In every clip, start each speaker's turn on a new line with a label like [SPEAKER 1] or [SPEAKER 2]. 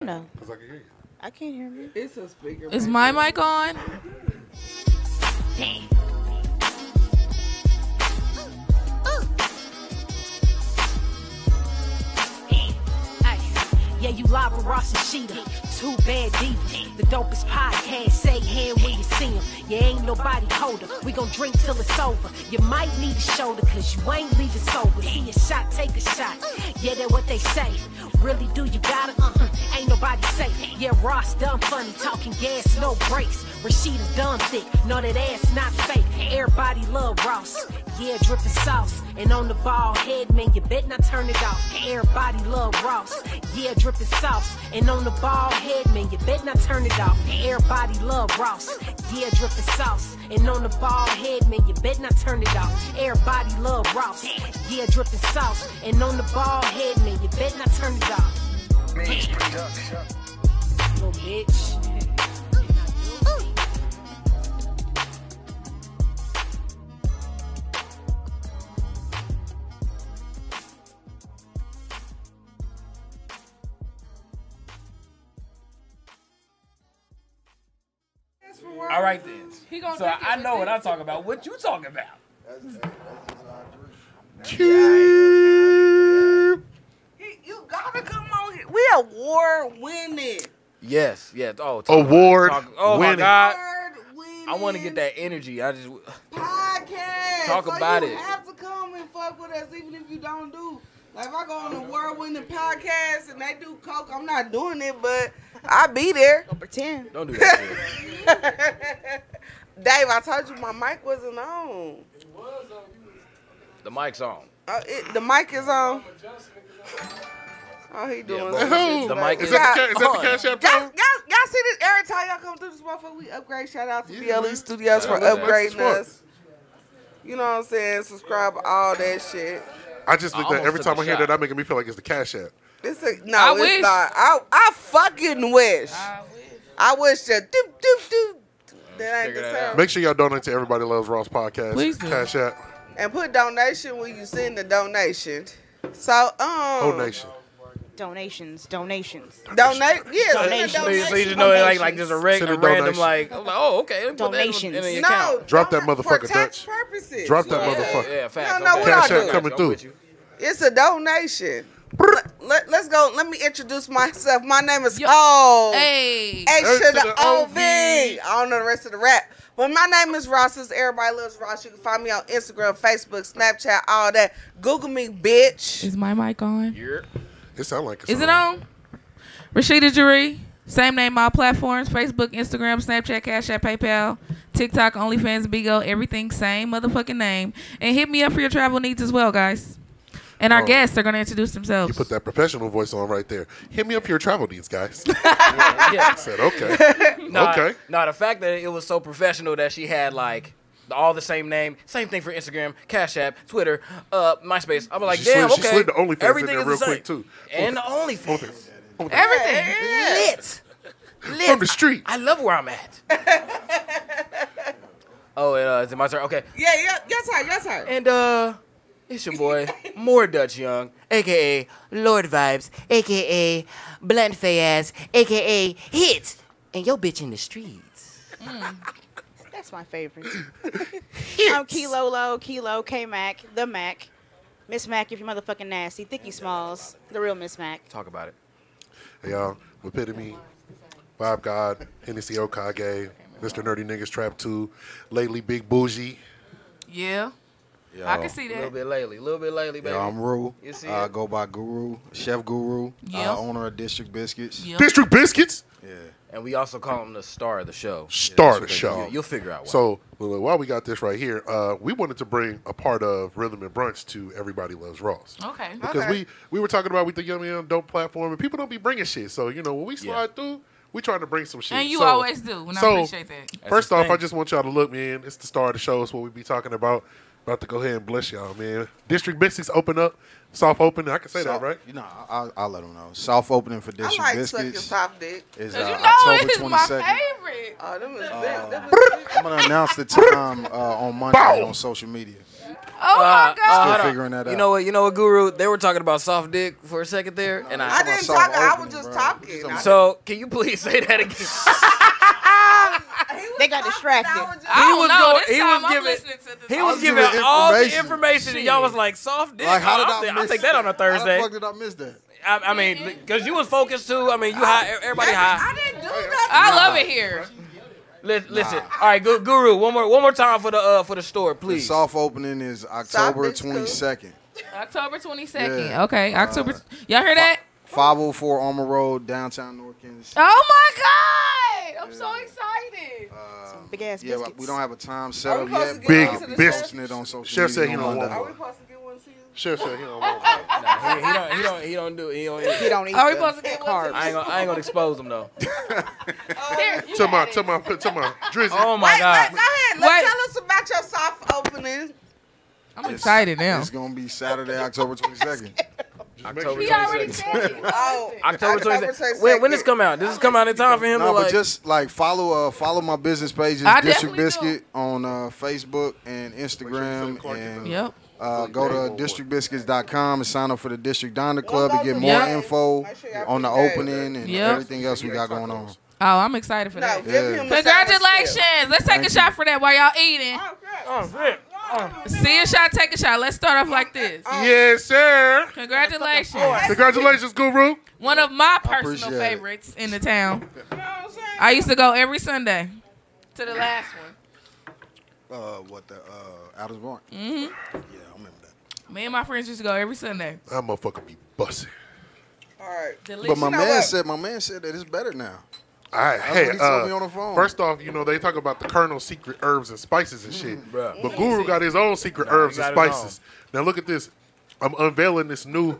[SPEAKER 1] No,
[SPEAKER 2] Because I can hear you.
[SPEAKER 1] I can't hear you.
[SPEAKER 3] It's a speaker.
[SPEAKER 4] Is my mic on?
[SPEAKER 5] Yeah, you live with Ross and Sheeta. Two bad divas. The dopest podcast. Say hand where you see him. You ain't nobody colder. We gon' drink till it's over. You might need a shoulder, cause you ain't leaving sober. See a shot, take a shot. Yeah, that what they say. Really do you gotta? Uh-uh. Ain't nobody safe. Yeah, Ross done funny. Talking gas, no brakes. Rashida done thick. No, that ass not fake. Everybody love Ross. Yeah, dripping sauce. And on the ball head, man, you bet not turn it off. Everybody love Ross. Yeah, dripping sauce. And on the ball head, man, you bet not turn it off. Everybody love Ross. Yeah, dripping sauce. And on the ball head, man, you bet not turn it off. Everybody love Ross. Yeah, dripping sauce. And on the ball head, man, you bet not turn it off. Little bitch.
[SPEAKER 6] All right then. So I know what I'm talking about. What you talking about?
[SPEAKER 3] You gotta come on here. We award winning.
[SPEAKER 6] Yes, yes. Oh, talk-
[SPEAKER 2] Award
[SPEAKER 6] talk- oh my
[SPEAKER 2] winning.
[SPEAKER 6] God.
[SPEAKER 3] Award winning.
[SPEAKER 6] I want to get that energy. I just
[SPEAKER 3] podcast.
[SPEAKER 6] Talk
[SPEAKER 3] so
[SPEAKER 6] about
[SPEAKER 3] you
[SPEAKER 6] it.
[SPEAKER 3] have to come and fuck with us, even if you don't do. Like if I go on the world winning podcast and they do coke, I'm not doing it, but I be there.
[SPEAKER 1] Don't pretend.
[SPEAKER 6] don't do that. shit.
[SPEAKER 3] Dave, I told you my mic wasn't on.
[SPEAKER 6] The mic's on.
[SPEAKER 3] Uh, it, the mic is on. Oh, he doing
[SPEAKER 6] bro,
[SPEAKER 3] something
[SPEAKER 6] the
[SPEAKER 3] today.
[SPEAKER 6] mic
[SPEAKER 2] Is that, the, ca- is that
[SPEAKER 6] on.
[SPEAKER 2] the cash app?
[SPEAKER 3] Y'all,
[SPEAKER 2] too?
[SPEAKER 3] y'all, y'all see this every time y'all come through this motherfucker, we upgrade. Shout out to
[SPEAKER 2] Yeah,
[SPEAKER 3] BLE
[SPEAKER 2] man.
[SPEAKER 3] Studios for
[SPEAKER 6] Yeah, that's
[SPEAKER 3] upgrading
[SPEAKER 2] E
[SPEAKER 6] smart.
[SPEAKER 3] us. You know what I'm saying? Subscribe, all that shit.
[SPEAKER 2] I just think
[SPEAKER 6] I
[SPEAKER 2] that every
[SPEAKER 6] almost
[SPEAKER 2] time
[SPEAKER 6] took a
[SPEAKER 2] I hear
[SPEAKER 6] shot.
[SPEAKER 2] that, that making me feel like it's the cash app.
[SPEAKER 3] It's a, no,
[SPEAKER 4] I
[SPEAKER 3] it's
[SPEAKER 4] wish.
[SPEAKER 3] not. I, I fucking wish. I wish that doop doop doop. That ain't
[SPEAKER 6] figure
[SPEAKER 3] the
[SPEAKER 6] that
[SPEAKER 3] sound.
[SPEAKER 2] Make sure y'all donate to Everybody Loves Ross podcast.
[SPEAKER 4] Please do.
[SPEAKER 2] Cash app.
[SPEAKER 3] And put donation when you send the donation. So
[SPEAKER 6] Oh,
[SPEAKER 3] um,
[SPEAKER 2] Donation.
[SPEAKER 1] Donations, donations.
[SPEAKER 3] donate. Yeah,
[SPEAKER 1] Donation.
[SPEAKER 3] send a
[SPEAKER 6] So you, so you just
[SPEAKER 3] donation.
[SPEAKER 6] know it like like just a, reg-
[SPEAKER 2] Send
[SPEAKER 6] a
[SPEAKER 2] a
[SPEAKER 6] random
[SPEAKER 2] donation.
[SPEAKER 6] like I'm like oh okay let me put that in-
[SPEAKER 1] Donations.
[SPEAKER 6] in the
[SPEAKER 3] No,
[SPEAKER 6] account.
[SPEAKER 2] Drop that
[SPEAKER 3] don't-
[SPEAKER 2] motherfucker,
[SPEAKER 3] for tax
[SPEAKER 2] Dutch.
[SPEAKER 3] purposes.
[SPEAKER 2] Drop that
[SPEAKER 3] Yeah.
[SPEAKER 2] motherfucker.
[SPEAKER 6] Yeah, facts.
[SPEAKER 3] know
[SPEAKER 6] okay.
[SPEAKER 3] what Cash I App do.
[SPEAKER 2] coming
[SPEAKER 6] I'm
[SPEAKER 2] through.
[SPEAKER 6] with you.
[SPEAKER 3] It's a donation. Let, us go. Let me introduce myself. My name is
[SPEAKER 4] Yo.
[SPEAKER 3] O.
[SPEAKER 6] Oh.
[SPEAKER 4] Hey.
[SPEAKER 3] H to
[SPEAKER 2] H to
[SPEAKER 3] the
[SPEAKER 2] the
[SPEAKER 3] OV.
[SPEAKER 2] OV.
[SPEAKER 3] I don't know the rest of the rap. But my name is Ross. Since everybody loves Ross, you can find me on Instagram, Facebook, Snapchat, all that. Google me, bitch.
[SPEAKER 4] Is my mic on?
[SPEAKER 2] It sound like it's
[SPEAKER 4] Is it on? Rashida Jaree. Same name, all platforms Facebook, Instagram, Snapchat, Cash App, PayPal, TikTok, OnlyFans, Bigo, everything, same motherfucking name. And hit me up for your travel needs as well, guys. And our
[SPEAKER 2] Oh.
[SPEAKER 4] guests are going to introduce
[SPEAKER 2] You
[SPEAKER 4] themselves.
[SPEAKER 2] put that professional voice on right there. Hit me up for your travel needs, guys.
[SPEAKER 6] Yeah.
[SPEAKER 2] I said, okay.
[SPEAKER 6] Nah,
[SPEAKER 2] Okay.
[SPEAKER 6] Nah, the fact that it was so professional that she had like all the same name, same thing for Instagram, Cash App, Twitter, uh, MySpace. I'm like,
[SPEAKER 2] She
[SPEAKER 6] damn,
[SPEAKER 2] slid- she
[SPEAKER 6] okay.
[SPEAKER 2] slid the OnlyFans in
[SPEAKER 6] Everything
[SPEAKER 2] there
[SPEAKER 6] is
[SPEAKER 2] real
[SPEAKER 6] the same.
[SPEAKER 2] quick, too.
[SPEAKER 6] And the OnlyFans.
[SPEAKER 4] everything.
[SPEAKER 3] Lit.
[SPEAKER 2] From the street.
[SPEAKER 6] I love where I'm at. oh, and, uh, is it my turn? Okay.
[SPEAKER 3] Yeah, yeah, yes, sir, yes, sir.
[SPEAKER 6] And uh, it's your boy More Dutch Young, aka Lord Vibes, aka Blunt Fayaz, aka Hits, and your bitch in the streets.
[SPEAKER 1] That's my favorite. I'm Kilo Lo, Kilo, K Mac, the Mac. Miss Mac, if you motherfucking nasty. Thicky Smalls, the real Miss Mac.
[SPEAKER 6] Talk about it.
[SPEAKER 2] Hey, y'all, Epitome, Bob God, Hennessy Okage, Mr. Nerdy Niggas Trap 2, Lately Big Bougie.
[SPEAKER 4] Yeah. I can see
[SPEAKER 6] A Oh. little
[SPEAKER 4] that.
[SPEAKER 6] bit lately, a little bit lately, baby.
[SPEAKER 7] Yeah, I'm Rue.
[SPEAKER 6] You see
[SPEAKER 7] I
[SPEAKER 6] it?
[SPEAKER 7] go by Guru, Chef Guru,
[SPEAKER 4] Yeah.
[SPEAKER 7] uh, owner of District Biscuits.
[SPEAKER 4] Yeah.
[SPEAKER 2] District Biscuits,
[SPEAKER 7] Yeah.
[SPEAKER 6] And we also call him the star of the show.
[SPEAKER 2] star of the
[SPEAKER 6] But
[SPEAKER 2] show.
[SPEAKER 6] You, you'll figure out why.
[SPEAKER 2] So, Lulu, while we got this right here, uh, we wanted to bring a part of Rhythm and Brunch to Everybody Loves Ross.
[SPEAKER 4] Okay.
[SPEAKER 2] Because we, we were talking about with the Yum Yum Dope platform, and people don't be bringing shit. So, you know, when we slide through, we trying to bring some shit.
[SPEAKER 4] And you
[SPEAKER 2] So-
[SPEAKER 4] always do, and
[SPEAKER 2] so,
[SPEAKER 4] I appreciate that.
[SPEAKER 6] That's
[SPEAKER 2] First
[SPEAKER 6] the
[SPEAKER 2] off,
[SPEAKER 6] thing.
[SPEAKER 2] I just want y'all to look, man. It's the star of the show. It's what we be talking about. About to go ahead and bless y'all, man. District Biscuits open up, soft open. I can say that,
[SPEAKER 7] Soft-
[SPEAKER 2] right?
[SPEAKER 7] You know, I- I'll, I'll let them know. Soft opening for
[SPEAKER 3] I
[SPEAKER 7] District
[SPEAKER 3] like sucking
[SPEAKER 7] Biscuits
[SPEAKER 3] soft dick.
[SPEAKER 7] is uh,
[SPEAKER 4] 'Cause you know
[SPEAKER 7] October
[SPEAKER 4] it's my
[SPEAKER 7] 22nd.
[SPEAKER 4] favorite.
[SPEAKER 3] Oh, them is big. Them is
[SPEAKER 7] I'm gonna announce the time uh, on Monday
[SPEAKER 2] Bow.
[SPEAKER 7] on social media.
[SPEAKER 4] Oh my
[SPEAKER 6] Uh, uh,
[SPEAKER 4] god.
[SPEAKER 7] Still
[SPEAKER 6] hold on.
[SPEAKER 7] figuring that
[SPEAKER 6] You
[SPEAKER 7] out.
[SPEAKER 6] know what? You know what, Guru? They were talking about soft dick for a second there, and
[SPEAKER 3] I
[SPEAKER 6] I.
[SPEAKER 3] didn't
[SPEAKER 7] soft
[SPEAKER 3] talk. I was
[SPEAKER 7] opening,
[SPEAKER 3] just
[SPEAKER 7] bro.
[SPEAKER 3] talking. I-
[SPEAKER 6] So can you please say that again?
[SPEAKER 3] he was
[SPEAKER 1] They got
[SPEAKER 3] talking,
[SPEAKER 1] distracted.
[SPEAKER 3] I was just-
[SPEAKER 4] I
[SPEAKER 6] He
[SPEAKER 4] don't
[SPEAKER 6] was
[SPEAKER 4] know.
[SPEAKER 6] going-
[SPEAKER 4] This
[SPEAKER 6] he
[SPEAKER 4] time
[SPEAKER 6] was
[SPEAKER 4] I'm
[SPEAKER 6] giving-
[SPEAKER 4] listening to the
[SPEAKER 6] He
[SPEAKER 4] song.
[SPEAKER 6] was giving
[SPEAKER 7] giving
[SPEAKER 6] all the
[SPEAKER 7] information.
[SPEAKER 6] information, and y'all was like soft dick.
[SPEAKER 7] Like, how did
[SPEAKER 6] I'll,
[SPEAKER 7] I
[SPEAKER 6] th- I'll
[SPEAKER 7] miss
[SPEAKER 6] take that on a
[SPEAKER 7] that?
[SPEAKER 6] Thursday.
[SPEAKER 7] How the fuck did I miss that?
[SPEAKER 6] I, I mean, because you was focused too. I mean, you high. Everybody high.
[SPEAKER 3] I didn't do nothing.
[SPEAKER 4] I love it here.
[SPEAKER 6] Li- listen. All right, Gu- Guru. One more. One more time for the uh for the store,
[SPEAKER 7] The
[SPEAKER 6] please.
[SPEAKER 7] soft opening is October
[SPEAKER 3] it's cool.
[SPEAKER 7] 22nd.
[SPEAKER 4] October 22nd.
[SPEAKER 7] Yeah.
[SPEAKER 4] Okay, October. y'all hear that?
[SPEAKER 7] 504 Armor oh Road, downtown North Kansas City.
[SPEAKER 4] Oh my god! I'm so excited.
[SPEAKER 7] Um,
[SPEAKER 1] Big ass
[SPEAKER 7] yeah,
[SPEAKER 1] biscuits.
[SPEAKER 7] we don't have a time set
[SPEAKER 3] Are we
[SPEAKER 7] up
[SPEAKER 3] supposed to
[SPEAKER 7] yet.
[SPEAKER 3] get
[SPEAKER 7] but
[SPEAKER 2] one
[SPEAKER 7] I'll
[SPEAKER 2] to
[SPEAKER 7] be
[SPEAKER 2] the
[SPEAKER 7] posting it on social
[SPEAKER 2] Chef
[SPEAKER 7] media.
[SPEAKER 2] said he don't
[SPEAKER 7] on
[SPEAKER 2] want
[SPEAKER 7] Monday.
[SPEAKER 3] Are we supposed to get one to you?
[SPEAKER 2] Chef
[SPEAKER 6] Oh,
[SPEAKER 2] said he don't want one.
[SPEAKER 6] Nah, he, he don't. He don't. He don't do. He don't.
[SPEAKER 1] He don't eat
[SPEAKER 4] Are we
[SPEAKER 1] the
[SPEAKER 4] supposed to get one?
[SPEAKER 1] carbs.
[SPEAKER 6] I ain't gonna. I ain't gonna expose him though.
[SPEAKER 4] Here, you
[SPEAKER 2] Tell my,
[SPEAKER 4] got it.
[SPEAKER 2] tell my, tell my, Drizzy.
[SPEAKER 6] Oh my
[SPEAKER 3] wait,
[SPEAKER 6] god.
[SPEAKER 3] wait, go ahead. Let,
[SPEAKER 4] Wait.
[SPEAKER 3] Tell us about your soft opening.
[SPEAKER 4] I'm excited now.
[SPEAKER 7] It's going to be Saturday, October 22nd.
[SPEAKER 2] Just make
[SPEAKER 6] October
[SPEAKER 2] sure
[SPEAKER 4] He
[SPEAKER 2] you-
[SPEAKER 4] already said it.
[SPEAKER 3] Oh,
[SPEAKER 6] October
[SPEAKER 3] October
[SPEAKER 6] twenty second. When, when this
[SPEAKER 3] 22nd.
[SPEAKER 6] come out? Does this come out in time for him?
[SPEAKER 7] no,
[SPEAKER 6] to, like,
[SPEAKER 7] but just like follow uh follow my business pages,
[SPEAKER 4] I
[SPEAKER 7] District
[SPEAKER 4] definitely
[SPEAKER 7] Biscuit on uh, Facebook and
[SPEAKER 2] send
[SPEAKER 7] Instagram,
[SPEAKER 2] Clark
[SPEAKER 7] and
[SPEAKER 2] it.
[SPEAKER 4] Yep.
[SPEAKER 7] uh, go to districtbiscuits.com and sign up for the District Donna Club
[SPEAKER 3] Y'all
[SPEAKER 7] to get
[SPEAKER 3] got
[SPEAKER 7] more
[SPEAKER 4] some days.
[SPEAKER 7] info
[SPEAKER 3] Make sure y'all
[SPEAKER 7] on the
[SPEAKER 3] pick days.
[SPEAKER 7] opening and
[SPEAKER 4] Yep.
[SPEAKER 7] everything else we got going on.
[SPEAKER 4] Oh, I'm excited for
[SPEAKER 3] No,
[SPEAKER 4] that.
[SPEAKER 3] give
[SPEAKER 7] Yeah.
[SPEAKER 3] him a
[SPEAKER 4] Congratulations. Let's take a shot for that while y'all eating.
[SPEAKER 3] sound effect.
[SPEAKER 6] Oh, shit.
[SPEAKER 4] See a shot, take a shot. Let's start off like this.
[SPEAKER 2] Yes, sir.
[SPEAKER 4] Congratulations.
[SPEAKER 2] Congratulations, Guru.
[SPEAKER 4] One of my personal
[SPEAKER 7] appreciate it.
[SPEAKER 4] favorites in the town.
[SPEAKER 3] You know what I'm saying?
[SPEAKER 4] I used to go every Sunday to the last one.
[SPEAKER 7] Uh, what the uh, Outer Barn?
[SPEAKER 4] Mhm.
[SPEAKER 7] Yeah, I remember that.
[SPEAKER 4] Me and my friends used to go every Sunday.
[SPEAKER 2] That motherfucker be bussing.
[SPEAKER 3] All right.
[SPEAKER 7] But
[SPEAKER 4] Delicious.
[SPEAKER 7] my
[SPEAKER 3] know
[SPEAKER 7] man
[SPEAKER 3] what?
[SPEAKER 7] said, my man said that it's better now.
[SPEAKER 2] All right,
[SPEAKER 7] That's
[SPEAKER 2] hey,
[SPEAKER 7] what he told
[SPEAKER 2] uh,
[SPEAKER 7] me on the phone.
[SPEAKER 2] first off, you know they talk about the Colonel's secret herbs and spices and shit,
[SPEAKER 7] Mm-hmm,
[SPEAKER 6] Bruh.
[SPEAKER 2] but Guru got his own secret herbs and
[SPEAKER 6] got his
[SPEAKER 2] spices. Now look at this. I'm unveiling this new,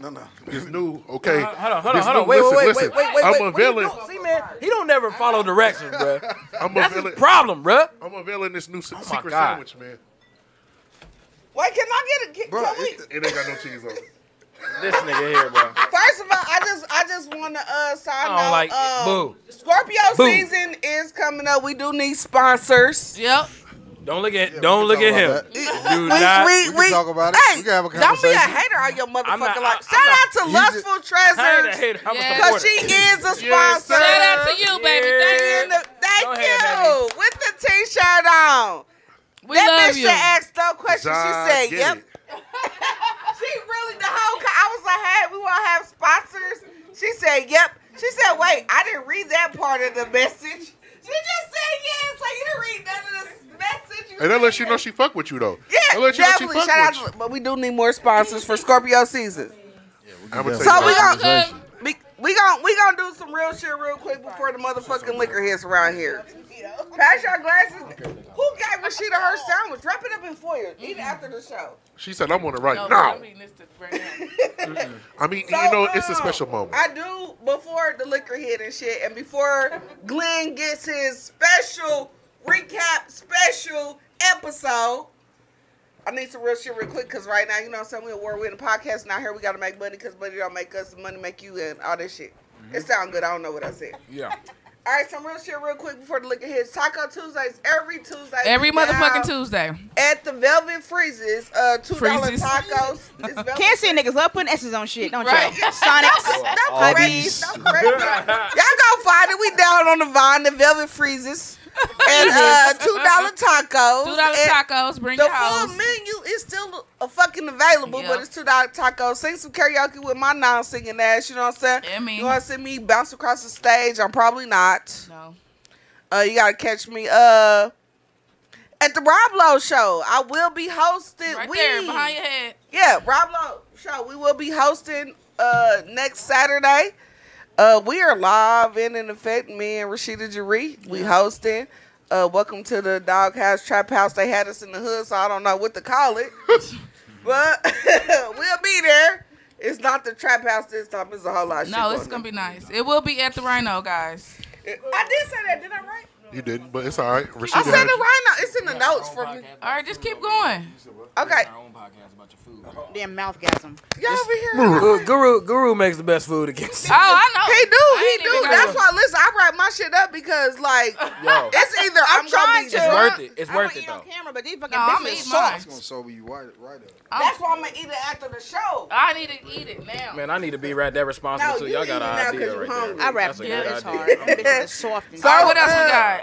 [SPEAKER 7] No, no.
[SPEAKER 2] this new. Okay,
[SPEAKER 6] Uh, Hold on, hold on,
[SPEAKER 2] this
[SPEAKER 6] hold on.
[SPEAKER 2] new-
[SPEAKER 6] Wait,
[SPEAKER 2] listen,
[SPEAKER 6] wait, wait,
[SPEAKER 2] listen.
[SPEAKER 6] wait, wait, wait.
[SPEAKER 2] I'm
[SPEAKER 6] wait. What you
[SPEAKER 2] unveiling.
[SPEAKER 6] doing? See, man, he don't never follow directions, bro.
[SPEAKER 2] I'm
[SPEAKER 6] That's his
[SPEAKER 2] unveiling.
[SPEAKER 6] problem, bro.
[SPEAKER 2] I'm unveiling this new se-
[SPEAKER 6] my
[SPEAKER 2] secret
[SPEAKER 6] God.
[SPEAKER 2] sandwich, man.
[SPEAKER 3] Wait, can I get a get,
[SPEAKER 7] Bro,
[SPEAKER 3] can we,
[SPEAKER 7] it's the-
[SPEAKER 2] It ain't got no cheese on it.
[SPEAKER 6] This nigga here, bro.
[SPEAKER 3] First of all, I just I just want to uh
[SPEAKER 6] I
[SPEAKER 3] sign
[SPEAKER 6] don't
[SPEAKER 3] out.
[SPEAKER 6] like it.
[SPEAKER 3] um,
[SPEAKER 6] Boo.
[SPEAKER 3] Scorpio
[SPEAKER 6] Boo.
[SPEAKER 3] season is coming up. We do need sponsors.
[SPEAKER 4] Yep.
[SPEAKER 6] Don't look at,
[SPEAKER 7] we
[SPEAKER 6] don't look
[SPEAKER 7] can
[SPEAKER 6] at
[SPEAKER 7] talk
[SPEAKER 6] him.
[SPEAKER 7] about
[SPEAKER 6] Do
[SPEAKER 3] We,
[SPEAKER 6] not.
[SPEAKER 3] we,
[SPEAKER 7] we can
[SPEAKER 3] we-
[SPEAKER 7] talk about it.
[SPEAKER 3] Hey,
[SPEAKER 7] We can have a
[SPEAKER 3] Don't be a
[SPEAKER 7] conversation.
[SPEAKER 3] hater on your motherfucking
[SPEAKER 6] I'm not-
[SPEAKER 3] life.
[SPEAKER 6] I- I'm
[SPEAKER 3] Shout
[SPEAKER 7] not-
[SPEAKER 3] out to Lustful
[SPEAKER 6] I ain't a
[SPEAKER 3] Treasures
[SPEAKER 6] hater. I'm
[SPEAKER 4] Yeah.
[SPEAKER 6] a
[SPEAKER 3] because she
[SPEAKER 6] supporter.
[SPEAKER 3] is a
[SPEAKER 2] Yes,
[SPEAKER 3] sponsor.
[SPEAKER 4] Shout out to you, baby. Thank
[SPEAKER 6] Yeah.
[SPEAKER 4] you.
[SPEAKER 3] And the- Thank
[SPEAKER 6] Go
[SPEAKER 3] you
[SPEAKER 6] ahead, baby.
[SPEAKER 3] with the t-shirt on.
[SPEAKER 4] We
[SPEAKER 3] that
[SPEAKER 4] love
[SPEAKER 3] bitch
[SPEAKER 4] you.
[SPEAKER 3] that asked no question.
[SPEAKER 2] Zah,
[SPEAKER 3] She said,
[SPEAKER 2] get
[SPEAKER 3] "Yep."
[SPEAKER 2] it.
[SPEAKER 3] She really the whole. co- I was like, "Hey, we want to have sponsors." She said, "Yep." She said, "Wait, I didn't read that part of the message." She just said yes, like you didn't read none of the message.
[SPEAKER 2] And that lets
[SPEAKER 3] said
[SPEAKER 2] you
[SPEAKER 3] yes.
[SPEAKER 2] know she fuck with you though.
[SPEAKER 3] Yeah,
[SPEAKER 2] that lets you know she
[SPEAKER 3] definitely.
[SPEAKER 2] fuck
[SPEAKER 3] Shout
[SPEAKER 2] with
[SPEAKER 3] out, to, but we do need more sponsors for Scorpio season.
[SPEAKER 2] you. I'm gonna
[SPEAKER 3] we
[SPEAKER 2] take
[SPEAKER 7] So
[SPEAKER 2] that.
[SPEAKER 3] gon-
[SPEAKER 7] Conversation.
[SPEAKER 3] We we gon' we gonna do some real shit real quick before the motherfucking liquor hits around here. Pass your glasses. Who gave Rashida her sandwich? Wrap it up in foil. Eat it after the show.
[SPEAKER 2] She said, "I'm on it right
[SPEAKER 4] No,
[SPEAKER 2] now."
[SPEAKER 4] I'm eating this to bring it up.
[SPEAKER 2] I mean,
[SPEAKER 3] So,
[SPEAKER 2] you know, it's a
[SPEAKER 3] um,
[SPEAKER 2] special moment.
[SPEAKER 3] I do before the liquor hit and shit, and before Glenn gets his special recap special episode. I need some real shit real quick because right now, you know what I'm saying? We award winning podcast. Now here we gotta make money because money don't make us, money make you, and all this shit.
[SPEAKER 2] Mm-hmm.
[SPEAKER 3] It sound good. I don't know what I said.
[SPEAKER 6] Yeah.
[SPEAKER 3] All right, some real shit real quick before the liquor hits. Taco Tuesdays every Tuesday.
[SPEAKER 4] Every
[SPEAKER 3] we down
[SPEAKER 4] motherfucking Tuesday.
[SPEAKER 3] At the Velvet Freezes, uh, two dollar
[SPEAKER 4] Freezes.
[SPEAKER 3] tacos. It's Velvet
[SPEAKER 1] Can't see niggas love putting S's on shit, don't
[SPEAKER 4] Right.
[SPEAKER 1] y'all? Sonics,
[SPEAKER 3] Don't
[SPEAKER 7] All
[SPEAKER 3] correct me.
[SPEAKER 7] these-
[SPEAKER 3] Don't correct me. Y'all go find it. We down on the vine, the velvet freezes, and uh, two dollar tacos.
[SPEAKER 4] Two dollar
[SPEAKER 3] And
[SPEAKER 4] tacos. Bring
[SPEAKER 3] The
[SPEAKER 4] your
[SPEAKER 3] full
[SPEAKER 4] house.
[SPEAKER 3] menu is still a fucking available,
[SPEAKER 4] Yeah.
[SPEAKER 3] but it's two dollar tacos. Sing some karaoke with my non singing ass. You know what I'm saying?
[SPEAKER 4] And me.
[SPEAKER 3] You want to see me bounce across the stage? I'm probably not.
[SPEAKER 4] No.
[SPEAKER 3] Uh, you gotta catch me. Uh. At the Rob Lowe show, I will be hosting.
[SPEAKER 4] Right
[SPEAKER 3] we,
[SPEAKER 4] there, behind your head.
[SPEAKER 3] yeah, Rob Lowe show. We will be hosting uh next Saturday. Uh we are live and in effect, me and Rashida Jaree. We hosting. Uh welcome to the doghouse trap house. They had us in the hood, so I don't know what to call it. but we'll be there. It's not the trap house this time, it's a whole lot of shit
[SPEAKER 4] No, it's
[SPEAKER 3] going
[SPEAKER 4] gonna be nice. It will be at the Rhino, guys.
[SPEAKER 3] on. I did say that, did I right?
[SPEAKER 2] you didn't, but it's all right.
[SPEAKER 3] I
[SPEAKER 2] Rashida
[SPEAKER 3] said it
[SPEAKER 2] had
[SPEAKER 3] right now. It's in the notes for me.
[SPEAKER 4] All right, just keep going.
[SPEAKER 3] Okay.
[SPEAKER 6] own podcast about your food.
[SPEAKER 1] damn mouthgasm.
[SPEAKER 3] Y'all over here.
[SPEAKER 6] Guru, Guru, Guru makes the best food against.
[SPEAKER 4] Oh, I know.
[SPEAKER 3] He do,
[SPEAKER 4] I
[SPEAKER 3] he
[SPEAKER 4] ain't
[SPEAKER 3] do.
[SPEAKER 4] even
[SPEAKER 3] That's
[SPEAKER 4] know.
[SPEAKER 3] why. Listen, I wrap my shit up because like
[SPEAKER 6] Yo,
[SPEAKER 3] it's either I'm, trying
[SPEAKER 1] trying
[SPEAKER 3] to.
[SPEAKER 1] to.
[SPEAKER 6] it's worth it. It's
[SPEAKER 1] I'm
[SPEAKER 6] worth
[SPEAKER 1] gonna
[SPEAKER 6] it
[SPEAKER 1] eat on
[SPEAKER 6] though.
[SPEAKER 1] camera, but these fucking
[SPEAKER 4] No, I'ma
[SPEAKER 1] bitches
[SPEAKER 4] eat
[SPEAKER 1] soft.
[SPEAKER 4] mine.
[SPEAKER 7] It's gonna sober you right, right up.
[SPEAKER 3] That's why I'm gonna eat it after the show.
[SPEAKER 4] I need to eat it now.
[SPEAKER 6] Man, I need to be right that responsible
[SPEAKER 3] No,
[SPEAKER 6] too.
[SPEAKER 3] you
[SPEAKER 6] Y'all
[SPEAKER 3] eating
[SPEAKER 6] got
[SPEAKER 3] now
[SPEAKER 6] an
[SPEAKER 3] 'cause
[SPEAKER 6] idea
[SPEAKER 3] you
[SPEAKER 6] right
[SPEAKER 3] hungry.
[SPEAKER 6] there.
[SPEAKER 1] I wrapped
[SPEAKER 6] That's a
[SPEAKER 1] it
[SPEAKER 6] good
[SPEAKER 1] up.
[SPEAKER 6] idea.
[SPEAKER 1] It's hard. Them bitches are soft and
[SPEAKER 3] So
[SPEAKER 4] All right, what else we
[SPEAKER 3] uh,
[SPEAKER 4] got?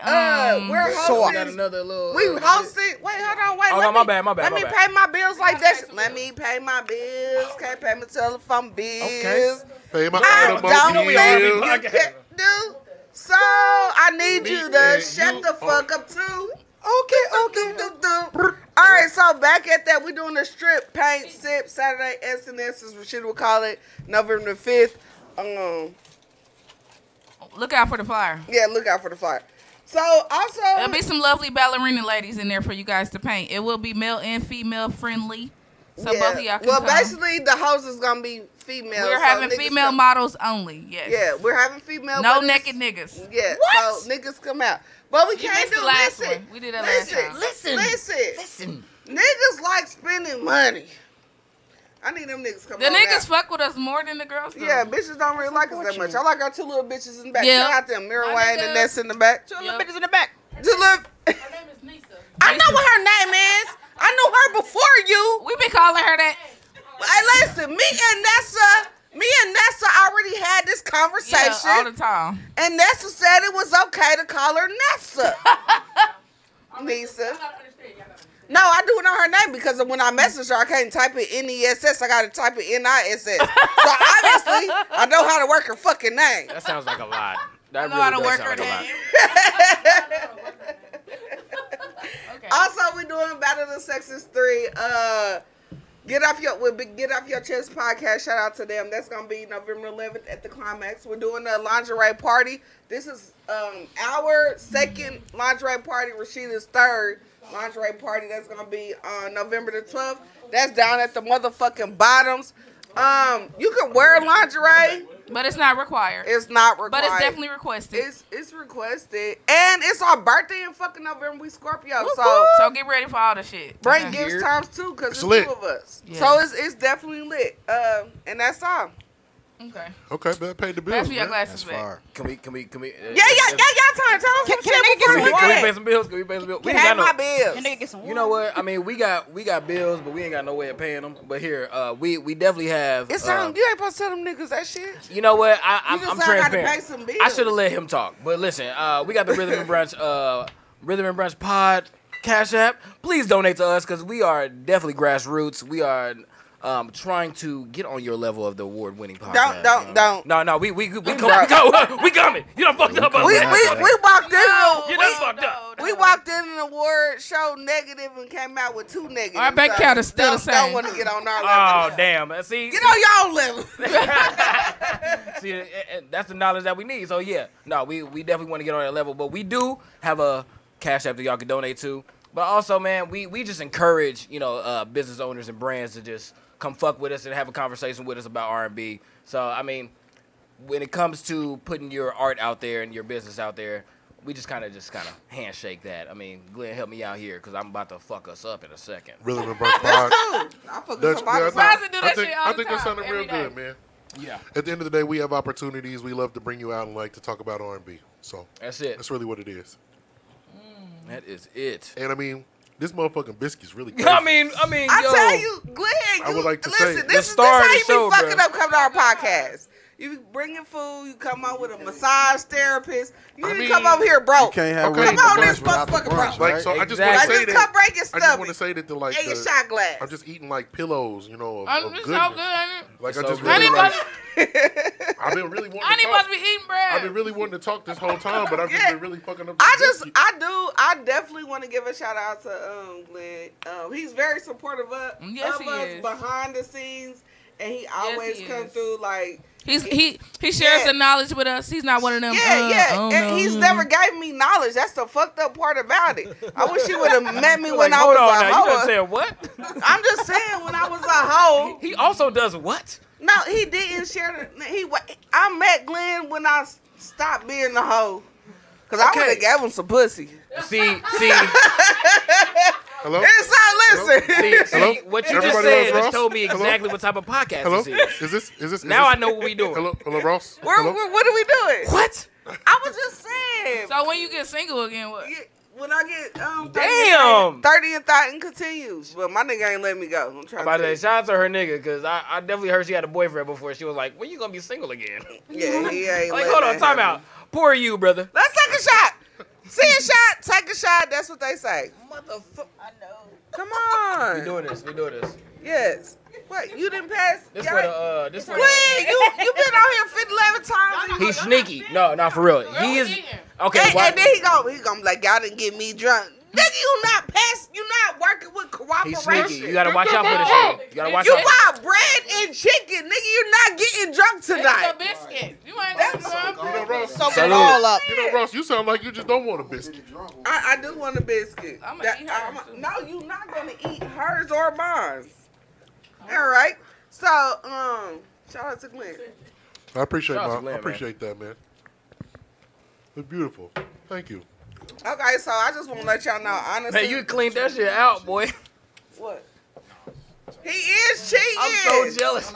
[SPEAKER 3] uh,
[SPEAKER 4] Um,
[SPEAKER 3] we're
[SPEAKER 6] We
[SPEAKER 3] hosting.
[SPEAKER 6] got another little.
[SPEAKER 3] We
[SPEAKER 6] uh,
[SPEAKER 3] hosting. Wait, hold on. Wait.
[SPEAKER 6] Oh,
[SPEAKER 3] let
[SPEAKER 6] no,
[SPEAKER 3] me,
[SPEAKER 6] my bad, my bad,
[SPEAKER 3] Let
[SPEAKER 6] my
[SPEAKER 3] me
[SPEAKER 6] bad.
[SPEAKER 3] pay my bills like that. Let me pay my bills. Can't pay my telephone bills.
[SPEAKER 2] Pay my
[SPEAKER 3] I
[SPEAKER 2] automobile
[SPEAKER 3] don't
[SPEAKER 2] bills.
[SPEAKER 3] think you can do. So I need you to
[SPEAKER 2] and
[SPEAKER 3] shut
[SPEAKER 2] you
[SPEAKER 3] the fuck up too. Okay, okay. Do, do, do. All right, so back at that, we doing the strip paint sip Saturday incidents as Rashida would call it, November the fifth. Um,
[SPEAKER 4] Um, Look out for the flyer.
[SPEAKER 3] yeah, look out for the flyer. So also,
[SPEAKER 4] There'll be some lovely ballerina ladies in there for you guys to paint. It will be male and female friendly. So
[SPEAKER 3] yeah.
[SPEAKER 4] both of y'all can
[SPEAKER 3] well,
[SPEAKER 4] come.
[SPEAKER 3] basically the host is gonna be female.
[SPEAKER 4] we're
[SPEAKER 3] so
[SPEAKER 4] having
[SPEAKER 3] niggas
[SPEAKER 4] female
[SPEAKER 3] come-
[SPEAKER 4] models only. Yes.
[SPEAKER 3] Yeah, we're having female.
[SPEAKER 4] No
[SPEAKER 3] but it's-
[SPEAKER 4] naked niggas.
[SPEAKER 3] Yeah,
[SPEAKER 8] What?
[SPEAKER 3] so niggas come out, but we
[SPEAKER 4] You
[SPEAKER 3] can't
[SPEAKER 4] missed
[SPEAKER 3] do
[SPEAKER 4] the last
[SPEAKER 3] listen,
[SPEAKER 4] one. We did that last
[SPEAKER 3] listen,
[SPEAKER 4] time.
[SPEAKER 8] Listen.
[SPEAKER 3] Listen,
[SPEAKER 8] Listen.
[SPEAKER 3] niggas like spending money. I need them niggas come.
[SPEAKER 4] The
[SPEAKER 3] on
[SPEAKER 4] niggas
[SPEAKER 3] Now.
[SPEAKER 4] fuck with us more than the girls do.
[SPEAKER 3] yeah, bitches don't really like us that much. I like our two little bitches in the back.
[SPEAKER 4] Yeah.
[SPEAKER 3] Shout out to Mira
[SPEAKER 4] My
[SPEAKER 3] Wayne
[SPEAKER 4] nigga.
[SPEAKER 3] and Ness in the back.
[SPEAKER 1] Two
[SPEAKER 3] Two
[SPEAKER 1] little
[SPEAKER 4] Yep.
[SPEAKER 1] bitches in the back.
[SPEAKER 3] little.
[SPEAKER 4] Her name is Nisa.
[SPEAKER 3] I know what her name is. I knew her before you.
[SPEAKER 4] We've been calling her that.
[SPEAKER 3] Hey, listen, me and Nessa, me and Nessa already had this
[SPEAKER 4] Yeah,
[SPEAKER 3] conversation.
[SPEAKER 4] all the time.
[SPEAKER 3] And Nessa said it was okay to call her Nessa. Nisa. No, I do know her name because when I message her, I can't type it N E S S. I gotta type it N I S S. So obviously, I know how to work her fucking name.
[SPEAKER 6] That sounds like a lot. That
[SPEAKER 4] know how
[SPEAKER 6] really
[SPEAKER 4] to
[SPEAKER 6] does
[SPEAKER 4] work
[SPEAKER 6] sound
[SPEAKER 4] her
[SPEAKER 6] like a lot.
[SPEAKER 4] name. okay.
[SPEAKER 3] Also, we doing Battle of the Sexes three. Uh, get off your we'll be, get off your chest podcast. Shout out to them. That's gonna be November 11th at the climax. We're doing a lingerie party. This is um our second lingerie party. Rashida's third lingerie party. That's gonna be on November the 12th. That's down at the motherfucking bottoms. Um, you can wear lingerie.
[SPEAKER 4] But it's not required.
[SPEAKER 3] It's not required.
[SPEAKER 4] but it's definitely requested.
[SPEAKER 3] It's it's requested, and it's our birthday in fucking November. We Scorpio, so
[SPEAKER 4] so get ready for all the shit.
[SPEAKER 3] Break
[SPEAKER 4] Okay.
[SPEAKER 3] gives
[SPEAKER 6] Here.
[SPEAKER 3] times two because it's,
[SPEAKER 2] It's lit.
[SPEAKER 3] two of us.
[SPEAKER 4] Yeah.
[SPEAKER 3] So it's it's definitely lit. Uh, and that's all.
[SPEAKER 4] Okay.
[SPEAKER 2] Okay, man, pay the bills.
[SPEAKER 4] Pass me your
[SPEAKER 2] Man.
[SPEAKER 4] glasses
[SPEAKER 7] That's
[SPEAKER 4] back.
[SPEAKER 7] fire.
[SPEAKER 6] Can we? Can we? Can we?
[SPEAKER 3] Yeah, yeah, yeah, y'all turn. Tell us some
[SPEAKER 1] can
[SPEAKER 3] shit
[SPEAKER 1] they
[SPEAKER 3] before
[SPEAKER 1] get
[SPEAKER 6] Can
[SPEAKER 1] some
[SPEAKER 3] we
[SPEAKER 6] we,
[SPEAKER 1] water?
[SPEAKER 6] can we pay
[SPEAKER 3] can
[SPEAKER 6] some bills? Can we pay some bills? We
[SPEAKER 3] Pay
[SPEAKER 6] ain't got no.
[SPEAKER 3] my
[SPEAKER 1] And
[SPEAKER 3] bills.
[SPEAKER 1] nigga get some
[SPEAKER 6] You know
[SPEAKER 1] water.
[SPEAKER 6] what? I mean, we got we got bills, but we ain't got no way of paying them. But here, uh, we we definitely have.
[SPEAKER 3] It's
[SPEAKER 6] uh,
[SPEAKER 3] time. You ain't supposed to tell them niggas that shit.
[SPEAKER 6] You know what? I, I'm,
[SPEAKER 3] just
[SPEAKER 6] I'm
[SPEAKER 3] said I gotta
[SPEAKER 6] transparent.
[SPEAKER 3] pay some bills.
[SPEAKER 6] I should have let him talk. But listen, uh, we got the Rhythm and Brunch, uh, Rhythm and Brunch Pod Cash App. Please donate to us because we are definitely grassroots. We are um, trying to get on your level of the award-winning
[SPEAKER 3] Don't,
[SPEAKER 6] podcast.
[SPEAKER 3] don't,
[SPEAKER 6] you know?
[SPEAKER 3] don't.
[SPEAKER 6] No, no, we we we, we, come, we, come, we coming. You done fucked up.
[SPEAKER 3] We
[SPEAKER 6] over there.
[SPEAKER 3] we, we walked in.
[SPEAKER 6] you
[SPEAKER 3] we,
[SPEAKER 6] done fucked up.
[SPEAKER 3] we walked in an award show negative and came out with two negatives.
[SPEAKER 4] Our bank
[SPEAKER 3] so
[SPEAKER 4] account is still
[SPEAKER 3] don't,
[SPEAKER 4] the
[SPEAKER 3] Don't
[SPEAKER 4] same.
[SPEAKER 3] want to get on our level.
[SPEAKER 6] Oh damn! See,
[SPEAKER 3] Get on y'all level.
[SPEAKER 6] See, and- and that's the knowledge that we need. So yeah, no, we we definitely want to get on that level, but we do have a cash app that y'all can donate to. But also, man, we we just encourage you know uh, business owners and brands to just come fuck with us and have a conversation with us about R and B. So I mean, when it comes to putting your art out there and your business out there. We just kind of just kind of handshake that. I mean, Glenn, help me out here because I'm about to fuck us up in a second.
[SPEAKER 2] Rhythm and Brunch Pod.
[SPEAKER 3] I fucking
[SPEAKER 2] Dutch,
[SPEAKER 3] somebody.
[SPEAKER 2] man, I
[SPEAKER 4] Surprise
[SPEAKER 2] think,
[SPEAKER 4] and do
[SPEAKER 2] I
[SPEAKER 4] that
[SPEAKER 2] think,
[SPEAKER 4] shit all
[SPEAKER 2] I
[SPEAKER 4] the
[SPEAKER 2] think that
[SPEAKER 4] time,
[SPEAKER 2] sounded real
[SPEAKER 4] every
[SPEAKER 2] good,
[SPEAKER 4] day.
[SPEAKER 2] man.
[SPEAKER 6] Yeah,
[SPEAKER 2] At the end of the day, we have opportunities. We love to bring you out and like to talk about R&B. So
[SPEAKER 6] that's it.
[SPEAKER 2] that's really what it is.
[SPEAKER 6] That is it.
[SPEAKER 2] And I mean, this motherfucking biscuit's really good.
[SPEAKER 6] I mean, I mean,
[SPEAKER 3] I
[SPEAKER 6] yo,
[SPEAKER 3] tell you, go ahead.
[SPEAKER 2] I
[SPEAKER 3] You,
[SPEAKER 2] would like to
[SPEAKER 3] listen,
[SPEAKER 2] say,
[SPEAKER 3] this
[SPEAKER 6] the
[SPEAKER 3] is
[SPEAKER 6] star of the
[SPEAKER 3] this how you
[SPEAKER 6] show,
[SPEAKER 3] be fucking
[SPEAKER 6] bruh.
[SPEAKER 3] up coming to our podcast. You be bringing food. You come out with a massage therapist. You
[SPEAKER 2] I
[SPEAKER 3] need
[SPEAKER 2] mean,
[SPEAKER 3] to come over here, bro.
[SPEAKER 7] You can't have
[SPEAKER 2] Okay.
[SPEAKER 7] okay.
[SPEAKER 2] Come
[SPEAKER 3] on, this motherfucker, bro.
[SPEAKER 2] like, so I just want
[SPEAKER 3] I
[SPEAKER 2] to
[SPEAKER 6] Exactly.
[SPEAKER 2] say
[SPEAKER 3] just come
[SPEAKER 2] that.
[SPEAKER 3] break your
[SPEAKER 2] I just
[SPEAKER 3] stomach.
[SPEAKER 2] want to say that the like
[SPEAKER 3] and your
[SPEAKER 2] the-
[SPEAKER 3] shot glass.
[SPEAKER 2] I'm just eating like pillows, you know, of,
[SPEAKER 4] I'm
[SPEAKER 2] of
[SPEAKER 4] Um, it's
[SPEAKER 2] Oh, goodness.
[SPEAKER 4] so good. ain't it?
[SPEAKER 2] Like
[SPEAKER 6] It's
[SPEAKER 2] I just
[SPEAKER 6] so
[SPEAKER 2] really,
[SPEAKER 4] good.
[SPEAKER 2] like, I've been really
[SPEAKER 4] I
[SPEAKER 2] wanting
[SPEAKER 4] ain't
[SPEAKER 2] to
[SPEAKER 4] supposed to
[SPEAKER 2] talk.
[SPEAKER 4] be eating
[SPEAKER 2] I've been
[SPEAKER 4] bread.
[SPEAKER 2] really wanting to talk this whole time, but I've just
[SPEAKER 3] Yeah.
[SPEAKER 2] been really fucking up.
[SPEAKER 3] I
[SPEAKER 2] this
[SPEAKER 3] just,
[SPEAKER 2] biscuit.
[SPEAKER 3] I do, I definitely want to give a shout out to um Glenn. Um, he's very supportive of,
[SPEAKER 4] Yes,
[SPEAKER 3] of
[SPEAKER 4] he
[SPEAKER 3] us
[SPEAKER 4] is.
[SPEAKER 3] behind the scenes, and he always
[SPEAKER 4] he
[SPEAKER 3] come
[SPEAKER 4] is.
[SPEAKER 3] through like,
[SPEAKER 4] He's he he shares
[SPEAKER 3] Yeah.
[SPEAKER 4] the knowledge with us. He's not one of them.
[SPEAKER 3] yeah,
[SPEAKER 4] uh, I
[SPEAKER 3] yeah.
[SPEAKER 4] don't know.
[SPEAKER 3] And he's never gave me knowledge. That's the fucked up part about it. I wish he would have met me when
[SPEAKER 6] like,
[SPEAKER 3] I
[SPEAKER 6] hold
[SPEAKER 3] was
[SPEAKER 6] on
[SPEAKER 3] a
[SPEAKER 6] now. You done
[SPEAKER 3] hoe.
[SPEAKER 6] said what?
[SPEAKER 3] I'm just saying, when I was a hoe,
[SPEAKER 6] He also does what?
[SPEAKER 3] no, he didn't share. The, he, wa- I met Glenn when I s- stopped being a hoe, cause I
[SPEAKER 6] Okay.
[SPEAKER 3] would have gave him some pussy.
[SPEAKER 6] See, see,
[SPEAKER 2] hello.
[SPEAKER 3] It's not listen.
[SPEAKER 6] see, see
[SPEAKER 2] Hello?
[SPEAKER 6] what you just
[SPEAKER 2] Everybody
[SPEAKER 6] said
[SPEAKER 2] else,
[SPEAKER 6] just
[SPEAKER 2] Ross?
[SPEAKER 6] told me
[SPEAKER 2] Hello?
[SPEAKER 6] exactly what type of podcast
[SPEAKER 2] Hello.
[SPEAKER 6] this is.
[SPEAKER 2] Is this? Is this? Is
[SPEAKER 6] Now I
[SPEAKER 2] this-
[SPEAKER 6] know what we doing.
[SPEAKER 2] Hello, hello, Ross.
[SPEAKER 3] We're,
[SPEAKER 2] hello?
[SPEAKER 3] we're, what are we doing?
[SPEAKER 6] What?
[SPEAKER 3] I was just saying.
[SPEAKER 4] So when you get single again, what?
[SPEAKER 3] Yeah, when I get um, 30
[SPEAKER 6] Damn.
[SPEAKER 3] and thought- thirty and thought and continues, but my nigga ain't let me go. I'm trying
[SPEAKER 6] About
[SPEAKER 3] to.
[SPEAKER 6] that, shout out to her nigga, because I, I definitely heard she had a boyfriend before. She was like, when you going to be single again?
[SPEAKER 3] Yeah, he ain't.
[SPEAKER 6] like,
[SPEAKER 3] let
[SPEAKER 6] hold
[SPEAKER 3] that
[SPEAKER 6] on, time
[SPEAKER 3] happen.
[SPEAKER 6] out. Poor you, brother.
[SPEAKER 3] Let's take a shot. See a shot, take a shot. That's what they say. Motherfucker. I know. Come
[SPEAKER 6] We
[SPEAKER 3] on.
[SPEAKER 6] doing this, we doing this.
[SPEAKER 3] Yes. What? You didn't pass.
[SPEAKER 6] This
[SPEAKER 3] y'all-
[SPEAKER 6] for the, uh, this for the...
[SPEAKER 3] Please, you you been out here 50, 11 times. and you-
[SPEAKER 6] He's sneaky. No, not for real. He is... Okay,
[SPEAKER 3] and,
[SPEAKER 6] why-
[SPEAKER 3] and then he go, he gonna be like, y'all didn't get me drunk. Nigga, you not pass. You not working with
[SPEAKER 6] He's
[SPEAKER 3] cooperation.
[SPEAKER 6] sneaky. You gotta watch out for this shit. You gotta watch
[SPEAKER 3] You
[SPEAKER 6] out.
[SPEAKER 3] bought bread and chicken, nigga. You not getting drunk
[SPEAKER 4] It's
[SPEAKER 3] tonight.
[SPEAKER 4] a biscuit. You ain't got some.
[SPEAKER 2] You know, Ross,
[SPEAKER 1] Soak it
[SPEAKER 6] Salute.
[SPEAKER 1] all up.
[SPEAKER 2] you know, Ross, you sound like you just don't want a biscuit.
[SPEAKER 3] I, I do want a biscuit.
[SPEAKER 4] I'ma eat
[SPEAKER 3] I'm
[SPEAKER 4] hers, too.
[SPEAKER 3] no, you not gonna eat hers or mine. All right. So, um, shout out to Glenn.
[SPEAKER 2] I appreciate
[SPEAKER 6] Shout out
[SPEAKER 2] my,
[SPEAKER 6] to Glenn,
[SPEAKER 2] I
[SPEAKER 6] man.
[SPEAKER 2] appreciate that, man. It's beautiful. Thank you.
[SPEAKER 3] Okay, so I just want to let y'all know, honestly,
[SPEAKER 6] Man, you cleaned that shit out, boy.
[SPEAKER 3] what? He is cheating.
[SPEAKER 6] I'm so jealous.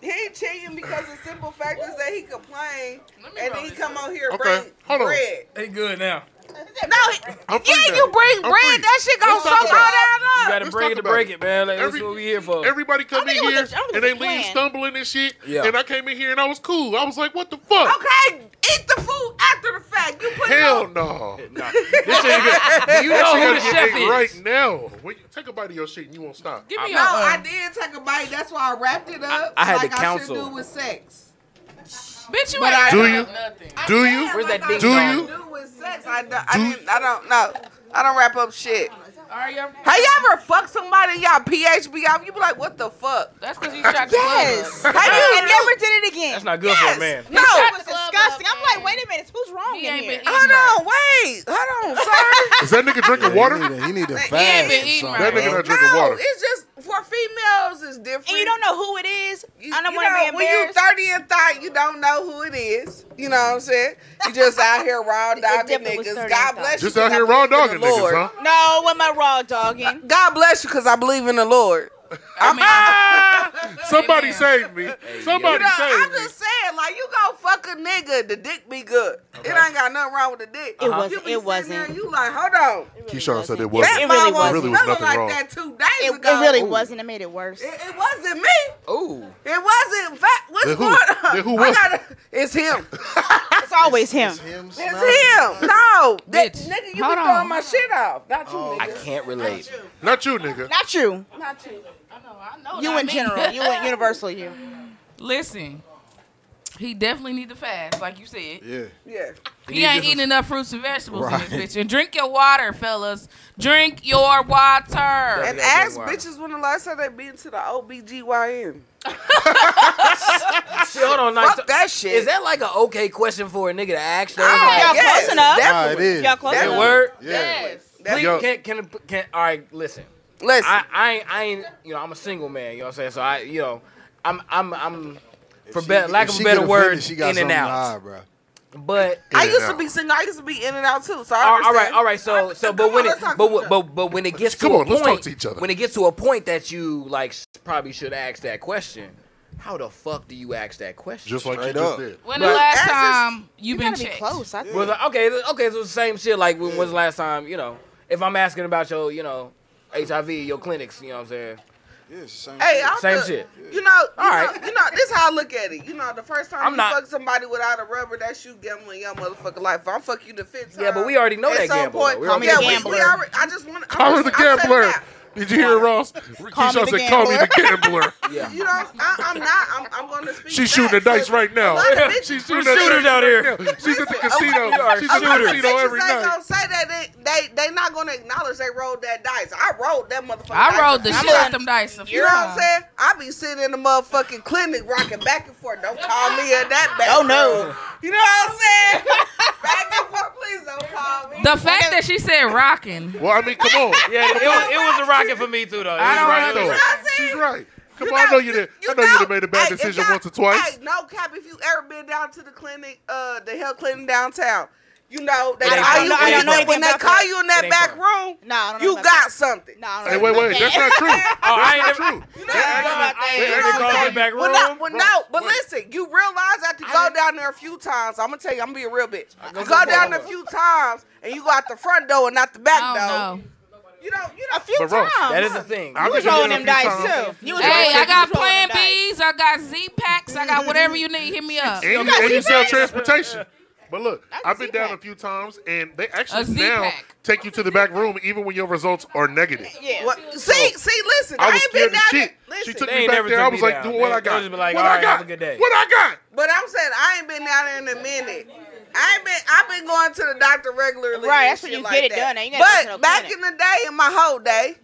[SPEAKER 3] He cheating because the simple fact is that he complained
[SPEAKER 4] Let me
[SPEAKER 3] and
[SPEAKER 4] roll
[SPEAKER 3] then he
[SPEAKER 4] this
[SPEAKER 3] come out here
[SPEAKER 2] Okay,
[SPEAKER 3] bring
[SPEAKER 2] hold on.
[SPEAKER 3] bread.
[SPEAKER 6] They good now.
[SPEAKER 7] Ah,
[SPEAKER 3] No, he-
[SPEAKER 2] I'm free
[SPEAKER 3] yeah,
[SPEAKER 2] now.
[SPEAKER 3] you bring
[SPEAKER 2] I'm
[SPEAKER 3] bread.
[SPEAKER 2] free.
[SPEAKER 3] That shit gonna
[SPEAKER 2] Let's talk
[SPEAKER 3] soak all
[SPEAKER 2] about it.
[SPEAKER 6] You
[SPEAKER 3] that up.
[SPEAKER 6] gotta
[SPEAKER 2] Let's
[SPEAKER 6] break it
[SPEAKER 2] talk
[SPEAKER 6] to
[SPEAKER 2] about
[SPEAKER 6] break
[SPEAKER 2] it.
[SPEAKER 6] it, man. Like,
[SPEAKER 2] Every-
[SPEAKER 6] that's what we here for.
[SPEAKER 2] Everybody come
[SPEAKER 1] I
[SPEAKER 2] in
[SPEAKER 1] think it was
[SPEAKER 2] here
[SPEAKER 1] a- I think
[SPEAKER 2] and
[SPEAKER 1] it
[SPEAKER 2] they
[SPEAKER 1] was a
[SPEAKER 2] leave
[SPEAKER 1] plan.
[SPEAKER 2] stumbling and shit.
[SPEAKER 6] Yeah.
[SPEAKER 2] And I came in here and I was cool. I was like, what the fuck?
[SPEAKER 3] Okay, eat the food after the fact. You put it
[SPEAKER 2] Hell
[SPEAKER 3] on.
[SPEAKER 2] no.
[SPEAKER 6] Nah, this shit ain't good. You know who the chef is.
[SPEAKER 2] right now. When you take a bite of your shit and you won't stop.
[SPEAKER 4] Give me uh,
[SPEAKER 3] No,
[SPEAKER 4] your.
[SPEAKER 3] I did take a bite. That's why I wrapped it up.
[SPEAKER 6] I- I had
[SPEAKER 3] like
[SPEAKER 6] to counsel.
[SPEAKER 3] I should do with sex.
[SPEAKER 4] Bitch, you
[SPEAKER 3] But
[SPEAKER 4] ain't
[SPEAKER 3] I-
[SPEAKER 2] Do
[SPEAKER 4] do
[SPEAKER 2] you?
[SPEAKER 4] nothing.
[SPEAKER 2] Do
[SPEAKER 3] I
[SPEAKER 2] you?
[SPEAKER 3] said,
[SPEAKER 6] Where's that
[SPEAKER 3] I should
[SPEAKER 6] ding
[SPEAKER 2] dong?
[SPEAKER 3] Do with sex. I, do, I didn't. I don't know. I don't wrap up shit.
[SPEAKER 4] Are you?
[SPEAKER 3] Have you ever fucked somebody? and Y'all PHB off. You be like, what the fuck?
[SPEAKER 4] That's because you shot the
[SPEAKER 1] Yes.
[SPEAKER 4] club.
[SPEAKER 1] And
[SPEAKER 3] Have you
[SPEAKER 1] never did it again.
[SPEAKER 6] That's not good for a man.
[SPEAKER 3] No.
[SPEAKER 1] That
[SPEAKER 3] Hold
[SPEAKER 1] was disgusting. I'm like, wait a minute, who's wrong
[SPEAKER 4] He
[SPEAKER 1] in
[SPEAKER 4] ain't
[SPEAKER 1] here?
[SPEAKER 4] been
[SPEAKER 3] on. Wait. Hold on, sir.
[SPEAKER 2] Is that nigga drinking water?
[SPEAKER 7] He need a, he need a
[SPEAKER 4] ain't
[SPEAKER 7] fast.
[SPEAKER 4] been
[SPEAKER 7] or
[SPEAKER 4] eating
[SPEAKER 7] something,
[SPEAKER 4] right.
[SPEAKER 2] That nigga
[SPEAKER 7] bro.
[SPEAKER 2] not drinking
[SPEAKER 3] no,
[SPEAKER 2] water.
[SPEAKER 3] it's just for females. It's different.
[SPEAKER 1] and you don't know who it is. I don't
[SPEAKER 3] you
[SPEAKER 1] want to
[SPEAKER 3] know,
[SPEAKER 1] be
[SPEAKER 3] when you
[SPEAKER 1] embarrassed.
[SPEAKER 3] thirty and thought you don't know who it is. You know what I'm saying? You just out here raw dogging
[SPEAKER 1] definitely was 30
[SPEAKER 3] niggas.
[SPEAKER 1] and
[SPEAKER 3] God
[SPEAKER 1] thought.
[SPEAKER 3] bless you.
[SPEAKER 2] Just out
[SPEAKER 3] 'cause I
[SPEAKER 2] here raw
[SPEAKER 3] believe in
[SPEAKER 2] dogging
[SPEAKER 3] the Lord.
[SPEAKER 2] niggas, huh?
[SPEAKER 1] no, with my raw dogging.
[SPEAKER 3] God bless you because I believe in the Lord. I'm,
[SPEAKER 2] Somebody save me.
[SPEAKER 3] you
[SPEAKER 2] Somebody
[SPEAKER 3] know,
[SPEAKER 2] save
[SPEAKER 3] I'm
[SPEAKER 2] me.
[SPEAKER 3] just saying, like, you go fuck a nigga, the dick be good. It ain't got nothing wrong with the dick.
[SPEAKER 1] It wasn't-
[SPEAKER 3] You be
[SPEAKER 1] it
[SPEAKER 3] sitting there,
[SPEAKER 1] wasn't.
[SPEAKER 3] you like, hold on.
[SPEAKER 2] Keyshawn said it
[SPEAKER 1] wasn't.
[SPEAKER 2] wasn't.
[SPEAKER 3] That
[SPEAKER 1] It
[SPEAKER 3] mom
[SPEAKER 1] really
[SPEAKER 3] was
[SPEAKER 1] wasn't.
[SPEAKER 2] Really was
[SPEAKER 3] smelling
[SPEAKER 2] nothing
[SPEAKER 3] like
[SPEAKER 2] wrong.
[SPEAKER 3] that two days
[SPEAKER 1] It,
[SPEAKER 3] ago.
[SPEAKER 1] it really
[SPEAKER 3] Ooh.
[SPEAKER 1] wasn't. It made it worse.
[SPEAKER 3] It, it wasn't me.
[SPEAKER 6] Ooh.
[SPEAKER 3] It wasn't. Fa- what's
[SPEAKER 2] Then who?
[SPEAKER 3] going on?
[SPEAKER 2] Then who
[SPEAKER 3] I
[SPEAKER 2] was it?
[SPEAKER 3] gotta- it's him.
[SPEAKER 1] It's always him.
[SPEAKER 7] Him
[SPEAKER 3] It's
[SPEAKER 7] smelling-
[SPEAKER 3] him. No. That,
[SPEAKER 4] Bitch,
[SPEAKER 3] nigga, you
[SPEAKER 4] hold
[SPEAKER 3] be
[SPEAKER 4] on.
[SPEAKER 3] throwing my shit off. Not you,
[SPEAKER 6] I
[SPEAKER 3] nigga.
[SPEAKER 6] can't relate.
[SPEAKER 2] Not you, nigga.
[SPEAKER 1] Not you.
[SPEAKER 3] Not you.
[SPEAKER 1] You in general. You in universal. You.
[SPEAKER 4] Listen, he definitely need to fast, like you said.
[SPEAKER 7] Yeah.
[SPEAKER 3] Yeah.
[SPEAKER 4] He ain't eating enough fruits and vegetables in
[SPEAKER 7] Right.
[SPEAKER 4] this bitch. And drink your water, fellas. Drink your water.
[SPEAKER 3] And
[SPEAKER 6] gotta drink
[SPEAKER 3] ask
[SPEAKER 6] water.
[SPEAKER 3] bitches when the last time they been to the OBGYN.
[SPEAKER 6] Shit, hold on. Like,
[SPEAKER 3] Fuck that shit.
[SPEAKER 6] is that like an okay question for a nigga to ask? though?
[SPEAKER 3] Ah,
[SPEAKER 1] Y'all
[SPEAKER 3] yes.
[SPEAKER 1] close enough.
[SPEAKER 7] Nah, it is.
[SPEAKER 1] Y'all close
[SPEAKER 3] That
[SPEAKER 1] enough.
[SPEAKER 6] Good word.
[SPEAKER 7] Yeah.
[SPEAKER 3] That-
[SPEAKER 6] Please,
[SPEAKER 2] Yo.
[SPEAKER 6] can, can, can, all right, listen.
[SPEAKER 3] Listen.
[SPEAKER 6] I, I ain't, I ain't, you know, I'm a single man. You know what I'm saying? So I, you know, I'm, I'm, I'm, for
[SPEAKER 7] She-
[SPEAKER 6] bet- lack of
[SPEAKER 7] if
[SPEAKER 6] a
[SPEAKER 7] she
[SPEAKER 6] better
[SPEAKER 7] get
[SPEAKER 6] word,
[SPEAKER 7] offended, she got
[SPEAKER 6] in and
[SPEAKER 7] something to
[SPEAKER 6] out.
[SPEAKER 7] hide, bro.
[SPEAKER 6] But
[SPEAKER 3] I
[SPEAKER 2] In
[SPEAKER 3] used
[SPEAKER 2] and
[SPEAKER 3] to
[SPEAKER 2] out.
[SPEAKER 3] be single. I used to be in and out too. So I
[SPEAKER 6] all all right,
[SPEAKER 3] understand.
[SPEAKER 6] all right. So, so,
[SPEAKER 3] come
[SPEAKER 6] but
[SPEAKER 3] on,
[SPEAKER 6] when it,
[SPEAKER 3] let's talk
[SPEAKER 6] but,
[SPEAKER 3] to each
[SPEAKER 6] when- but, but when it gets
[SPEAKER 2] Come
[SPEAKER 6] to
[SPEAKER 2] on,
[SPEAKER 6] a
[SPEAKER 2] let's
[SPEAKER 6] point,
[SPEAKER 2] talk to each other.
[SPEAKER 6] when it gets to a point that you like s- probably should ask that question. How the fuck do you ask that question?
[SPEAKER 2] Just like you
[SPEAKER 7] Straight
[SPEAKER 2] just
[SPEAKER 7] up.
[SPEAKER 2] did.
[SPEAKER 4] When the
[SPEAKER 6] But-
[SPEAKER 4] last
[SPEAKER 3] That's just-
[SPEAKER 4] time you
[SPEAKER 1] You
[SPEAKER 4] been
[SPEAKER 1] gotta be
[SPEAKER 4] checked?
[SPEAKER 1] close. I think.
[SPEAKER 6] Well, the- okay, th- okay, so it's the same shit. Like when was the last time? You know, if I'm asking about your, you know, HIV, your clinics. You know what I'm saying?
[SPEAKER 7] Yeah, it's the same
[SPEAKER 3] Hey,
[SPEAKER 7] shit.
[SPEAKER 3] I'm
[SPEAKER 6] Same
[SPEAKER 3] the-
[SPEAKER 6] shit.
[SPEAKER 3] You know, you
[SPEAKER 6] All right.
[SPEAKER 3] know, you know, this how I look at it. You know, the first time
[SPEAKER 6] I'm
[SPEAKER 3] you
[SPEAKER 6] not-
[SPEAKER 3] fuck somebody without a rubber, that's you gambling your motherfucking life. If I'm fuck you the fifth time.
[SPEAKER 6] Yeah, but we already know
[SPEAKER 3] at
[SPEAKER 6] that
[SPEAKER 3] some
[SPEAKER 6] gamble,
[SPEAKER 3] Point,
[SPEAKER 6] though. We already
[SPEAKER 3] yeah,
[SPEAKER 1] know
[SPEAKER 3] we,
[SPEAKER 1] the
[SPEAKER 3] we
[SPEAKER 1] gambler.
[SPEAKER 3] already. I just want.
[SPEAKER 2] Call her the gambler. Did you hear it, Ross? Keyshawn
[SPEAKER 1] the
[SPEAKER 2] said, call me the gambler.
[SPEAKER 6] Yeah.
[SPEAKER 3] You know, I, I'm not. I'm, I'm going to speak.
[SPEAKER 2] She's shooting the
[SPEAKER 3] facts.
[SPEAKER 2] dice right now.
[SPEAKER 3] A lot of bitches-
[SPEAKER 2] She's
[SPEAKER 6] We're
[SPEAKER 2] shooting the
[SPEAKER 6] shooters
[SPEAKER 2] dice
[SPEAKER 6] out
[SPEAKER 2] right now. She's at the casino.
[SPEAKER 6] We are
[SPEAKER 2] She's at the
[SPEAKER 6] shooters.
[SPEAKER 2] casino
[SPEAKER 3] Bitches
[SPEAKER 2] every
[SPEAKER 3] ain't
[SPEAKER 2] night.
[SPEAKER 3] gonna say that they they, they not gonna acknowledge they rolled that dice. I rolled that motherfucker.
[SPEAKER 4] I rolled the
[SPEAKER 3] dice.
[SPEAKER 4] shit out them dice. a few
[SPEAKER 3] You know what I'm
[SPEAKER 4] times.
[SPEAKER 3] saying? I be sitting in the motherfucking clinic rocking back and forth. Don't call me at that back.
[SPEAKER 1] Oh, no.
[SPEAKER 3] You know what I'm saying? back and forth, please don't call me.
[SPEAKER 4] The fact that she said rocking.
[SPEAKER 2] Well, I mean, come on.
[SPEAKER 6] Yeah, it, was, it was a rocket for me too, though. It
[SPEAKER 4] I
[SPEAKER 6] was
[SPEAKER 4] don't
[SPEAKER 6] right
[SPEAKER 4] have
[SPEAKER 2] though.
[SPEAKER 6] though.
[SPEAKER 3] You know what I'm saying?
[SPEAKER 2] She's right. Come on, I know you did. I know you done made a bad
[SPEAKER 3] Hey, if
[SPEAKER 2] decision
[SPEAKER 3] y'all-
[SPEAKER 2] once or twice.
[SPEAKER 3] Hey, no cap. If you ever been down to the clinic, uh, the health clinic downtown, you know, they
[SPEAKER 6] It ain't
[SPEAKER 3] call you
[SPEAKER 6] nothing. I don't know
[SPEAKER 3] when
[SPEAKER 1] anything
[SPEAKER 3] they
[SPEAKER 1] about
[SPEAKER 3] call
[SPEAKER 1] that.
[SPEAKER 3] you in that
[SPEAKER 6] It ain't
[SPEAKER 3] back
[SPEAKER 6] fun.
[SPEAKER 3] room,
[SPEAKER 1] No, I don't know
[SPEAKER 3] you
[SPEAKER 1] about
[SPEAKER 3] got something.
[SPEAKER 1] No, I
[SPEAKER 2] Hey,
[SPEAKER 1] don't
[SPEAKER 2] wait,
[SPEAKER 1] know
[SPEAKER 2] wait.
[SPEAKER 1] about
[SPEAKER 2] That's
[SPEAKER 1] that.
[SPEAKER 2] not true.
[SPEAKER 6] Oh,
[SPEAKER 2] That's
[SPEAKER 6] I ain't never.
[SPEAKER 2] not true.
[SPEAKER 3] You know,
[SPEAKER 6] They ain't
[SPEAKER 1] know
[SPEAKER 6] never-
[SPEAKER 1] about that.
[SPEAKER 6] they ain't never called me back
[SPEAKER 3] Well, no,
[SPEAKER 6] room.
[SPEAKER 3] well, no, but
[SPEAKER 6] Wait.
[SPEAKER 3] listen, you realize after you go down there a few times, I'm gonna tell you, I'm gonna be a real bitch.
[SPEAKER 6] go
[SPEAKER 3] You go
[SPEAKER 6] for
[SPEAKER 3] down there
[SPEAKER 6] it.
[SPEAKER 3] a few times and you go out the front door and not the back
[SPEAKER 4] I don't
[SPEAKER 3] door.
[SPEAKER 4] know.
[SPEAKER 3] You know, you know, a
[SPEAKER 1] few
[SPEAKER 2] But Ross,
[SPEAKER 1] times.
[SPEAKER 6] That is a thing.
[SPEAKER 2] I
[SPEAKER 1] You was
[SPEAKER 2] think
[SPEAKER 1] rolling
[SPEAKER 2] you
[SPEAKER 1] them
[SPEAKER 2] did a few
[SPEAKER 1] dice
[SPEAKER 2] times.
[SPEAKER 1] too. You was
[SPEAKER 4] Hey,
[SPEAKER 1] rolling-
[SPEAKER 4] I got
[SPEAKER 1] you was rolling
[SPEAKER 4] Plan
[SPEAKER 1] them dice.
[SPEAKER 4] Bs. I got Z packs. I got whatever you need. Hit me up.
[SPEAKER 2] And you, and you
[SPEAKER 1] Z-Pack.
[SPEAKER 2] sell transportation. But look,
[SPEAKER 1] That's a
[SPEAKER 2] I've been down
[SPEAKER 1] Z-Pack.
[SPEAKER 2] a few times, and they
[SPEAKER 4] A
[SPEAKER 2] actually now
[SPEAKER 4] Z-Pack.
[SPEAKER 2] take you to the back room, even when your results are negative.
[SPEAKER 1] Yeah.
[SPEAKER 3] What- See, see, listen, I,
[SPEAKER 2] I was
[SPEAKER 3] ain't been
[SPEAKER 2] scared
[SPEAKER 3] down
[SPEAKER 2] as
[SPEAKER 3] there.
[SPEAKER 2] shit.
[SPEAKER 3] Listen,
[SPEAKER 2] She took
[SPEAKER 6] They ain't
[SPEAKER 2] me back
[SPEAKER 6] never
[SPEAKER 2] there.
[SPEAKER 6] took
[SPEAKER 2] I
[SPEAKER 6] me
[SPEAKER 2] was like,
[SPEAKER 6] down.
[SPEAKER 2] do what
[SPEAKER 6] They-
[SPEAKER 2] I got.
[SPEAKER 6] they'll just be like,
[SPEAKER 2] what
[SPEAKER 6] "All
[SPEAKER 2] I
[SPEAKER 6] right,
[SPEAKER 2] got.
[SPEAKER 6] have a good day."
[SPEAKER 2] What I got.
[SPEAKER 3] But I'm saying I ain't been down there in a minute. I ain't been. I've been going to the doctor regularly.
[SPEAKER 1] Right,
[SPEAKER 3] and
[SPEAKER 1] that's when
[SPEAKER 3] shit
[SPEAKER 1] you
[SPEAKER 3] like
[SPEAKER 1] get it
[SPEAKER 3] that.
[SPEAKER 1] done. Now you gotta go to
[SPEAKER 3] But
[SPEAKER 1] the
[SPEAKER 3] back
[SPEAKER 1] clinic.
[SPEAKER 3] in the day, in my whole day,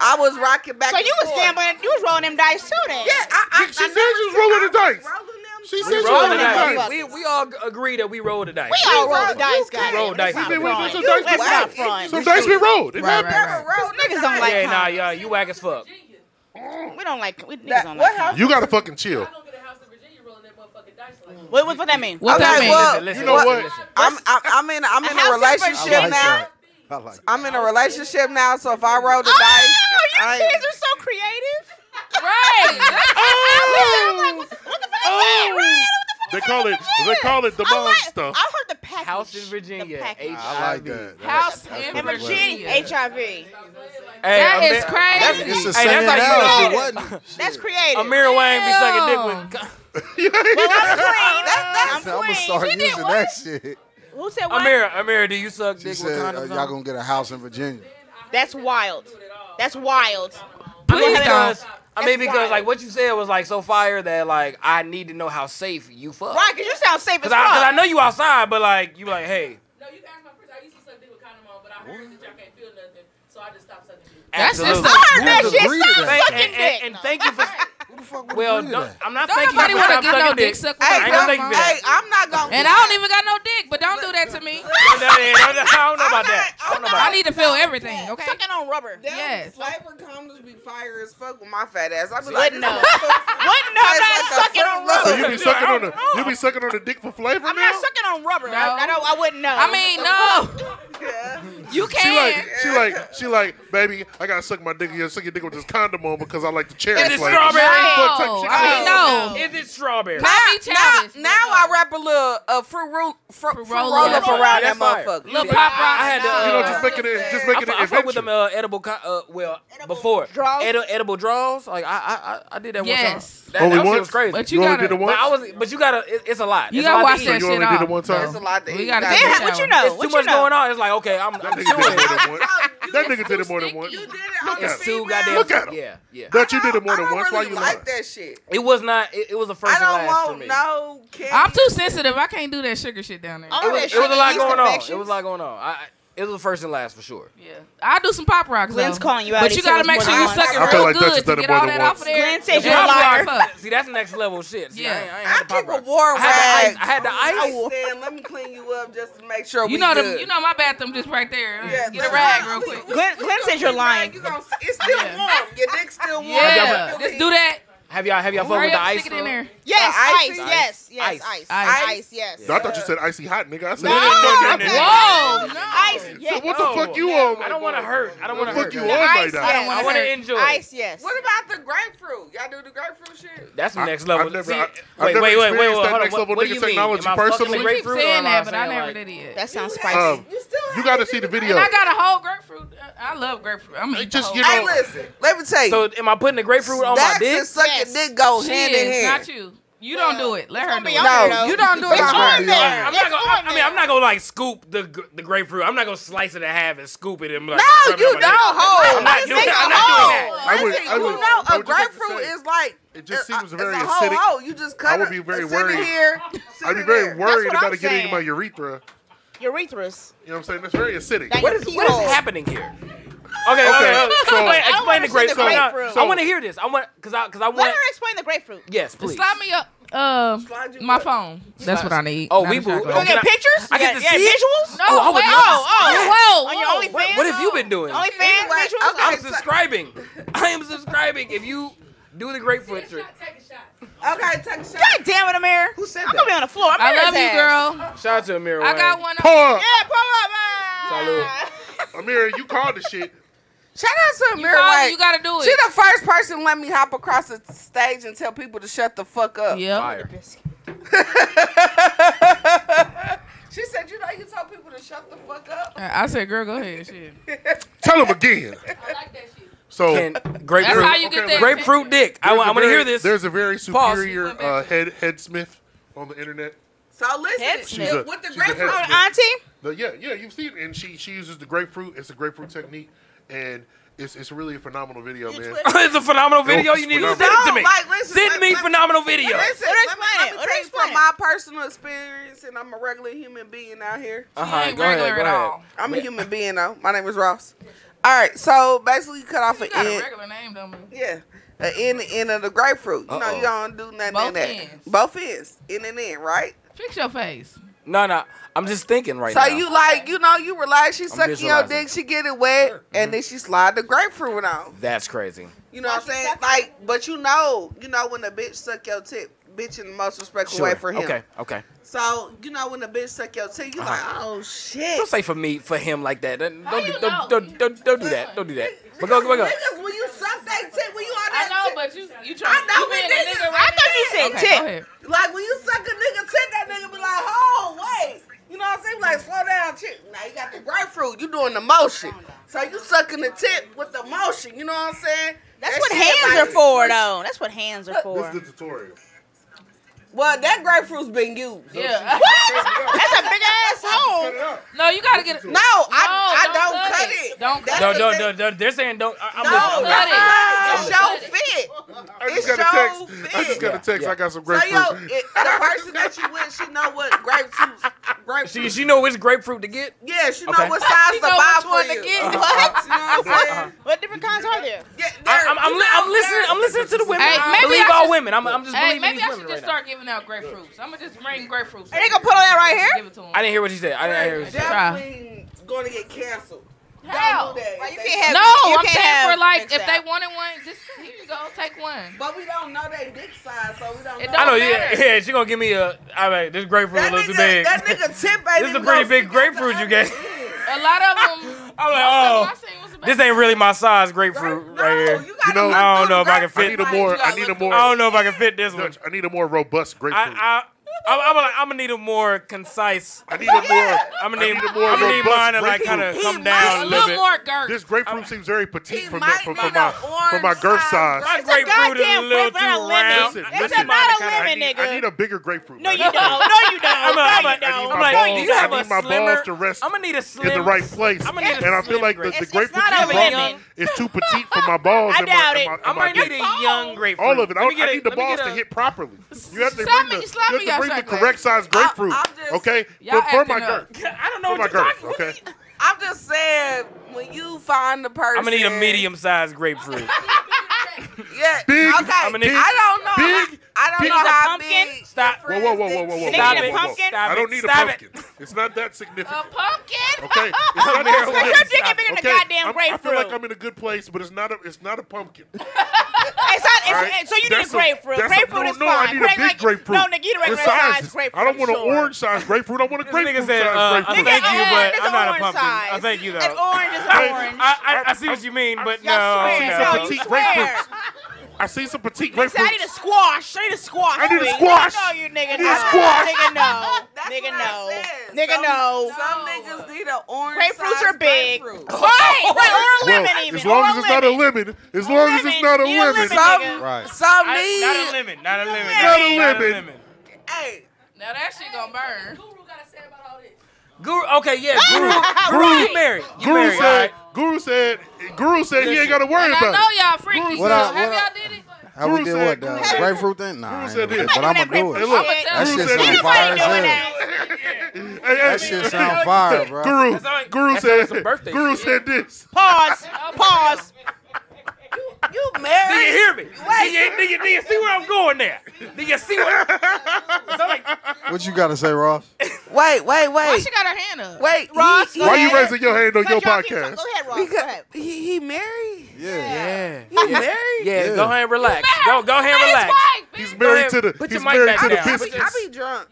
[SPEAKER 3] I was rocking back.
[SPEAKER 1] So
[SPEAKER 3] and
[SPEAKER 1] you was
[SPEAKER 3] forth.
[SPEAKER 1] gambling. You was rolling them dice too then.
[SPEAKER 3] Yeah, I, I,
[SPEAKER 2] She- she
[SPEAKER 3] I
[SPEAKER 2] said
[SPEAKER 3] never
[SPEAKER 2] she was
[SPEAKER 3] said
[SPEAKER 2] rolling
[SPEAKER 3] I
[SPEAKER 2] the dice.
[SPEAKER 3] rolling them
[SPEAKER 2] She
[SPEAKER 3] dice.
[SPEAKER 2] said
[SPEAKER 6] We
[SPEAKER 2] It's
[SPEAKER 6] rolled the
[SPEAKER 2] rolling
[SPEAKER 6] dice.
[SPEAKER 1] dice.
[SPEAKER 6] We, we, we all g- agree that we rolled the dice.
[SPEAKER 1] We all roll
[SPEAKER 3] roll-
[SPEAKER 1] the dice,
[SPEAKER 3] you
[SPEAKER 1] guys.
[SPEAKER 3] can't.
[SPEAKER 6] Roll dice.
[SPEAKER 1] Let's
[SPEAKER 6] We
[SPEAKER 1] not
[SPEAKER 6] did-
[SPEAKER 2] we
[SPEAKER 1] front.
[SPEAKER 2] did some dice
[SPEAKER 1] Let's
[SPEAKER 3] before.
[SPEAKER 1] not front.
[SPEAKER 2] Some dice we rolled. It
[SPEAKER 4] Right,
[SPEAKER 2] happened.
[SPEAKER 4] right,
[SPEAKER 3] Never
[SPEAKER 4] right.
[SPEAKER 3] rolled the
[SPEAKER 1] Niggas don't
[SPEAKER 3] dice.
[SPEAKER 1] like
[SPEAKER 6] Yeah, nah, yeah, you whack as fuck.
[SPEAKER 1] We don't like. We niggas
[SPEAKER 3] That-
[SPEAKER 1] don't
[SPEAKER 3] what
[SPEAKER 1] like.
[SPEAKER 3] happened?
[SPEAKER 2] You gotta fucking chill.
[SPEAKER 1] What, what, what that mean?
[SPEAKER 4] What that
[SPEAKER 3] Okay,
[SPEAKER 4] mean?
[SPEAKER 3] well-
[SPEAKER 6] Listen, listen,
[SPEAKER 2] You know
[SPEAKER 6] listen,
[SPEAKER 2] what?
[SPEAKER 6] listen.
[SPEAKER 3] I'm, I'm, I'm in, I'm in a
[SPEAKER 1] house is for
[SPEAKER 3] relationship
[SPEAKER 1] shit
[SPEAKER 7] I
[SPEAKER 3] now.
[SPEAKER 7] like that. I like that.
[SPEAKER 3] I'm in a relationship now, so if I roll the dice,
[SPEAKER 1] Oh, you
[SPEAKER 3] I ain't-
[SPEAKER 1] kids are so creative.
[SPEAKER 4] Right.
[SPEAKER 1] I'm like, what the, what the fuck is that? Right?
[SPEAKER 2] They call it. They call it the
[SPEAKER 1] I'm
[SPEAKER 2] mom
[SPEAKER 1] like,
[SPEAKER 2] stuff.
[SPEAKER 1] I heard the package.
[SPEAKER 6] House in
[SPEAKER 1] The
[SPEAKER 6] Virginia.
[SPEAKER 1] package.
[SPEAKER 6] H-
[SPEAKER 7] I like that.
[SPEAKER 4] House
[SPEAKER 7] That's-
[SPEAKER 4] in
[SPEAKER 7] that's
[SPEAKER 1] in
[SPEAKER 7] pretty well.
[SPEAKER 1] Virginia, HIV.
[SPEAKER 6] Hey,
[SPEAKER 4] That
[SPEAKER 6] Amir-
[SPEAKER 4] is crazy.
[SPEAKER 6] that's-
[SPEAKER 7] It's the
[SPEAKER 6] Hey,
[SPEAKER 7] same
[SPEAKER 6] that's how you
[SPEAKER 7] now
[SPEAKER 6] know.
[SPEAKER 7] if it wasn't.
[SPEAKER 1] That's creative.
[SPEAKER 6] Amira Wang be sucking dick with.
[SPEAKER 1] I'm clean. That's, that's,
[SPEAKER 7] I'm
[SPEAKER 1] I'm
[SPEAKER 7] gonna
[SPEAKER 1] clean.
[SPEAKER 7] start
[SPEAKER 1] She did what?
[SPEAKER 7] using that shit.
[SPEAKER 1] Who said what?
[SPEAKER 6] Amira, Amira, do you suck
[SPEAKER 7] She
[SPEAKER 6] dick with
[SPEAKER 7] said, uh,
[SPEAKER 6] condoms
[SPEAKER 7] "Y'all
[SPEAKER 6] on?
[SPEAKER 7] gonna get a house in Virginia."
[SPEAKER 1] That's wild. That's wild.
[SPEAKER 6] I mean,
[SPEAKER 4] Please
[SPEAKER 6] because
[SPEAKER 4] don't.
[SPEAKER 6] I mean,
[SPEAKER 1] That's
[SPEAKER 6] because
[SPEAKER 1] wild.
[SPEAKER 6] like what you said was like so fire that like I need to know how safe you fuck.
[SPEAKER 1] Right, because you sound safe as
[SPEAKER 6] Cause I, cause I
[SPEAKER 1] fuck.
[SPEAKER 6] know you outside, but like you like, hey,
[SPEAKER 4] That's just
[SPEAKER 6] absolutely.
[SPEAKER 4] a-
[SPEAKER 1] That
[SPEAKER 7] Who's
[SPEAKER 1] shit
[SPEAKER 7] agreed to
[SPEAKER 1] sounds
[SPEAKER 7] that?
[SPEAKER 6] Thank-
[SPEAKER 1] fucking
[SPEAKER 6] and, and, and thank you for.
[SPEAKER 7] Who the fuck would
[SPEAKER 6] Well,
[SPEAKER 7] agree to
[SPEAKER 6] don't,
[SPEAKER 7] that?
[SPEAKER 6] I'm not
[SPEAKER 4] Don't
[SPEAKER 6] thanking
[SPEAKER 4] nobody
[SPEAKER 6] you for
[SPEAKER 4] want to
[SPEAKER 6] stop
[SPEAKER 4] get no
[SPEAKER 6] sucking
[SPEAKER 4] dick sucked
[SPEAKER 3] Hey,
[SPEAKER 6] I
[SPEAKER 4] with a
[SPEAKER 6] ain't gonna
[SPEAKER 3] don't,
[SPEAKER 6] make
[SPEAKER 4] microphone.
[SPEAKER 6] you that.
[SPEAKER 3] hey, I'm not gonna.
[SPEAKER 4] And I don't even got no dick, but don't do that to me.
[SPEAKER 6] No, no, yeah, no, no, I don't know about that. I don't know
[SPEAKER 4] I
[SPEAKER 6] about
[SPEAKER 4] need to feel everything, okay?
[SPEAKER 1] Sucking on rubber.
[SPEAKER 3] Them
[SPEAKER 4] Yes.
[SPEAKER 3] Flavor condoms be fire as fuck with my fat ass. I be like,
[SPEAKER 1] What
[SPEAKER 3] this
[SPEAKER 1] no?
[SPEAKER 3] motherfucker tastes
[SPEAKER 1] What no? I'm not
[SPEAKER 3] like a
[SPEAKER 1] sucking
[SPEAKER 3] Fruit
[SPEAKER 1] on
[SPEAKER 3] Loop.
[SPEAKER 2] So
[SPEAKER 1] rubber.
[SPEAKER 2] you be sucking on the. You be sucking on the dick for flavor
[SPEAKER 1] I'm
[SPEAKER 2] now.
[SPEAKER 1] not sucking on
[SPEAKER 4] No.
[SPEAKER 1] rubber. I, I don't. I wouldn't know.
[SPEAKER 4] I mean, no.
[SPEAKER 3] Yeah.
[SPEAKER 4] You
[SPEAKER 2] She
[SPEAKER 4] can.
[SPEAKER 2] like, she like, she like, baby, I gotta suck my dick. You suck your dick with this condom on because I like the cherry
[SPEAKER 6] Is it
[SPEAKER 2] flavor.
[SPEAKER 6] strawberry?
[SPEAKER 2] Fuck type
[SPEAKER 4] No.
[SPEAKER 2] shit.
[SPEAKER 4] I mean,
[SPEAKER 1] Oh,
[SPEAKER 4] no.
[SPEAKER 6] that. Is it strawberry?
[SPEAKER 4] Not be
[SPEAKER 3] Now,
[SPEAKER 4] childish.
[SPEAKER 3] now I wrap a little uh, fruit, roll, fr- fruit
[SPEAKER 4] roll
[SPEAKER 3] roll
[SPEAKER 4] up.
[SPEAKER 3] up around that
[SPEAKER 6] That's fire.
[SPEAKER 3] motherfucker.
[SPEAKER 4] Little
[SPEAKER 6] Yeah,
[SPEAKER 4] pop
[SPEAKER 6] I-
[SPEAKER 4] rock.
[SPEAKER 6] I had to,
[SPEAKER 2] You
[SPEAKER 6] uh,
[SPEAKER 2] know, just making it, just making
[SPEAKER 6] I,
[SPEAKER 2] it
[SPEAKER 6] fu- I fuck with them
[SPEAKER 2] adventure.
[SPEAKER 6] uh, edible, co- uh, well, before
[SPEAKER 1] Draws?
[SPEAKER 6] Edi- edible draws. Like I, I, I- I did that
[SPEAKER 4] Yes.
[SPEAKER 6] one time. That,
[SPEAKER 2] Only
[SPEAKER 6] that shit
[SPEAKER 2] once?
[SPEAKER 6] was crazy.
[SPEAKER 4] But you
[SPEAKER 2] You only
[SPEAKER 4] gotta-
[SPEAKER 2] did it
[SPEAKER 6] But
[SPEAKER 2] once.
[SPEAKER 6] I was, but you gotta. It, it's a lot.
[SPEAKER 4] You
[SPEAKER 6] It's a
[SPEAKER 4] gotta
[SPEAKER 6] lot
[SPEAKER 4] watch
[SPEAKER 6] to
[SPEAKER 4] that
[SPEAKER 6] eat.
[SPEAKER 2] you
[SPEAKER 4] shit
[SPEAKER 2] only did it
[SPEAKER 4] off.
[SPEAKER 2] one
[SPEAKER 3] It's
[SPEAKER 2] time.
[SPEAKER 3] a lot to
[SPEAKER 4] We
[SPEAKER 3] eat.
[SPEAKER 4] gotta
[SPEAKER 3] Gotta
[SPEAKER 4] get
[SPEAKER 1] Damn,
[SPEAKER 3] eat.
[SPEAKER 4] that.
[SPEAKER 1] what you know?
[SPEAKER 6] It's
[SPEAKER 1] what
[SPEAKER 6] too
[SPEAKER 1] you
[SPEAKER 6] much
[SPEAKER 1] know?
[SPEAKER 6] going on. It's like okay, I'm,
[SPEAKER 2] That
[SPEAKER 6] I'm
[SPEAKER 2] nigga did it
[SPEAKER 6] chewing.
[SPEAKER 2] more than once.
[SPEAKER 3] You-
[SPEAKER 2] That nigga did it more than once.
[SPEAKER 3] You did it on
[SPEAKER 6] It's
[SPEAKER 3] the
[SPEAKER 6] too
[SPEAKER 3] female?
[SPEAKER 6] goddamn.
[SPEAKER 2] Look at him.
[SPEAKER 6] Yeah, yeah.
[SPEAKER 2] That you did it more
[SPEAKER 3] I
[SPEAKER 2] than
[SPEAKER 3] don't
[SPEAKER 2] once. Why
[SPEAKER 3] really
[SPEAKER 2] you
[SPEAKER 3] like
[SPEAKER 2] lying?
[SPEAKER 3] that shit.
[SPEAKER 6] It was not. It, it was the first
[SPEAKER 3] I
[SPEAKER 6] and
[SPEAKER 3] don't
[SPEAKER 6] last for
[SPEAKER 3] want
[SPEAKER 6] me.
[SPEAKER 3] no candy.
[SPEAKER 4] I'm too sensitive. I can't do that sugar shit down there.
[SPEAKER 1] Oh,
[SPEAKER 6] It was,
[SPEAKER 1] that
[SPEAKER 6] it
[SPEAKER 1] shit
[SPEAKER 6] was a lot
[SPEAKER 1] yeast
[SPEAKER 6] going on. It
[SPEAKER 1] infections.
[SPEAKER 6] was a lot going on. I, I- it was the first and last for sure.
[SPEAKER 4] Yeah. I'll do some pop rocks.
[SPEAKER 1] Glenn's
[SPEAKER 4] though.
[SPEAKER 1] calling you out.
[SPEAKER 4] But
[SPEAKER 1] He
[SPEAKER 4] you
[SPEAKER 1] said
[SPEAKER 4] gotta
[SPEAKER 1] it's
[SPEAKER 4] make
[SPEAKER 1] more
[SPEAKER 4] sure
[SPEAKER 1] than
[SPEAKER 4] you
[SPEAKER 1] one.
[SPEAKER 4] suck it
[SPEAKER 2] I feel
[SPEAKER 4] real
[SPEAKER 2] like
[SPEAKER 4] good
[SPEAKER 2] Dutch has
[SPEAKER 4] to
[SPEAKER 2] done it
[SPEAKER 4] get
[SPEAKER 2] more
[SPEAKER 4] all
[SPEAKER 2] than
[SPEAKER 4] that off
[SPEAKER 2] once.
[SPEAKER 4] of there.
[SPEAKER 1] Glenn said
[SPEAKER 4] Yeah.
[SPEAKER 1] you're a liar.
[SPEAKER 4] Fuck.
[SPEAKER 6] See, that's next level shit. See,
[SPEAKER 4] Yeah.
[SPEAKER 6] I, ain't, I, ain't
[SPEAKER 3] I
[SPEAKER 6] had the
[SPEAKER 3] keep
[SPEAKER 6] pop
[SPEAKER 3] a
[SPEAKER 6] rock.
[SPEAKER 3] warm
[SPEAKER 6] I had
[SPEAKER 3] rag.
[SPEAKER 6] the ice. I had the
[SPEAKER 3] I
[SPEAKER 6] ice.
[SPEAKER 3] was saying, let me clean you up just to make sure
[SPEAKER 4] You
[SPEAKER 3] we
[SPEAKER 4] know
[SPEAKER 3] good.
[SPEAKER 4] the, you know my bathroom just right there.
[SPEAKER 3] Yeah,
[SPEAKER 4] Get a
[SPEAKER 3] look,
[SPEAKER 4] rag
[SPEAKER 3] we-
[SPEAKER 4] real quick.
[SPEAKER 3] we-
[SPEAKER 1] Glenn-
[SPEAKER 3] we
[SPEAKER 1] Glenn
[SPEAKER 3] gonna
[SPEAKER 1] says you're
[SPEAKER 3] keep rag,
[SPEAKER 1] lying.
[SPEAKER 3] You gonna, it's still
[SPEAKER 4] Yeah.
[SPEAKER 3] warm. Your dick's still warm.
[SPEAKER 4] Yeah. Just do that.
[SPEAKER 6] Have y'all have y'all
[SPEAKER 4] Hurry
[SPEAKER 6] fucked with the
[SPEAKER 4] up,
[SPEAKER 6] ice?
[SPEAKER 4] stick it in
[SPEAKER 6] though?
[SPEAKER 4] there.
[SPEAKER 1] Yes,
[SPEAKER 3] Uh,
[SPEAKER 1] ice.
[SPEAKER 3] ice?
[SPEAKER 1] Yes, yes,
[SPEAKER 6] Ice.
[SPEAKER 1] ice. Ice,
[SPEAKER 4] Ice.
[SPEAKER 1] yes.
[SPEAKER 2] I thought you said icy hot, nigga. I said,
[SPEAKER 6] No, no, no, no.
[SPEAKER 4] Whoa.
[SPEAKER 1] Ice, yes.
[SPEAKER 2] what the fuck you on?
[SPEAKER 6] I don't want to hurt. I don't want to
[SPEAKER 2] Fuck
[SPEAKER 6] hurt.
[SPEAKER 2] you on
[SPEAKER 6] her.
[SPEAKER 2] like
[SPEAKER 1] I
[SPEAKER 2] that.
[SPEAKER 1] don't
[SPEAKER 6] I
[SPEAKER 1] wanna
[SPEAKER 6] want
[SPEAKER 1] hurt.
[SPEAKER 6] to enjoy.
[SPEAKER 1] Ice, yes.
[SPEAKER 3] What about the grapefruit? Y'all do the grapefruit shit?
[SPEAKER 6] That's
[SPEAKER 2] I-
[SPEAKER 6] next level.
[SPEAKER 2] I've never-
[SPEAKER 6] See,
[SPEAKER 2] I- I've
[SPEAKER 6] wait,
[SPEAKER 2] never
[SPEAKER 6] wait, wait, wait,
[SPEAKER 2] experienced
[SPEAKER 6] wait.
[SPEAKER 2] that
[SPEAKER 6] Hold on.
[SPEAKER 2] next
[SPEAKER 6] What,
[SPEAKER 2] level
[SPEAKER 6] what do
[SPEAKER 2] nigga
[SPEAKER 6] you mean?
[SPEAKER 2] technology
[SPEAKER 6] Am I fucking
[SPEAKER 2] personally?
[SPEAKER 6] the
[SPEAKER 4] You keep
[SPEAKER 6] grapefruit or
[SPEAKER 4] saying
[SPEAKER 6] am
[SPEAKER 4] that, but I
[SPEAKER 6] saying,
[SPEAKER 4] never
[SPEAKER 6] like-
[SPEAKER 4] did it.
[SPEAKER 1] That sounds
[SPEAKER 3] You
[SPEAKER 1] spicy.
[SPEAKER 3] have-
[SPEAKER 2] Um,
[SPEAKER 3] you still
[SPEAKER 2] You
[SPEAKER 3] have
[SPEAKER 2] got to
[SPEAKER 3] it.
[SPEAKER 2] see the
[SPEAKER 4] And
[SPEAKER 2] video.
[SPEAKER 4] I got a whole grapefruit. Uh, I love grapefruit. I'm
[SPEAKER 2] It
[SPEAKER 4] eating
[SPEAKER 2] just, you
[SPEAKER 4] the whole
[SPEAKER 3] Hey,
[SPEAKER 2] know,
[SPEAKER 3] listen. Let me tell you.
[SPEAKER 6] So am I putting the grapefruit on my
[SPEAKER 3] Dax
[SPEAKER 6] dick?
[SPEAKER 3] and sucking
[SPEAKER 1] Yes.
[SPEAKER 3] dick go
[SPEAKER 4] She
[SPEAKER 3] hand in
[SPEAKER 4] is,
[SPEAKER 3] hand.
[SPEAKER 4] not you. You don't do it. Let
[SPEAKER 1] It's
[SPEAKER 4] her
[SPEAKER 1] gonna
[SPEAKER 4] do
[SPEAKER 1] be
[SPEAKER 4] it.
[SPEAKER 1] on there,
[SPEAKER 3] No,
[SPEAKER 1] though.
[SPEAKER 3] you don't do it
[SPEAKER 1] It's
[SPEAKER 3] by
[SPEAKER 1] on
[SPEAKER 3] her.
[SPEAKER 1] there.
[SPEAKER 6] I'm not
[SPEAKER 1] It's
[SPEAKER 6] gonna,
[SPEAKER 1] on
[SPEAKER 6] I, I mean, I'm
[SPEAKER 1] there.
[SPEAKER 6] not gonna like scoop the gr- the grapefruit. I'm not gonna slice it in half and scoop it and like.
[SPEAKER 3] No,
[SPEAKER 6] rub it
[SPEAKER 3] you
[SPEAKER 6] on my
[SPEAKER 3] don't.
[SPEAKER 6] dick.
[SPEAKER 3] Hold.
[SPEAKER 6] I'm not
[SPEAKER 3] Listen,
[SPEAKER 6] doing that. I'm not
[SPEAKER 3] hold.
[SPEAKER 6] doing that.
[SPEAKER 2] I would-
[SPEAKER 3] Listen,
[SPEAKER 2] I
[SPEAKER 3] you
[SPEAKER 2] would-
[SPEAKER 3] know
[SPEAKER 2] I
[SPEAKER 3] a
[SPEAKER 2] would just like to
[SPEAKER 3] grapefruit
[SPEAKER 2] say,
[SPEAKER 3] is like
[SPEAKER 2] it just
[SPEAKER 3] it's a-
[SPEAKER 2] seems very
[SPEAKER 3] it's a whole
[SPEAKER 2] acidic.
[SPEAKER 3] hole. You just cut
[SPEAKER 2] I would
[SPEAKER 3] it,
[SPEAKER 2] be very
[SPEAKER 3] sit it
[SPEAKER 2] worried.
[SPEAKER 3] Here, sit
[SPEAKER 2] I'd be
[SPEAKER 3] it
[SPEAKER 2] very
[SPEAKER 3] there.
[SPEAKER 2] worried
[SPEAKER 1] what
[SPEAKER 2] about
[SPEAKER 1] I'm
[SPEAKER 2] it getting into my
[SPEAKER 1] saying.
[SPEAKER 2] urethra.
[SPEAKER 1] Urethras.
[SPEAKER 2] You know what I'm saying? That's very acidic.
[SPEAKER 1] That
[SPEAKER 6] What is
[SPEAKER 1] Pee
[SPEAKER 6] what
[SPEAKER 1] hole.
[SPEAKER 6] is happening here? Okay, okay.
[SPEAKER 2] Okay,
[SPEAKER 6] okay.
[SPEAKER 2] so-
[SPEAKER 6] explain,
[SPEAKER 2] I
[SPEAKER 1] wanna
[SPEAKER 6] explain the
[SPEAKER 1] see the
[SPEAKER 6] grapefruit. No,
[SPEAKER 1] grapefruit.
[SPEAKER 6] I want to hear this. I want because I because I
[SPEAKER 1] Let
[SPEAKER 6] want.
[SPEAKER 1] her explain the grapefruit.
[SPEAKER 6] Yes, please.
[SPEAKER 4] Slide me up. Uh,
[SPEAKER 3] Slide you
[SPEAKER 4] my
[SPEAKER 3] up.
[SPEAKER 4] phone. That's what I need.
[SPEAKER 6] Oh,
[SPEAKER 4] Not
[SPEAKER 6] we
[SPEAKER 4] a
[SPEAKER 6] boo-
[SPEAKER 4] shotgun.
[SPEAKER 1] You gonna
[SPEAKER 6] Can
[SPEAKER 1] get
[SPEAKER 6] I-
[SPEAKER 1] pictures?
[SPEAKER 6] I get
[SPEAKER 1] yeah,
[SPEAKER 6] to
[SPEAKER 1] yeah,
[SPEAKER 6] see it?
[SPEAKER 1] visuals?
[SPEAKER 4] No,
[SPEAKER 6] Oh, I would
[SPEAKER 4] wait,
[SPEAKER 6] love
[SPEAKER 4] oh,
[SPEAKER 1] to see
[SPEAKER 4] oh,
[SPEAKER 1] that.
[SPEAKER 4] whoa,
[SPEAKER 1] On
[SPEAKER 4] whoa.
[SPEAKER 1] your OnlyFans?
[SPEAKER 6] What have you been doing?
[SPEAKER 1] OnlyFans
[SPEAKER 3] Anyway,
[SPEAKER 1] visuals?
[SPEAKER 3] okay.
[SPEAKER 6] I'm subscribing. I am subscribing. If you do the grapefruit trick,
[SPEAKER 3] Okay, take a shot.
[SPEAKER 1] God damn it, Amir.
[SPEAKER 6] Who said
[SPEAKER 1] I'm gonna be
[SPEAKER 6] that?
[SPEAKER 1] on the floor. I'm
[SPEAKER 4] I love you, girl.
[SPEAKER 6] Shout out to Amir.
[SPEAKER 4] I got
[SPEAKER 6] Wayne.
[SPEAKER 4] one.
[SPEAKER 2] Pour up.
[SPEAKER 1] Yeah, pull up, uh, man.
[SPEAKER 2] Amir, you called the shit.
[SPEAKER 3] Shout out to
[SPEAKER 4] You,
[SPEAKER 3] Amir
[SPEAKER 4] call,
[SPEAKER 3] White.
[SPEAKER 4] you gotta do
[SPEAKER 3] She
[SPEAKER 4] it.
[SPEAKER 3] the first person to let me hop across the stage and tell people to shut the fuck up.
[SPEAKER 4] Yep.
[SPEAKER 6] Fire.
[SPEAKER 3] She said, you know, you tell people to shut the fuck up.
[SPEAKER 4] I said, girl, go ahead. Shit.
[SPEAKER 2] Tell him again.
[SPEAKER 4] I like that shit.
[SPEAKER 2] So
[SPEAKER 6] And grapefruit.
[SPEAKER 4] That's how you get
[SPEAKER 2] Okay,
[SPEAKER 4] that.
[SPEAKER 6] grapefruit dick. I,
[SPEAKER 2] there's a
[SPEAKER 6] am gonna
[SPEAKER 2] very-
[SPEAKER 6] hear this.
[SPEAKER 2] There's a very
[SPEAKER 6] Pause.
[SPEAKER 2] superior uh, head headsmith on the internet.
[SPEAKER 3] So listen,
[SPEAKER 1] Head She's
[SPEAKER 2] a-
[SPEAKER 3] with the
[SPEAKER 2] she's a
[SPEAKER 3] grapefruit,
[SPEAKER 2] head
[SPEAKER 1] Oh, auntie.
[SPEAKER 2] The- yeah, yeah, you've seen, it. and she she uses the grapefruit. It's a grapefruit technique, and it's it's really a phenomenal video, man.
[SPEAKER 1] twist-
[SPEAKER 6] it's a phenomenal video. You need to send it to me.
[SPEAKER 3] Like, listen,
[SPEAKER 6] Send
[SPEAKER 3] like,
[SPEAKER 6] me
[SPEAKER 3] like-
[SPEAKER 6] phenomenal video.
[SPEAKER 3] Listen, let
[SPEAKER 1] What
[SPEAKER 3] me,
[SPEAKER 1] explain
[SPEAKER 3] let
[SPEAKER 1] it?
[SPEAKER 3] me
[SPEAKER 1] What
[SPEAKER 3] tell you
[SPEAKER 1] explain
[SPEAKER 3] from my personal experience, and I'm a regular human being out here.
[SPEAKER 6] Uh-huh,
[SPEAKER 4] She ain't regular at all.
[SPEAKER 3] I'm a human being though. My name is Ross. All right, so basically, you cut off an
[SPEAKER 4] You got a
[SPEAKER 3] end.
[SPEAKER 4] regular name, don't you?
[SPEAKER 3] Yeah, an end, end of the grapefruit. You know,
[SPEAKER 6] Uh-oh.
[SPEAKER 3] you don't do nothing
[SPEAKER 4] Both
[SPEAKER 3] in that.
[SPEAKER 4] ends.
[SPEAKER 3] Both ends, in and in, right?
[SPEAKER 4] Fix your face.
[SPEAKER 6] No, no. I'm just thinking right
[SPEAKER 3] So
[SPEAKER 6] now.
[SPEAKER 3] you like, you know, you relax. She sucking your
[SPEAKER 6] visualizing. Mm-hmm.
[SPEAKER 3] dick. She get it wet, and then she slide the grapefruit on.
[SPEAKER 6] That's crazy.
[SPEAKER 3] You know what I'm saying? Like, but you know, you know when a bitch suck your tip, bitch in the most respectful
[SPEAKER 6] Sure.
[SPEAKER 3] way for him.
[SPEAKER 6] Okay, okay.
[SPEAKER 3] So you know when a bitch suck your tip, you
[SPEAKER 6] Uh-huh.
[SPEAKER 3] like, oh shit.
[SPEAKER 6] Don't say for me, for him like that. Don't
[SPEAKER 4] How
[SPEAKER 6] don't do,
[SPEAKER 4] you
[SPEAKER 6] don't,
[SPEAKER 4] know?
[SPEAKER 6] don't, don't, don't do that. Don't do that. But go, go, go.
[SPEAKER 3] Niggas, when you suck that tip, when you on
[SPEAKER 4] I
[SPEAKER 3] that
[SPEAKER 4] know,
[SPEAKER 3] tip-
[SPEAKER 4] but you you try.
[SPEAKER 3] I know
[SPEAKER 4] you
[SPEAKER 3] we
[SPEAKER 4] being
[SPEAKER 3] did
[SPEAKER 4] a
[SPEAKER 3] it.
[SPEAKER 4] nigga
[SPEAKER 1] I
[SPEAKER 4] right
[SPEAKER 1] thought you
[SPEAKER 4] now.
[SPEAKER 1] said
[SPEAKER 4] Okay, go
[SPEAKER 1] tip.
[SPEAKER 4] ahead.
[SPEAKER 3] Like when you suck a nigga tit, that nigga be like, oh wait. You know what I'm saying? Like slow down, chick. Now you got the grapefruit. You doing the motion. So you sucking the tip with the motion. You know what I'm saying?
[SPEAKER 1] That's
[SPEAKER 3] That
[SPEAKER 1] what
[SPEAKER 3] shit
[SPEAKER 1] hands
[SPEAKER 3] like-
[SPEAKER 1] are for, though. That's what hands are
[SPEAKER 2] This is
[SPEAKER 1] for.
[SPEAKER 2] the tutorial.
[SPEAKER 3] Well, that grapefruit's been used.
[SPEAKER 4] Yeah.
[SPEAKER 1] That's a big ass hole.
[SPEAKER 2] Cut it out.
[SPEAKER 4] No, you gotta get.
[SPEAKER 3] No, I,
[SPEAKER 4] No,
[SPEAKER 3] I don't,
[SPEAKER 4] don't
[SPEAKER 3] cut
[SPEAKER 4] cut
[SPEAKER 3] it.
[SPEAKER 4] it. Don't
[SPEAKER 3] That's
[SPEAKER 6] No,
[SPEAKER 3] the
[SPEAKER 6] no,
[SPEAKER 3] thing.
[SPEAKER 6] no, no. They're saying don't. I- I'm
[SPEAKER 3] No,
[SPEAKER 6] listening.
[SPEAKER 4] cut it.
[SPEAKER 3] it's your
[SPEAKER 4] Don't cut
[SPEAKER 3] fit.
[SPEAKER 2] I just
[SPEAKER 3] It's
[SPEAKER 2] got a
[SPEAKER 3] so
[SPEAKER 2] text.
[SPEAKER 3] big.
[SPEAKER 2] I just got a text.
[SPEAKER 6] Yeah.
[SPEAKER 2] I got some
[SPEAKER 3] So
[SPEAKER 2] grapefruit.
[SPEAKER 3] yo, it, the person that you with, she know what grapefruit.
[SPEAKER 6] She,
[SPEAKER 3] grapefruit.
[SPEAKER 6] she know which grapefruit to get.
[SPEAKER 3] yeah, she know
[SPEAKER 6] Okay.
[SPEAKER 3] what size
[SPEAKER 4] She
[SPEAKER 3] to
[SPEAKER 4] know
[SPEAKER 3] buy
[SPEAKER 4] which
[SPEAKER 3] for
[SPEAKER 4] one
[SPEAKER 3] you.
[SPEAKER 4] to get.
[SPEAKER 3] You know
[SPEAKER 4] What?
[SPEAKER 3] what I'm saying?
[SPEAKER 1] What different kinds are there?
[SPEAKER 3] Yeah,
[SPEAKER 6] I,
[SPEAKER 3] there-
[SPEAKER 6] I'm, I'm,
[SPEAKER 3] you
[SPEAKER 6] li-
[SPEAKER 3] know,
[SPEAKER 6] I'm listening.
[SPEAKER 3] there-
[SPEAKER 6] I'm listening to the women.
[SPEAKER 4] Hey,
[SPEAKER 6] I
[SPEAKER 4] maybe
[SPEAKER 6] believe
[SPEAKER 4] I
[SPEAKER 6] all
[SPEAKER 4] should-
[SPEAKER 6] women. I'm, I'm just
[SPEAKER 4] Hey,
[SPEAKER 6] believing
[SPEAKER 4] maybe
[SPEAKER 6] these
[SPEAKER 4] I should
[SPEAKER 6] women
[SPEAKER 4] just
[SPEAKER 6] right
[SPEAKER 4] start giving out grapefruits. I'm gonna just bring grapefruits.
[SPEAKER 1] They gonna put on that right
[SPEAKER 4] Give
[SPEAKER 1] here?
[SPEAKER 4] it to them.
[SPEAKER 6] now. I didn't hear what she said. I didn't hear
[SPEAKER 3] You're
[SPEAKER 6] what she said.
[SPEAKER 4] Try.
[SPEAKER 3] definitely going to get canceled.
[SPEAKER 4] How?
[SPEAKER 3] Don't do that.
[SPEAKER 1] Like,
[SPEAKER 3] If
[SPEAKER 1] you
[SPEAKER 3] they-
[SPEAKER 1] can't have-
[SPEAKER 4] No,
[SPEAKER 1] you
[SPEAKER 4] I'm
[SPEAKER 1] can't
[SPEAKER 4] saying
[SPEAKER 1] have
[SPEAKER 4] for like
[SPEAKER 1] mixed
[SPEAKER 4] if they
[SPEAKER 1] out.
[SPEAKER 4] wanted one, just here you go, take one.
[SPEAKER 3] But we don't know their dick size, so we don't
[SPEAKER 4] It
[SPEAKER 3] know.
[SPEAKER 6] I know.
[SPEAKER 4] don't
[SPEAKER 6] Yeah,
[SPEAKER 4] matter.
[SPEAKER 6] yeah. She gonna give me a. All right, this grapefruit
[SPEAKER 3] That
[SPEAKER 6] a little too
[SPEAKER 3] nigga,
[SPEAKER 6] big.
[SPEAKER 3] that nigga tip baby.
[SPEAKER 6] This is a pretty big grapefruit you gave.
[SPEAKER 4] A lot of them.
[SPEAKER 6] I'm
[SPEAKER 4] Oh,
[SPEAKER 6] like,
[SPEAKER 4] I seen was
[SPEAKER 6] oh,
[SPEAKER 4] about-
[SPEAKER 6] this ain't really my size grapefruit
[SPEAKER 3] No,
[SPEAKER 6] right here.
[SPEAKER 3] you gotta
[SPEAKER 2] You know,
[SPEAKER 3] look
[SPEAKER 6] I don't
[SPEAKER 3] through
[SPEAKER 6] know
[SPEAKER 3] the
[SPEAKER 6] if I can
[SPEAKER 2] I
[SPEAKER 6] fit-
[SPEAKER 3] grapefruit.
[SPEAKER 2] need a more.
[SPEAKER 4] gotta
[SPEAKER 2] I need a
[SPEAKER 4] look
[SPEAKER 2] more.
[SPEAKER 6] I don't know if I can fit this one.
[SPEAKER 2] Dutch, I need a more robust grapefruit. I,
[SPEAKER 6] I, I, I'm, I'm, gonna- I'm gonna need a more concise.
[SPEAKER 2] need a more.
[SPEAKER 6] I'm gonna need,
[SPEAKER 2] need a more
[SPEAKER 6] I'm gonna need
[SPEAKER 2] robust
[SPEAKER 6] mine to like
[SPEAKER 2] grapefruit.
[SPEAKER 6] kind of
[SPEAKER 3] He
[SPEAKER 6] come
[SPEAKER 3] might
[SPEAKER 6] down a
[SPEAKER 4] a little
[SPEAKER 6] little bit.
[SPEAKER 4] more girth.
[SPEAKER 2] This grapefruit seems very petite
[SPEAKER 3] He
[SPEAKER 2] from,
[SPEAKER 3] might
[SPEAKER 2] the, from,
[SPEAKER 3] be
[SPEAKER 2] from
[SPEAKER 3] an
[SPEAKER 2] my from my
[SPEAKER 3] orange
[SPEAKER 2] girth
[SPEAKER 3] size
[SPEAKER 2] size.
[SPEAKER 6] My
[SPEAKER 1] It's a
[SPEAKER 6] grapefruit is a
[SPEAKER 1] goddamn
[SPEAKER 6] little
[SPEAKER 1] grapefruit,
[SPEAKER 6] too
[SPEAKER 1] not a lemon.
[SPEAKER 6] round.
[SPEAKER 2] Listen,
[SPEAKER 1] That's
[SPEAKER 2] listen.
[SPEAKER 1] not a
[SPEAKER 2] I
[SPEAKER 1] lemon,
[SPEAKER 2] need, I need
[SPEAKER 1] nigga.
[SPEAKER 2] a bigger grapefruit.
[SPEAKER 1] No, you
[SPEAKER 2] man.
[SPEAKER 1] don't. No, you
[SPEAKER 6] I'm
[SPEAKER 1] don't.
[SPEAKER 6] a, I'm
[SPEAKER 1] No,
[SPEAKER 6] a,
[SPEAKER 1] you don't.
[SPEAKER 6] I'm
[SPEAKER 2] my
[SPEAKER 6] like,
[SPEAKER 1] No,
[SPEAKER 6] do
[SPEAKER 1] you
[SPEAKER 6] you have
[SPEAKER 2] I
[SPEAKER 6] a
[SPEAKER 2] need my balls
[SPEAKER 6] slimmer?
[SPEAKER 2] to rest
[SPEAKER 6] I'm gonna need a slim
[SPEAKER 2] in the right place.
[SPEAKER 6] I'm gonna need a
[SPEAKER 2] and I feel
[SPEAKER 6] slim
[SPEAKER 2] like the,
[SPEAKER 6] grip.
[SPEAKER 2] the
[SPEAKER 1] It's- it's
[SPEAKER 2] grapefruit
[SPEAKER 1] not
[SPEAKER 2] you
[SPEAKER 1] over
[SPEAKER 2] bought
[SPEAKER 1] lemon.
[SPEAKER 2] is too petite for my balls.
[SPEAKER 1] I
[SPEAKER 2] and my-
[SPEAKER 1] doubt
[SPEAKER 2] and
[SPEAKER 1] it.
[SPEAKER 2] my- and
[SPEAKER 6] I
[SPEAKER 2] my
[SPEAKER 6] might need
[SPEAKER 2] dick.
[SPEAKER 6] a young grapefruit.
[SPEAKER 2] all of it. I,
[SPEAKER 6] Let me
[SPEAKER 2] I
[SPEAKER 6] get a-
[SPEAKER 2] need the
[SPEAKER 6] let me
[SPEAKER 2] balls
[SPEAKER 6] get
[SPEAKER 2] to
[SPEAKER 6] a-
[SPEAKER 2] hit properly. You have to
[SPEAKER 4] Slap me,
[SPEAKER 2] bring the,
[SPEAKER 4] slap
[SPEAKER 2] you
[SPEAKER 4] me,
[SPEAKER 2] have
[SPEAKER 4] y'all
[SPEAKER 2] to bring the
[SPEAKER 4] straight leg.
[SPEAKER 2] correct size grapefruit.
[SPEAKER 3] I'm just-
[SPEAKER 2] okay,
[SPEAKER 4] Y'all
[SPEAKER 2] for, for my
[SPEAKER 4] acting up.
[SPEAKER 2] girth,
[SPEAKER 6] I don't know
[SPEAKER 2] for my
[SPEAKER 6] what you're
[SPEAKER 2] girth.
[SPEAKER 6] talking.
[SPEAKER 2] Okay,
[SPEAKER 3] I'm just saying, when you find the person,
[SPEAKER 6] I'm gonna need a medium sized grapefruit.
[SPEAKER 3] Yeah,
[SPEAKER 2] Big,
[SPEAKER 3] Okay,
[SPEAKER 2] I'ma
[SPEAKER 6] need-
[SPEAKER 3] I don't know.
[SPEAKER 2] big,
[SPEAKER 3] I, I don't
[SPEAKER 2] big-
[SPEAKER 3] know how
[SPEAKER 1] Pumpkin?
[SPEAKER 3] big.
[SPEAKER 6] Stop.
[SPEAKER 2] whoa, whoa, whoa, whoa, whoa, whoa,
[SPEAKER 1] Nigga,
[SPEAKER 6] Stop
[SPEAKER 1] need a
[SPEAKER 6] it.
[SPEAKER 1] pumpkin?
[SPEAKER 6] Stop
[SPEAKER 2] I
[SPEAKER 6] it. Oh,
[SPEAKER 2] don't need a
[SPEAKER 6] Stop
[SPEAKER 2] pumpkin. It's not that
[SPEAKER 4] A
[SPEAKER 2] significant.
[SPEAKER 4] pumpkin.
[SPEAKER 2] Okay, it's not that
[SPEAKER 6] Stop
[SPEAKER 1] Put
[SPEAKER 2] significant.
[SPEAKER 6] it.
[SPEAKER 1] your dick in bigger than
[SPEAKER 2] Okay,
[SPEAKER 1] goddamn
[SPEAKER 2] I'm- I feel like
[SPEAKER 1] grapefruit.
[SPEAKER 2] I'm in a good place, but it's not a it's not a pumpkin.
[SPEAKER 1] It's not, it's,
[SPEAKER 2] All right?
[SPEAKER 1] So you need a
[SPEAKER 2] That's
[SPEAKER 1] grapefruit.
[SPEAKER 2] that's
[SPEAKER 1] grapefruit
[SPEAKER 2] no,
[SPEAKER 1] is
[SPEAKER 2] no,
[SPEAKER 1] fine.
[SPEAKER 2] I need
[SPEAKER 1] Grape-
[SPEAKER 2] a big
[SPEAKER 1] like-
[SPEAKER 2] grapefruit.
[SPEAKER 1] No, nigga, you the
[SPEAKER 2] The
[SPEAKER 1] regular size
[SPEAKER 2] sizes.
[SPEAKER 1] grapefruit.
[SPEAKER 2] I don't want an
[SPEAKER 1] sure.
[SPEAKER 2] orange size grapefruit. I want a
[SPEAKER 6] This nigga
[SPEAKER 2] grapefruit
[SPEAKER 6] said,
[SPEAKER 2] size
[SPEAKER 6] uh, I
[SPEAKER 2] grapefruit.
[SPEAKER 6] thank you,
[SPEAKER 1] orange is
[SPEAKER 6] but I'm not a
[SPEAKER 1] orange
[SPEAKER 6] pumpkin. I
[SPEAKER 1] size.
[SPEAKER 6] thank you
[SPEAKER 1] An
[SPEAKER 6] though.
[SPEAKER 1] orange is
[SPEAKER 2] Hey,
[SPEAKER 1] an orange.
[SPEAKER 6] I, I, I see what you mean, but no.
[SPEAKER 1] Y'all swear.
[SPEAKER 6] no.
[SPEAKER 2] I
[SPEAKER 1] No,
[SPEAKER 2] see
[SPEAKER 1] you
[SPEAKER 2] some petite
[SPEAKER 1] swear.
[SPEAKER 2] grapefruits. I see some petite
[SPEAKER 1] Nigga said, I need a
[SPEAKER 2] grapefruits.
[SPEAKER 1] squash. I need a squash.
[SPEAKER 2] I need a
[SPEAKER 1] please.
[SPEAKER 2] squash.
[SPEAKER 1] No, you
[SPEAKER 2] need a
[SPEAKER 1] nigga. no.
[SPEAKER 2] squash.
[SPEAKER 1] Nigga, no.
[SPEAKER 3] That's
[SPEAKER 1] nigga,
[SPEAKER 3] what
[SPEAKER 1] no.
[SPEAKER 3] I said.
[SPEAKER 1] Nigga,
[SPEAKER 3] some,
[SPEAKER 1] no.
[SPEAKER 3] Some niggas need an orange.
[SPEAKER 1] Grapefruits
[SPEAKER 3] size
[SPEAKER 1] are big.
[SPEAKER 3] grapefruit.
[SPEAKER 1] Right, right, or a
[SPEAKER 2] Well,
[SPEAKER 1] lemon even.
[SPEAKER 2] as long
[SPEAKER 1] or
[SPEAKER 2] as it's not a lemon. As long as it's
[SPEAKER 1] lemon.
[SPEAKER 2] not a
[SPEAKER 1] Need a
[SPEAKER 2] lemon.
[SPEAKER 1] lemon.
[SPEAKER 3] Some,
[SPEAKER 1] nigga.
[SPEAKER 7] Right.
[SPEAKER 3] some
[SPEAKER 6] I,
[SPEAKER 3] need.
[SPEAKER 6] not a lemon. Not a lemon.
[SPEAKER 1] Not
[SPEAKER 2] a lemon.
[SPEAKER 3] Hey,
[SPEAKER 4] Now that shit gonna burn.
[SPEAKER 6] Guru. Okay, yeah. Guru. Guru, you married. You
[SPEAKER 2] Guru
[SPEAKER 6] married, all
[SPEAKER 2] said,
[SPEAKER 6] right.
[SPEAKER 2] Guru said, Guru said he ain't got to worry
[SPEAKER 4] And I
[SPEAKER 2] about
[SPEAKER 4] know
[SPEAKER 2] it.
[SPEAKER 4] y'all freaky.
[SPEAKER 7] What
[SPEAKER 4] so
[SPEAKER 7] I-
[SPEAKER 4] have
[SPEAKER 7] what
[SPEAKER 4] y'all
[SPEAKER 7] I-
[SPEAKER 4] did it?
[SPEAKER 7] How
[SPEAKER 2] Guru
[SPEAKER 7] we did
[SPEAKER 2] said-
[SPEAKER 7] what? The
[SPEAKER 2] Guru said-
[SPEAKER 7] grapefruit thing? Nah,
[SPEAKER 2] Guru
[SPEAKER 7] I ain't
[SPEAKER 2] said
[SPEAKER 7] doing
[SPEAKER 2] this.
[SPEAKER 7] it, but I'm
[SPEAKER 1] That
[SPEAKER 7] gonna do
[SPEAKER 2] Hey,
[SPEAKER 7] it.
[SPEAKER 2] look,
[SPEAKER 4] I'ma tell
[SPEAKER 7] That
[SPEAKER 2] Guru
[SPEAKER 4] you.
[SPEAKER 7] shit
[SPEAKER 2] said,
[SPEAKER 7] sound
[SPEAKER 1] Anybody
[SPEAKER 7] fire as
[SPEAKER 1] doing
[SPEAKER 7] hell.
[SPEAKER 1] that?
[SPEAKER 2] hey,
[SPEAKER 7] That
[SPEAKER 2] hey,
[SPEAKER 7] shit sound fire, bro.
[SPEAKER 2] Guru,
[SPEAKER 6] That's all right.
[SPEAKER 2] Guru
[SPEAKER 6] That sounds like
[SPEAKER 2] said,
[SPEAKER 6] some birthday
[SPEAKER 2] Guru
[SPEAKER 6] shit.
[SPEAKER 2] said this.
[SPEAKER 1] Pause. Pause.
[SPEAKER 3] you
[SPEAKER 6] Do you
[SPEAKER 3] married?
[SPEAKER 6] hear me? Do you, do, you, do you see where I'm going there? Do you see where? So like,
[SPEAKER 7] What you gotta say, Ross?
[SPEAKER 3] Wait, wait,
[SPEAKER 4] Why
[SPEAKER 3] wait,
[SPEAKER 4] she got her hand up?
[SPEAKER 3] wait. he-
[SPEAKER 1] Ross,
[SPEAKER 3] he,
[SPEAKER 1] go
[SPEAKER 2] Why you
[SPEAKER 1] ahead.
[SPEAKER 2] raising your hand on your
[SPEAKER 1] Because y'all keep talking-
[SPEAKER 2] podcast?
[SPEAKER 1] Go ahead, Ross. Go
[SPEAKER 3] because
[SPEAKER 1] ahead.
[SPEAKER 3] he, he married.
[SPEAKER 7] Yeah.
[SPEAKER 6] yeah.
[SPEAKER 3] He married.
[SPEAKER 6] Yeah,
[SPEAKER 7] Yeah.
[SPEAKER 6] go ahead and relax. Go go ahead and
[SPEAKER 4] Hey,
[SPEAKER 6] relax.
[SPEAKER 4] his wife,
[SPEAKER 2] He's married
[SPEAKER 6] ahead.
[SPEAKER 2] to the.
[SPEAKER 6] Put your
[SPEAKER 2] he's
[SPEAKER 6] mic
[SPEAKER 2] married
[SPEAKER 6] back
[SPEAKER 2] to the
[SPEAKER 6] down. Put your-
[SPEAKER 2] biscuits.
[SPEAKER 3] I be drunk.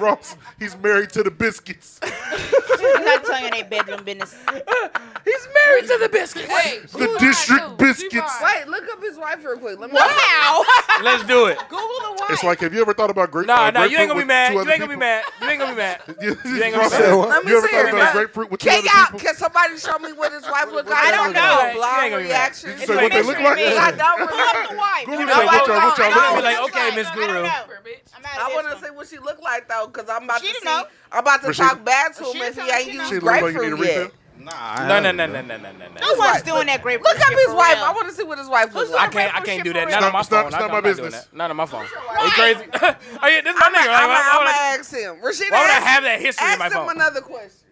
[SPEAKER 2] Ross. He's married to the biscuits.
[SPEAKER 1] I'm not telling you they bedroom business.
[SPEAKER 6] He's married to the biscuit.
[SPEAKER 4] Wait,
[SPEAKER 2] The district biscuits.
[SPEAKER 3] Wait, look up his wife real quick. Let me
[SPEAKER 1] Wow.
[SPEAKER 6] Let's do it.
[SPEAKER 3] Google the wife.
[SPEAKER 2] It's like, have you ever thought about grape?
[SPEAKER 6] Nah,
[SPEAKER 2] uh,
[SPEAKER 6] nah, you ain't gonna be
[SPEAKER 2] grapefruit
[SPEAKER 6] mad. You
[SPEAKER 2] with
[SPEAKER 6] ain't
[SPEAKER 2] two
[SPEAKER 6] gonna be
[SPEAKER 2] other
[SPEAKER 6] mad. You ain't gonna be mad.
[SPEAKER 2] people?
[SPEAKER 6] You ain't
[SPEAKER 2] Ross
[SPEAKER 6] gonna be
[SPEAKER 2] said,
[SPEAKER 6] mad.
[SPEAKER 3] Let me
[SPEAKER 2] You ever
[SPEAKER 3] see
[SPEAKER 2] thought
[SPEAKER 3] it.
[SPEAKER 2] about grapefruit with two
[SPEAKER 3] Can
[SPEAKER 2] other
[SPEAKER 3] y'all?
[SPEAKER 2] people?
[SPEAKER 3] Can somebody show me what his wife look like?
[SPEAKER 1] I don't
[SPEAKER 3] got a
[SPEAKER 1] know.
[SPEAKER 6] You
[SPEAKER 3] Blog
[SPEAKER 6] ain't gonna be
[SPEAKER 3] reaction.
[SPEAKER 2] You
[SPEAKER 1] It's
[SPEAKER 2] say
[SPEAKER 1] a
[SPEAKER 2] what they look
[SPEAKER 1] mystery,
[SPEAKER 2] like?
[SPEAKER 1] man.
[SPEAKER 3] I don't
[SPEAKER 1] Pull up
[SPEAKER 3] remember.
[SPEAKER 1] the wife.
[SPEAKER 2] Google
[SPEAKER 1] I don't
[SPEAKER 2] that. What
[SPEAKER 1] know.
[SPEAKER 2] y'all- what y'all
[SPEAKER 1] I don't
[SPEAKER 2] looking
[SPEAKER 1] know.
[SPEAKER 6] like?
[SPEAKER 1] What
[SPEAKER 6] Okay,
[SPEAKER 1] looks
[SPEAKER 6] Miss
[SPEAKER 1] I don't
[SPEAKER 6] Guru.
[SPEAKER 1] know. I'm
[SPEAKER 3] I
[SPEAKER 1] out
[SPEAKER 3] want
[SPEAKER 1] of
[SPEAKER 3] to
[SPEAKER 1] this
[SPEAKER 3] see
[SPEAKER 1] one.
[SPEAKER 3] what she look like though, cause I'm about
[SPEAKER 1] She
[SPEAKER 3] to see.
[SPEAKER 1] didn't know.
[SPEAKER 3] I'm about to
[SPEAKER 2] Well, she-
[SPEAKER 3] talk bad to
[SPEAKER 1] Well,
[SPEAKER 3] him
[SPEAKER 1] she
[SPEAKER 3] if he
[SPEAKER 1] didn't
[SPEAKER 3] ain't
[SPEAKER 1] know.
[SPEAKER 3] used
[SPEAKER 2] She
[SPEAKER 1] She's
[SPEAKER 2] look like you need a
[SPEAKER 3] grapefruit
[SPEAKER 2] refill.
[SPEAKER 3] yet.
[SPEAKER 7] Nah,
[SPEAKER 6] No, no, no, no, no, no, no.
[SPEAKER 1] No
[SPEAKER 6] no.
[SPEAKER 1] one's doing that great.
[SPEAKER 3] Look up his wife. I want to see what his wife
[SPEAKER 1] Who's
[SPEAKER 3] looks
[SPEAKER 1] that?
[SPEAKER 6] I
[SPEAKER 3] like.
[SPEAKER 6] can't. I can't do that.
[SPEAKER 1] It's
[SPEAKER 6] Not on
[SPEAKER 2] not-
[SPEAKER 6] my
[SPEAKER 2] it's not-
[SPEAKER 6] phone.
[SPEAKER 2] it's
[SPEAKER 6] I-
[SPEAKER 2] not
[SPEAKER 6] I'm
[SPEAKER 2] my
[SPEAKER 6] doing
[SPEAKER 2] business.
[SPEAKER 6] that. Not on my phone. You crazy? Oh yeah, this my
[SPEAKER 3] I'm
[SPEAKER 6] nigga.
[SPEAKER 3] gonna
[SPEAKER 6] right? Why why would I-
[SPEAKER 3] ask him. Rashida,
[SPEAKER 6] Why would I
[SPEAKER 3] ask-
[SPEAKER 6] have that history in my
[SPEAKER 3] Ask him
[SPEAKER 6] phone?
[SPEAKER 3] another question.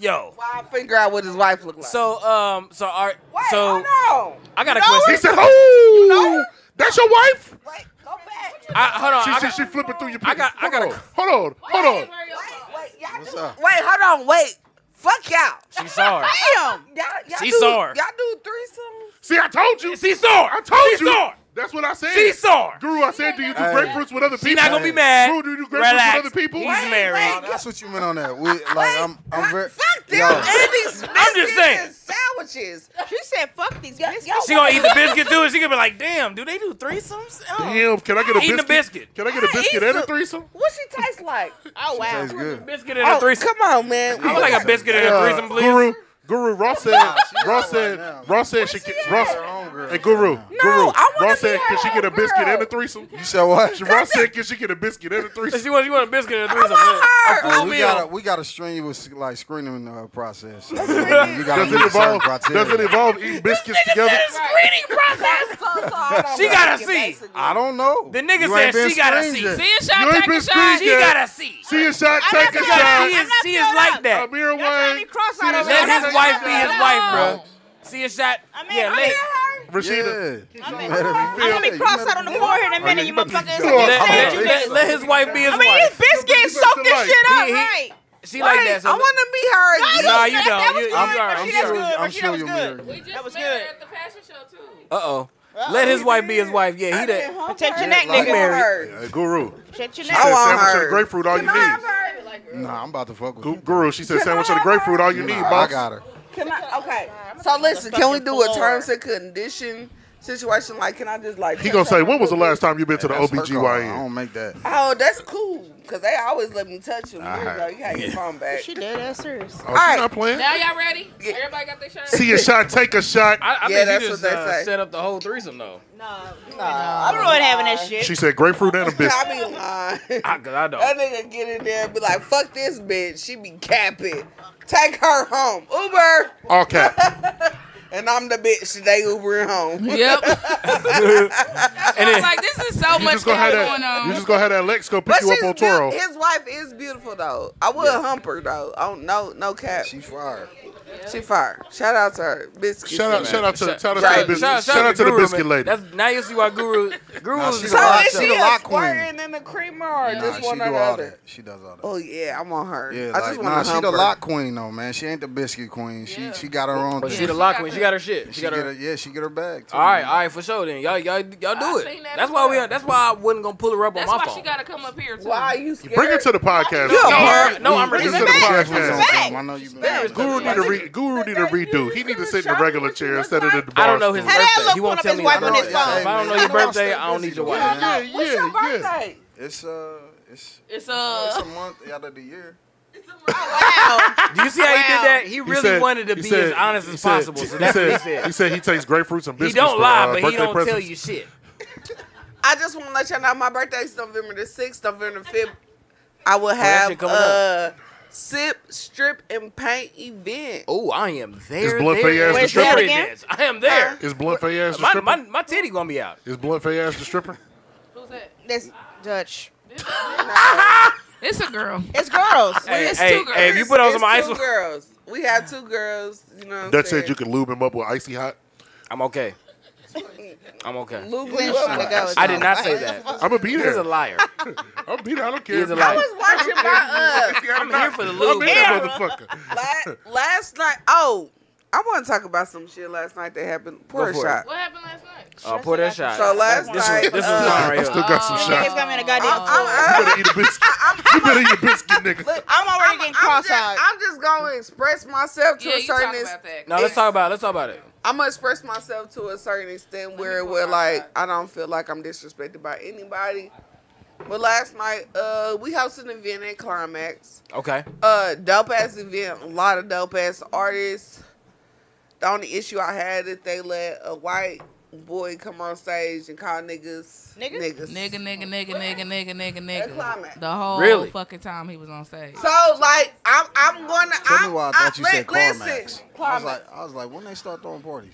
[SPEAKER 6] Yo.
[SPEAKER 3] Why I figure out what his wife look like.
[SPEAKER 6] So um. So our.
[SPEAKER 3] Wait,
[SPEAKER 6] So
[SPEAKER 3] hold on.
[SPEAKER 6] I got a
[SPEAKER 2] He
[SPEAKER 6] question.
[SPEAKER 2] said, "Oh,
[SPEAKER 3] know?
[SPEAKER 2] that's your wife."
[SPEAKER 3] Wait, go back.
[SPEAKER 6] I, hold on.
[SPEAKER 2] She,
[SPEAKER 6] I
[SPEAKER 2] she,
[SPEAKER 6] got,
[SPEAKER 2] she flipping through your
[SPEAKER 6] I
[SPEAKER 2] pictures.
[SPEAKER 6] got- I got a-
[SPEAKER 2] hold on, hold on, hold on.
[SPEAKER 3] Wait, y'all
[SPEAKER 7] What's
[SPEAKER 3] do,
[SPEAKER 7] up?
[SPEAKER 3] wait, hold on, wait. Fuck y'all.
[SPEAKER 6] she saw her.
[SPEAKER 1] Damn.
[SPEAKER 3] Y'all, y'all
[SPEAKER 6] She
[SPEAKER 3] do,
[SPEAKER 6] saw her.
[SPEAKER 3] Y'all do threesomes?
[SPEAKER 2] See, I told you.
[SPEAKER 6] She saw her.
[SPEAKER 2] I told
[SPEAKER 6] she
[SPEAKER 2] you.
[SPEAKER 6] Saw her.
[SPEAKER 2] That's what I said.
[SPEAKER 6] She saw her.
[SPEAKER 2] Guru, I said, do you do
[SPEAKER 7] Hey.
[SPEAKER 2] grapefruits with other people?
[SPEAKER 6] She not gonna be
[SPEAKER 7] Hey.
[SPEAKER 6] mad.
[SPEAKER 2] Guru, do you do grapefruits
[SPEAKER 6] Relax.
[SPEAKER 2] with other people?
[SPEAKER 6] He's
[SPEAKER 3] Wait,
[SPEAKER 6] married.
[SPEAKER 3] wait.
[SPEAKER 7] That's what you meant on that. We like I'm I'm very
[SPEAKER 3] Fuck them
[SPEAKER 7] Yo,
[SPEAKER 3] and these
[SPEAKER 6] I'm just saying.
[SPEAKER 3] biscuits and sandwiches.
[SPEAKER 1] She said, fuck these
[SPEAKER 3] Y'all-
[SPEAKER 1] biscuits.
[SPEAKER 3] y'all
[SPEAKER 6] She gonna eat the biscuit too, and she gonna be like, "Damn, do they do threesomes?" Oh.
[SPEAKER 2] Damn, can I get a
[SPEAKER 6] Eating
[SPEAKER 2] biscuit?
[SPEAKER 6] a biscuit.
[SPEAKER 2] Can I get a
[SPEAKER 3] I
[SPEAKER 2] biscuit
[SPEAKER 3] eat
[SPEAKER 2] and a
[SPEAKER 3] some-
[SPEAKER 2] threesome?
[SPEAKER 3] What she taste like?
[SPEAKER 1] Oh, wow.
[SPEAKER 7] tastes good.
[SPEAKER 6] Biscuit
[SPEAKER 2] Oh,
[SPEAKER 6] and a threesome.
[SPEAKER 3] Oh, come on, man.
[SPEAKER 6] I would like a biscuit and a
[SPEAKER 2] Uh,
[SPEAKER 6] threesome, please.
[SPEAKER 2] Guru, Guru, Ross said,
[SPEAKER 7] she
[SPEAKER 2] Ross
[SPEAKER 7] out
[SPEAKER 2] said,
[SPEAKER 7] right now.
[SPEAKER 2] Ross said she
[SPEAKER 3] at?
[SPEAKER 2] can, Ross,
[SPEAKER 7] Her own girl.
[SPEAKER 2] hey Guru, Guru,
[SPEAKER 3] I wanna
[SPEAKER 2] Ross
[SPEAKER 3] be
[SPEAKER 2] said, can
[SPEAKER 3] her
[SPEAKER 2] she get a
[SPEAKER 3] girl.
[SPEAKER 2] biscuit and a threesome?
[SPEAKER 7] You said what?
[SPEAKER 2] Ross said, can she get a biscuit and a threesome?
[SPEAKER 6] She want, she want a biscuit and a threesome.
[SPEAKER 3] I want
[SPEAKER 6] A full
[SPEAKER 7] we
[SPEAKER 6] meal.
[SPEAKER 7] got a we got a strenuous like screening uh, process. we got
[SPEAKER 2] Does it involve, does it involve eating biscuits together?
[SPEAKER 6] She gotta see.
[SPEAKER 7] I don't know.
[SPEAKER 6] The nigga
[SPEAKER 7] You
[SPEAKER 6] said
[SPEAKER 7] ain't been
[SPEAKER 6] she gotta
[SPEAKER 7] screened
[SPEAKER 6] see.
[SPEAKER 7] yet.
[SPEAKER 4] See a
[SPEAKER 2] You ain't
[SPEAKER 4] shot, take
[SPEAKER 2] been
[SPEAKER 4] a shot.
[SPEAKER 6] She gotta see.
[SPEAKER 2] See a shot,
[SPEAKER 1] not
[SPEAKER 2] take a
[SPEAKER 1] gonna lie.
[SPEAKER 2] shot.
[SPEAKER 6] She
[SPEAKER 1] I'm
[SPEAKER 6] is, she
[SPEAKER 1] not
[SPEAKER 6] is
[SPEAKER 1] feeling
[SPEAKER 6] like
[SPEAKER 1] up.
[SPEAKER 6] that.
[SPEAKER 2] Amir
[SPEAKER 1] Y'all trying to
[SPEAKER 2] Wayne,
[SPEAKER 1] be cross-eyed
[SPEAKER 2] see a
[SPEAKER 1] over
[SPEAKER 2] shot,
[SPEAKER 1] here.
[SPEAKER 6] Let his
[SPEAKER 2] take a
[SPEAKER 6] wife
[SPEAKER 2] shot.
[SPEAKER 6] be his
[SPEAKER 1] No.
[SPEAKER 6] wife, bro. See a shot.
[SPEAKER 1] I mean,
[SPEAKER 6] yeah,
[SPEAKER 1] I'm
[SPEAKER 6] let,
[SPEAKER 2] Rashida,
[SPEAKER 1] I'm
[SPEAKER 7] Yeah. You
[SPEAKER 1] in-
[SPEAKER 7] better be
[SPEAKER 1] I'm gonna be
[SPEAKER 7] fair.
[SPEAKER 1] cross out on the floor here in a minute, you
[SPEAKER 2] about to-
[SPEAKER 1] motherfuckers.
[SPEAKER 2] Come on.
[SPEAKER 1] I
[SPEAKER 6] let,
[SPEAKER 1] can't
[SPEAKER 6] let,
[SPEAKER 1] stand you
[SPEAKER 6] let,
[SPEAKER 1] niggas.
[SPEAKER 6] let his wife be his
[SPEAKER 1] I mean,
[SPEAKER 6] wife.
[SPEAKER 1] these biscuits soaked this shit up,
[SPEAKER 6] He- he-
[SPEAKER 1] right?
[SPEAKER 6] She like that. So
[SPEAKER 3] I want to be her.
[SPEAKER 1] Right?
[SPEAKER 3] again.
[SPEAKER 6] Nah, you
[SPEAKER 1] That-
[SPEAKER 6] don't.
[SPEAKER 1] That was
[SPEAKER 6] You-
[SPEAKER 1] good,
[SPEAKER 6] I'm sorry.
[SPEAKER 1] Rashida,
[SPEAKER 6] I'm
[SPEAKER 1] that was
[SPEAKER 7] sure-
[SPEAKER 1] good.
[SPEAKER 7] I'm
[SPEAKER 1] Rashida,
[SPEAKER 7] sure
[SPEAKER 1] was
[SPEAKER 7] you'll
[SPEAKER 1] good.
[SPEAKER 7] marry
[SPEAKER 4] We just
[SPEAKER 1] That was
[SPEAKER 4] met
[SPEAKER 1] good.
[SPEAKER 4] her at the fashion show too.
[SPEAKER 6] uh oh. Let his wife be his wife. Yeah,
[SPEAKER 3] Damn,
[SPEAKER 6] he that.
[SPEAKER 3] huh?
[SPEAKER 1] Protect your
[SPEAKER 3] Her.
[SPEAKER 1] neck,
[SPEAKER 3] I want
[SPEAKER 1] nigga.
[SPEAKER 3] her.
[SPEAKER 2] Hey, Guru,
[SPEAKER 1] Protect your
[SPEAKER 2] she said
[SPEAKER 1] neck.
[SPEAKER 3] want
[SPEAKER 2] sandwich
[SPEAKER 3] her.
[SPEAKER 2] and a grapefruit all you
[SPEAKER 3] Can I have
[SPEAKER 2] need.
[SPEAKER 3] her?
[SPEAKER 7] Nah, I'm about to fuck with
[SPEAKER 2] Gu-
[SPEAKER 7] you.
[SPEAKER 2] Guru, she said
[SPEAKER 3] Can
[SPEAKER 2] sandwich
[SPEAKER 3] I
[SPEAKER 2] and a
[SPEAKER 3] have
[SPEAKER 2] grapefruit all you
[SPEAKER 7] Nah,
[SPEAKER 2] need,
[SPEAKER 7] I
[SPEAKER 2] boss.
[SPEAKER 7] got her.
[SPEAKER 3] Can I? Okay. So listen, can we do a terms and condition situation? Like, can I just like?
[SPEAKER 2] He gonna say, when was the last time you been to the
[SPEAKER 7] That's her call. I
[SPEAKER 2] OBGYN?
[SPEAKER 7] don't make that.
[SPEAKER 3] Oh, that's cool. Cause they always let me touch him. Here you
[SPEAKER 7] Alright.
[SPEAKER 3] go. You got your phone back.
[SPEAKER 1] She dead ass serious.
[SPEAKER 2] Oh,
[SPEAKER 3] right.
[SPEAKER 2] she's not playing.
[SPEAKER 4] Now y'all ready? Everybody got their shot.
[SPEAKER 2] See a shot, take a shot.
[SPEAKER 6] I, I
[SPEAKER 3] Yeah,
[SPEAKER 6] think
[SPEAKER 3] that's
[SPEAKER 6] she
[SPEAKER 3] what
[SPEAKER 6] just
[SPEAKER 3] they
[SPEAKER 6] uh,
[SPEAKER 3] say.
[SPEAKER 6] set up the whole threesome though.
[SPEAKER 1] No,
[SPEAKER 3] Nah,
[SPEAKER 1] I'm ruined having that shit.
[SPEAKER 2] She said grapefruit and a
[SPEAKER 3] I
[SPEAKER 2] biscuit.
[SPEAKER 3] be lying.
[SPEAKER 6] I, cause I don't.
[SPEAKER 3] That nigga get in there and be like, fuck this bitch. She be capping. Take her home. Uber.
[SPEAKER 2] All cap.
[SPEAKER 3] And I'm the bitch. They Ubering home.
[SPEAKER 4] Yep. I was like, this is so
[SPEAKER 2] You
[SPEAKER 4] much
[SPEAKER 2] just gonna have
[SPEAKER 4] going
[SPEAKER 2] that.
[SPEAKER 4] on.
[SPEAKER 2] You just gonna have that Lex go pick
[SPEAKER 3] But
[SPEAKER 2] you up
[SPEAKER 3] she's
[SPEAKER 2] on
[SPEAKER 3] beau-
[SPEAKER 2] Toro.
[SPEAKER 3] his wife is beautiful though. I would hump her though. Oh no, no cap.
[SPEAKER 7] She
[SPEAKER 3] She,
[SPEAKER 7] fired.
[SPEAKER 3] fire. Shout out to her. Biscuit.
[SPEAKER 2] Shout out, shout out to, shout out to the
[SPEAKER 3] Right.
[SPEAKER 2] biscuit, shout, out to the
[SPEAKER 6] Guru,
[SPEAKER 2] biscuit
[SPEAKER 6] man.
[SPEAKER 2] lady.
[SPEAKER 6] That's now you see why Guru Guru
[SPEAKER 7] Nah,
[SPEAKER 6] was
[SPEAKER 7] she
[SPEAKER 6] a
[SPEAKER 7] the
[SPEAKER 3] So
[SPEAKER 7] lock-
[SPEAKER 3] is
[SPEAKER 7] she
[SPEAKER 3] she
[SPEAKER 7] the
[SPEAKER 3] a
[SPEAKER 7] lock
[SPEAKER 3] squirting in the creamer or
[SPEAKER 7] Nah,
[SPEAKER 3] just
[SPEAKER 7] she
[SPEAKER 3] one
[SPEAKER 7] do
[SPEAKER 3] or the
[SPEAKER 7] all
[SPEAKER 3] other?
[SPEAKER 7] that. She does all that.
[SPEAKER 3] Oh yeah, I'm on her.
[SPEAKER 7] Yeah,
[SPEAKER 3] I
[SPEAKER 7] like
[SPEAKER 3] just
[SPEAKER 7] nah,
[SPEAKER 3] want to
[SPEAKER 7] she
[SPEAKER 3] hump
[SPEAKER 7] the
[SPEAKER 3] her.
[SPEAKER 7] lock queen though, man. She ain't the biscuit queen. She she got her own.
[SPEAKER 6] But
[SPEAKER 7] thing.
[SPEAKER 6] she the lock queen. She got her shit. She,
[SPEAKER 7] She
[SPEAKER 6] got
[SPEAKER 7] get
[SPEAKER 6] her.
[SPEAKER 7] her, yeah, she get her bag. Too,
[SPEAKER 6] All right,
[SPEAKER 7] man.
[SPEAKER 6] all right, for sure. Then y'all, y'all, y'all do
[SPEAKER 4] I
[SPEAKER 6] it.
[SPEAKER 4] seen that
[SPEAKER 6] That's why we.
[SPEAKER 4] before.
[SPEAKER 6] That's why I wasn't gonna pull her up
[SPEAKER 4] That's
[SPEAKER 6] on my
[SPEAKER 4] why
[SPEAKER 6] phone.
[SPEAKER 4] she gotta come up here too.
[SPEAKER 3] Why are you scared?
[SPEAKER 2] Bring it to the podcast.
[SPEAKER 3] You a
[SPEAKER 6] no,
[SPEAKER 3] Yeah.
[SPEAKER 6] her- no, I'm
[SPEAKER 2] Bring it
[SPEAKER 6] raising
[SPEAKER 2] to the
[SPEAKER 6] back.
[SPEAKER 7] Definitely
[SPEAKER 2] podcast.
[SPEAKER 7] don't come. I know you been.
[SPEAKER 2] Guru need to re- Guru need to redo. He need to sit in a regular chair instead of the bar.
[SPEAKER 6] I don't know his
[SPEAKER 1] How
[SPEAKER 2] stool.
[SPEAKER 1] that
[SPEAKER 6] birthday.
[SPEAKER 1] look
[SPEAKER 6] He
[SPEAKER 1] one
[SPEAKER 6] won't
[SPEAKER 1] of
[SPEAKER 6] tell
[SPEAKER 1] his
[SPEAKER 6] me.
[SPEAKER 1] wife
[SPEAKER 6] his
[SPEAKER 1] on
[SPEAKER 6] birthday.
[SPEAKER 1] his
[SPEAKER 7] yeah,
[SPEAKER 1] phone.
[SPEAKER 7] hey,
[SPEAKER 6] If I don't know
[SPEAKER 7] man,
[SPEAKER 6] your
[SPEAKER 7] I know I
[SPEAKER 6] birthday,
[SPEAKER 7] stay
[SPEAKER 6] I don't need
[SPEAKER 7] busy,
[SPEAKER 6] your
[SPEAKER 7] though.
[SPEAKER 6] wife.
[SPEAKER 7] Yeah,
[SPEAKER 3] No, what's your
[SPEAKER 2] yeah, yeah.
[SPEAKER 3] birthday?
[SPEAKER 7] It's uh, it's
[SPEAKER 4] It's
[SPEAKER 7] it's
[SPEAKER 4] uh.
[SPEAKER 7] a month out of the year.
[SPEAKER 6] Do you see how he did that? He
[SPEAKER 2] He
[SPEAKER 6] really
[SPEAKER 2] said-
[SPEAKER 6] wanted to
[SPEAKER 2] he
[SPEAKER 6] be
[SPEAKER 2] said-
[SPEAKER 6] as honest
[SPEAKER 2] he
[SPEAKER 6] as
[SPEAKER 2] said-
[SPEAKER 6] possible. So that's what he
[SPEAKER 2] He
[SPEAKER 6] said.
[SPEAKER 2] said he takes grapefruits and
[SPEAKER 6] He
[SPEAKER 2] biscuits.
[SPEAKER 6] don't
[SPEAKER 2] for,
[SPEAKER 6] lie,
[SPEAKER 2] uh,
[SPEAKER 6] but he
[SPEAKER 2] birthday
[SPEAKER 6] don't tell
[SPEAKER 2] presents.
[SPEAKER 6] you shit.
[SPEAKER 3] I just want to let y'all know my birthday's November the 6th, November the 5th. I will
[SPEAKER 6] Oh, that
[SPEAKER 3] have
[SPEAKER 6] shit
[SPEAKER 3] a
[SPEAKER 6] coming
[SPEAKER 3] sip, strip, and paint event.
[SPEAKER 6] Oh, I am there.
[SPEAKER 2] Is Blunt
[SPEAKER 6] there,
[SPEAKER 2] Fay ass
[SPEAKER 6] and
[SPEAKER 2] the
[SPEAKER 6] there
[SPEAKER 2] stripper?
[SPEAKER 6] it
[SPEAKER 1] Again?
[SPEAKER 6] is. I am there.
[SPEAKER 2] Is Blunt Fay ass the
[SPEAKER 6] My, my,
[SPEAKER 2] stripper?
[SPEAKER 6] my titty gonna be out.
[SPEAKER 2] Is Blunt Fay ass the stripper?
[SPEAKER 4] Who's that?
[SPEAKER 1] That's Dutch.
[SPEAKER 4] It's a girl.
[SPEAKER 1] It's girls.
[SPEAKER 6] Hey,
[SPEAKER 4] it's
[SPEAKER 6] hey,
[SPEAKER 4] two
[SPEAKER 6] hey, if you
[SPEAKER 3] It's-
[SPEAKER 6] put on
[SPEAKER 3] it's
[SPEAKER 6] some ice,
[SPEAKER 3] two girls. We have two girls. You know. What
[SPEAKER 2] Dutch
[SPEAKER 3] I'm
[SPEAKER 2] said
[SPEAKER 3] saying?
[SPEAKER 2] you could lube him up with icy hot.
[SPEAKER 6] I'm okay. I'm okay.
[SPEAKER 3] Lou Glenn
[SPEAKER 1] Glenn Shore
[SPEAKER 3] Shore.
[SPEAKER 1] goes
[SPEAKER 6] I did not
[SPEAKER 1] on.
[SPEAKER 6] say that.
[SPEAKER 2] I'm gonna be
[SPEAKER 6] He's
[SPEAKER 2] there.
[SPEAKER 6] a liar.
[SPEAKER 2] I'm be there. I don't care.
[SPEAKER 6] He's a
[SPEAKER 3] I
[SPEAKER 6] liar.
[SPEAKER 3] was watching my
[SPEAKER 6] I'm here for the
[SPEAKER 2] I'm
[SPEAKER 6] lube.
[SPEAKER 2] in that
[SPEAKER 6] bro.
[SPEAKER 2] motherfucker.
[SPEAKER 3] uh la- last night. Oh, I want to talk about some shit last night that happened. Poor
[SPEAKER 6] for it.
[SPEAKER 3] shot.
[SPEAKER 4] What happened last night?
[SPEAKER 6] Oh, pour that shot.
[SPEAKER 3] So last
[SPEAKER 6] this
[SPEAKER 3] night,
[SPEAKER 6] is, this is
[SPEAKER 3] uh,
[SPEAKER 6] mine right
[SPEAKER 2] I still
[SPEAKER 6] here.
[SPEAKER 2] got some
[SPEAKER 1] Niggas
[SPEAKER 2] shots.
[SPEAKER 1] got me in a goddamn.
[SPEAKER 3] I'm,
[SPEAKER 2] You better eat a biscuit. You better eat a biscuit, nigga.
[SPEAKER 1] I'm already
[SPEAKER 3] I'm,
[SPEAKER 1] getting
[SPEAKER 3] I'm, just,
[SPEAKER 1] cross-eyed.
[SPEAKER 3] I'm just gonna express myself to
[SPEAKER 4] yeah,
[SPEAKER 3] a
[SPEAKER 4] you talk
[SPEAKER 3] certain extent.
[SPEAKER 4] about that.
[SPEAKER 6] No, let's talk about it. Let's talk about it.
[SPEAKER 3] I'm gonna express myself to a certain extent where it
[SPEAKER 4] pull
[SPEAKER 3] would
[SPEAKER 4] my
[SPEAKER 3] like I don't feel like I'm disrespected by anybody. But last night, uh, we hosted an event at Climax.
[SPEAKER 6] Okay.
[SPEAKER 3] Uh, dope ass event, a lot of dope ass artists. The only issue I had is they let a white boy come on stage and call niggas
[SPEAKER 1] Niggas?
[SPEAKER 3] niggas.
[SPEAKER 4] Nigga, nigga, nigga, nigga, nigga, nigga,
[SPEAKER 3] climax.
[SPEAKER 4] nigga. The whole
[SPEAKER 6] Really?
[SPEAKER 4] fucking time he was on stage.
[SPEAKER 3] So like I'm I'm gonna
[SPEAKER 7] Tell
[SPEAKER 3] I'm,
[SPEAKER 7] me why I
[SPEAKER 3] I'm-
[SPEAKER 7] thought you said
[SPEAKER 3] li-
[SPEAKER 7] Carmax.
[SPEAKER 3] listen,
[SPEAKER 7] I was
[SPEAKER 3] Climax.
[SPEAKER 7] like, I was like, when they start throwing parties?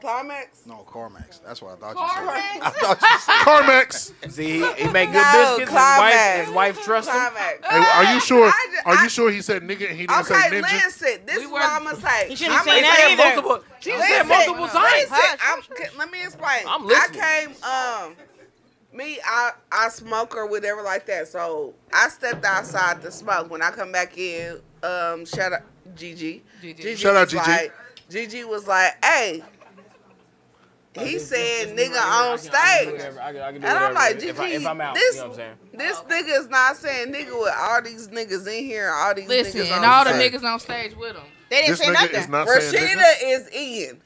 [SPEAKER 3] Climax?
[SPEAKER 7] No, Carmax. That's what I thought you
[SPEAKER 3] Climax?
[SPEAKER 7] said. I thought you said.
[SPEAKER 2] Carmex.
[SPEAKER 6] See, he, he make good
[SPEAKER 3] No,
[SPEAKER 6] biscuits. His wife,
[SPEAKER 3] climax.
[SPEAKER 6] his wife trusts him.
[SPEAKER 3] Climax.
[SPEAKER 2] Hey, are you sure?
[SPEAKER 3] I just-
[SPEAKER 2] Are
[SPEAKER 3] I-
[SPEAKER 2] you sure he said nigga and he didn't
[SPEAKER 3] Okay,
[SPEAKER 2] say ninja?
[SPEAKER 3] listen. This
[SPEAKER 4] We
[SPEAKER 3] is
[SPEAKER 4] were-
[SPEAKER 3] what I'm gonna say.
[SPEAKER 1] He shouldn't
[SPEAKER 3] I'm
[SPEAKER 1] say
[SPEAKER 6] He
[SPEAKER 3] gonna
[SPEAKER 1] that
[SPEAKER 6] said
[SPEAKER 1] either.
[SPEAKER 6] multiple. She said
[SPEAKER 3] Listen,
[SPEAKER 6] multiple times.
[SPEAKER 1] Hush.
[SPEAKER 3] Listen, I'm, c- let me explain.
[SPEAKER 6] I'm listening.
[SPEAKER 3] I came, um, me, I, I smoke or whatever like that. So I stepped outside to smoke. When I come back in, um, shout out Gigi.
[SPEAKER 4] Gigi.
[SPEAKER 2] Shout out
[SPEAKER 3] was
[SPEAKER 2] Gigi.
[SPEAKER 3] Like, Gigi was like, "Hey." He said, "Nigga on stage."
[SPEAKER 6] And
[SPEAKER 3] And I'm like, Gigi,
[SPEAKER 6] if, I, if I'm out,
[SPEAKER 3] this,
[SPEAKER 6] you know what I'm saying?
[SPEAKER 3] this nigga is not saying nigga with all these niggas in here, all these
[SPEAKER 4] Listen,
[SPEAKER 3] niggas on
[SPEAKER 4] and all the
[SPEAKER 3] stage.
[SPEAKER 4] niggas on stage with him.
[SPEAKER 1] They didn't
[SPEAKER 2] This
[SPEAKER 1] say
[SPEAKER 2] nigga
[SPEAKER 1] nothing.
[SPEAKER 2] is not saying
[SPEAKER 3] Rashida
[SPEAKER 2] nigga.
[SPEAKER 3] is in.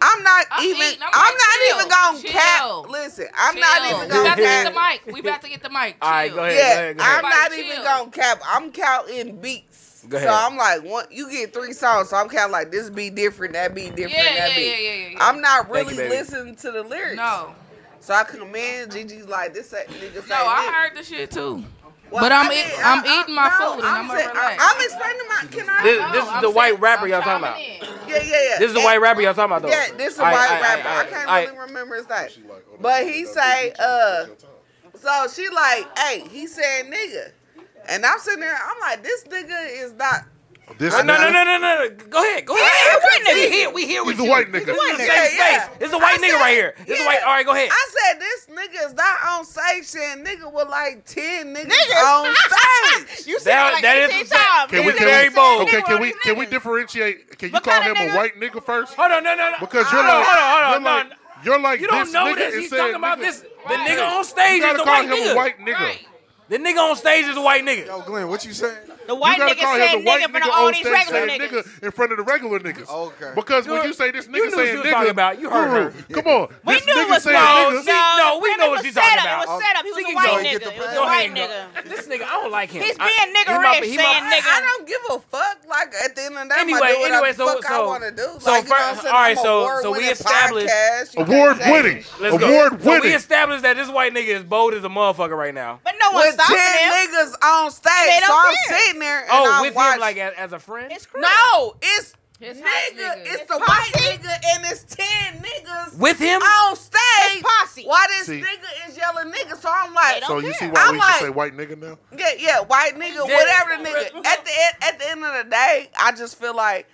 [SPEAKER 3] I'm not
[SPEAKER 4] I'm
[SPEAKER 3] even.
[SPEAKER 4] eating. I'm
[SPEAKER 3] I'm,
[SPEAKER 4] like, chill,
[SPEAKER 3] not even gonna
[SPEAKER 4] chill.
[SPEAKER 3] cap. Listen, I'm not
[SPEAKER 4] Chill.
[SPEAKER 3] even
[SPEAKER 4] We
[SPEAKER 3] gonna
[SPEAKER 4] about to get
[SPEAKER 3] cap.
[SPEAKER 4] the mic. We about to get the mic.
[SPEAKER 6] All right,
[SPEAKER 4] Chill.
[SPEAKER 6] go ahead.
[SPEAKER 3] Yeah,
[SPEAKER 6] go
[SPEAKER 3] I'm
[SPEAKER 6] ahead.
[SPEAKER 3] not
[SPEAKER 4] Everybody
[SPEAKER 3] even
[SPEAKER 4] chill.
[SPEAKER 3] gonna cap. I'm counting beats.
[SPEAKER 6] Go
[SPEAKER 3] So
[SPEAKER 6] ahead.
[SPEAKER 3] I'm like, one, you get three songs, so I'm counting like this beat different, that beat different,
[SPEAKER 4] Yeah,
[SPEAKER 3] that
[SPEAKER 4] yeah,
[SPEAKER 3] beat.
[SPEAKER 4] yeah, yeah, yeah, yeah.
[SPEAKER 3] I'm not
[SPEAKER 6] Thank
[SPEAKER 3] really
[SPEAKER 6] you, baby.
[SPEAKER 3] listening to the lyrics.
[SPEAKER 4] No,
[SPEAKER 3] So I come in, Gigi's like, this that nigga say
[SPEAKER 4] no, I
[SPEAKER 3] nigga.
[SPEAKER 4] heard the shit too.
[SPEAKER 3] Well,
[SPEAKER 4] but I'm
[SPEAKER 3] I
[SPEAKER 4] eat-
[SPEAKER 3] did-
[SPEAKER 4] I'm
[SPEAKER 3] I-
[SPEAKER 4] eating my
[SPEAKER 3] no,
[SPEAKER 4] food and I'm
[SPEAKER 3] saying-
[SPEAKER 4] gonna relax.
[SPEAKER 3] I'm explaining my. Can I?
[SPEAKER 6] This-
[SPEAKER 4] No,
[SPEAKER 6] this is
[SPEAKER 4] I'm
[SPEAKER 6] the white
[SPEAKER 4] saying-
[SPEAKER 6] rapper
[SPEAKER 4] I'm
[SPEAKER 6] y'all talking
[SPEAKER 4] chiming in.
[SPEAKER 3] yeah, yeah, yeah.
[SPEAKER 6] This is the
[SPEAKER 3] And-
[SPEAKER 6] white rapper y'all talking about though.
[SPEAKER 3] Yeah, this is a
[SPEAKER 6] All
[SPEAKER 3] white
[SPEAKER 6] right, all right,
[SPEAKER 3] rapper.
[SPEAKER 6] all
[SPEAKER 3] I
[SPEAKER 6] right,
[SPEAKER 3] can't
[SPEAKER 6] all right.
[SPEAKER 3] really remember his name.
[SPEAKER 2] oh,
[SPEAKER 3] But he say, uh, so she like, hey, he said nigga. And I'm sitting there, I'm like, this nigga is not.
[SPEAKER 2] This
[SPEAKER 6] No, no, no, no, no, no. Go ahead. Go ahead.
[SPEAKER 3] Yeah,
[SPEAKER 6] white
[SPEAKER 3] it's
[SPEAKER 6] nigga
[SPEAKER 3] easy.
[SPEAKER 6] here. We here with
[SPEAKER 2] He's a
[SPEAKER 6] you.
[SPEAKER 2] white nigga.
[SPEAKER 6] This is the
[SPEAKER 3] Yeah,
[SPEAKER 6] same
[SPEAKER 3] yeah.
[SPEAKER 6] space. This is a white
[SPEAKER 3] I
[SPEAKER 6] nigga
[SPEAKER 3] said-
[SPEAKER 6] right here. This is a white.
[SPEAKER 3] yeah.
[SPEAKER 6] All right, go ahead.
[SPEAKER 3] I said, this nigga is not on stage saying nigga with like 10 niggas,
[SPEAKER 1] Niggas.
[SPEAKER 3] on stage.
[SPEAKER 1] You said
[SPEAKER 6] That-
[SPEAKER 1] it like
[SPEAKER 6] that is
[SPEAKER 1] 18
[SPEAKER 6] upset.
[SPEAKER 1] times.
[SPEAKER 2] Can we,
[SPEAKER 1] Niggas
[SPEAKER 6] He's
[SPEAKER 2] can
[SPEAKER 1] said
[SPEAKER 6] very
[SPEAKER 2] we,
[SPEAKER 1] it
[SPEAKER 6] bold.
[SPEAKER 1] like
[SPEAKER 2] okay, can we
[SPEAKER 1] 18
[SPEAKER 2] can we
[SPEAKER 1] niggas.
[SPEAKER 2] differentiate? Can you
[SPEAKER 1] What
[SPEAKER 2] call
[SPEAKER 1] kinda
[SPEAKER 2] him a
[SPEAKER 1] nigga?
[SPEAKER 2] white nigga first?
[SPEAKER 6] Hold on, no, no, no.
[SPEAKER 2] Because you're
[SPEAKER 6] hold
[SPEAKER 2] like,
[SPEAKER 6] on, hold on, hold on.
[SPEAKER 2] you're
[SPEAKER 6] no,
[SPEAKER 2] like, you're like
[SPEAKER 6] you don't
[SPEAKER 2] this
[SPEAKER 6] know
[SPEAKER 2] nigga
[SPEAKER 6] this.
[SPEAKER 2] and
[SPEAKER 6] He's
[SPEAKER 2] said
[SPEAKER 6] talking about
[SPEAKER 2] nigga.
[SPEAKER 6] this. The
[SPEAKER 4] Right.
[SPEAKER 6] nigga on stage
[SPEAKER 2] You
[SPEAKER 6] is
[SPEAKER 2] gotta
[SPEAKER 6] a
[SPEAKER 2] call
[SPEAKER 6] white
[SPEAKER 2] him a
[SPEAKER 6] nigga.
[SPEAKER 2] white nigga.
[SPEAKER 4] Right.
[SPEAKER 6] The nigga on stage is a white nigga.
[SPEAKER 7] Yo, Glenn, what you saying?
[SPEAKER 1] The white
[SPEAKER 2] you gotta
[SPEAKER 1] nigga
[SPEAKER 2] call
[SPEAKER 1] said
[SPEAKER 2] him the white
[SPEAKER 1] nigga in front of
[SPEAKER 2] nigga
[SPEAKER 1] all
[SPEAKER 2] on
[SPEAKER 1] these
[SPEAKER 2] stage
[SPEAKER 1] regular
[SPEAKER 2] saying
[SPEAKER 1] niggas.
[SPEAKER 2] nigga in front of the regular niggas.
[SPEAKER 7] Okay.
[SPEAKER 2] Because when
[SPEAKER 6] You're-
[SPEAKER 2] you say this nigga
[SPEAKER 6] you knew
[SPEAKER 2] saying
[SPEAKER 6] she was
[SPEAKER 2] nigga,
[SPEAKER 6] talking about. You heard her.
[SPEAKER 2] Come on,
[SPEAKER 1] We
[SPEAKER 2] this
[SPEAKER 1] knew
[SPEAKER 2] nigga
[SPEAKER 1] it was
[SPEAKER 2] saying
[SPEAKER 6] no,
[SPEAKER 2] nigga.
[SPEAKER 6] see, no, we
[SPEAKER 1] it
[SPEAKER 6] know
[SPEAKER 1] was
[SPEAKER 6] what she's talking
[SPEAKER 1] set up.
[SPEAKER 6] about.
[SPEAKER 1] It was set up. He was
[SPEAKER 6] She
[SPEAKER 1] a
[SPEAKER 6] can
[SPEAKER 1] white
[SPEAKER 6] go
[SPEAKER 1] nigga.
[SPEAKER 7] get the
[SPEAKER 1] It was a
[SPEAKER 7] fuck
[SPEAKER 1] white
[SPEAKER 6] ahead,
[SPEAKER 1] nigga.
[SPEAKER 6] girl. This nigga, I don't like him.
[SPEAKER 1] He's
[SPEAKER 6] I-
[SPEAKER 1] being
[SPEAKER 6] he might
[SPEAKER 1] niggerish
[SPEAKER 6] be- he
[SPEAKER 1] saying
[SPEAKER 6] might-
[SPEAKER 1] nigga.
[SPEAKER 3] I don't give a fuck. Like at the end of the day,
[SPEAKER 6] Anyway,
[SPEAKER 3] I do what
[SPEAKER 6] anyway,
[SPEAKER 3] the
[SPEAKER 6] so-
[SPEAKER 3] fuck I
[SPEAKER 6] so-
[SPEAKER 3] want to do.
[SPEAKER 6] so
[SPEAKER 3] like, you know what I'm
[SPEAKER 6] fir-
[SPEAKER 3] saying?
[SPEAKER 6] all
[SPEAKER 3] I'm
[SPEAKER 6] right, so- so we
[SPEAKER 3] award-winning
[SPEAKER 6] established-
[SPEAKER 3] podcast. You can't
[SPEAKER 2] Award
[SPEAKER 3] say-
[SPEAKER 2] winning,
[SPEAKER 6] Let's go.
[SPEAKER 2] award
[SPEAKER 6] So we
[SPEAKER 2] winning.
[SPEAKER 6] established that this white nigga is bold as a motherfucker right now.
[SPEAKER 1] But no one's
[SPEAKER 3] with
[SPEAKER 1] stopping
[SPEAKER 3] ten
[SPEAKER 1] him.
[SPEAKER 3] niggas on stage.
[SPEAKER 1] They
[SPEAKER 3] so
[SPEAKER 1] don't
[SPEAKER 3] I'm
[SPEAKER 1] care.
[SPEAKER 3] sitting there and
[SPEAKER 6] Oh,
[SPEAKER 3] I'm
[SPEAKER 6] with
[SPEAKER 3] watching.
[SPEAKER 6] him like as, as a friend.
[SPEAKER 1] It's crazy.
[SPEAKER 3] no, it's
[SPEAKER 4] It's hot
[SPEAKER 3] nigga,
[SPEAKER 4] niggas.
[SPEAKER 3] it's
[SPEAKER 4] It's
[SPEAKER 3] the white nigga, and it's ten niggas
[SPEAKER 6] With him?
[SPEAKER 3] on stage.
[SPEAKER 1] It's posse.
[SPEAKER 3] Why this
[SPEAKER 2] See.
[SPEAKER 3] nigga is yelling nigga? So I'm
[SPEAKER 1] They
[SPEAKER 3] like,
[SPEAKER 1] don't
[SPEAKER 2] So you see
[SPEAKER 1] care.
[SPEAKER 2] why
[SPEAKER 3] I'm
[SPEAKER 2] we
[SPEAKER 3] like-
[SPEAKER 2] should say white nigga now?
[SPEAKER 3] yeah, yeah, white nigga,
[SPEAKER 6] Yeah.
[SPEAKER 3] whatever the nigga. At the end, at the end of the day, I just feel like.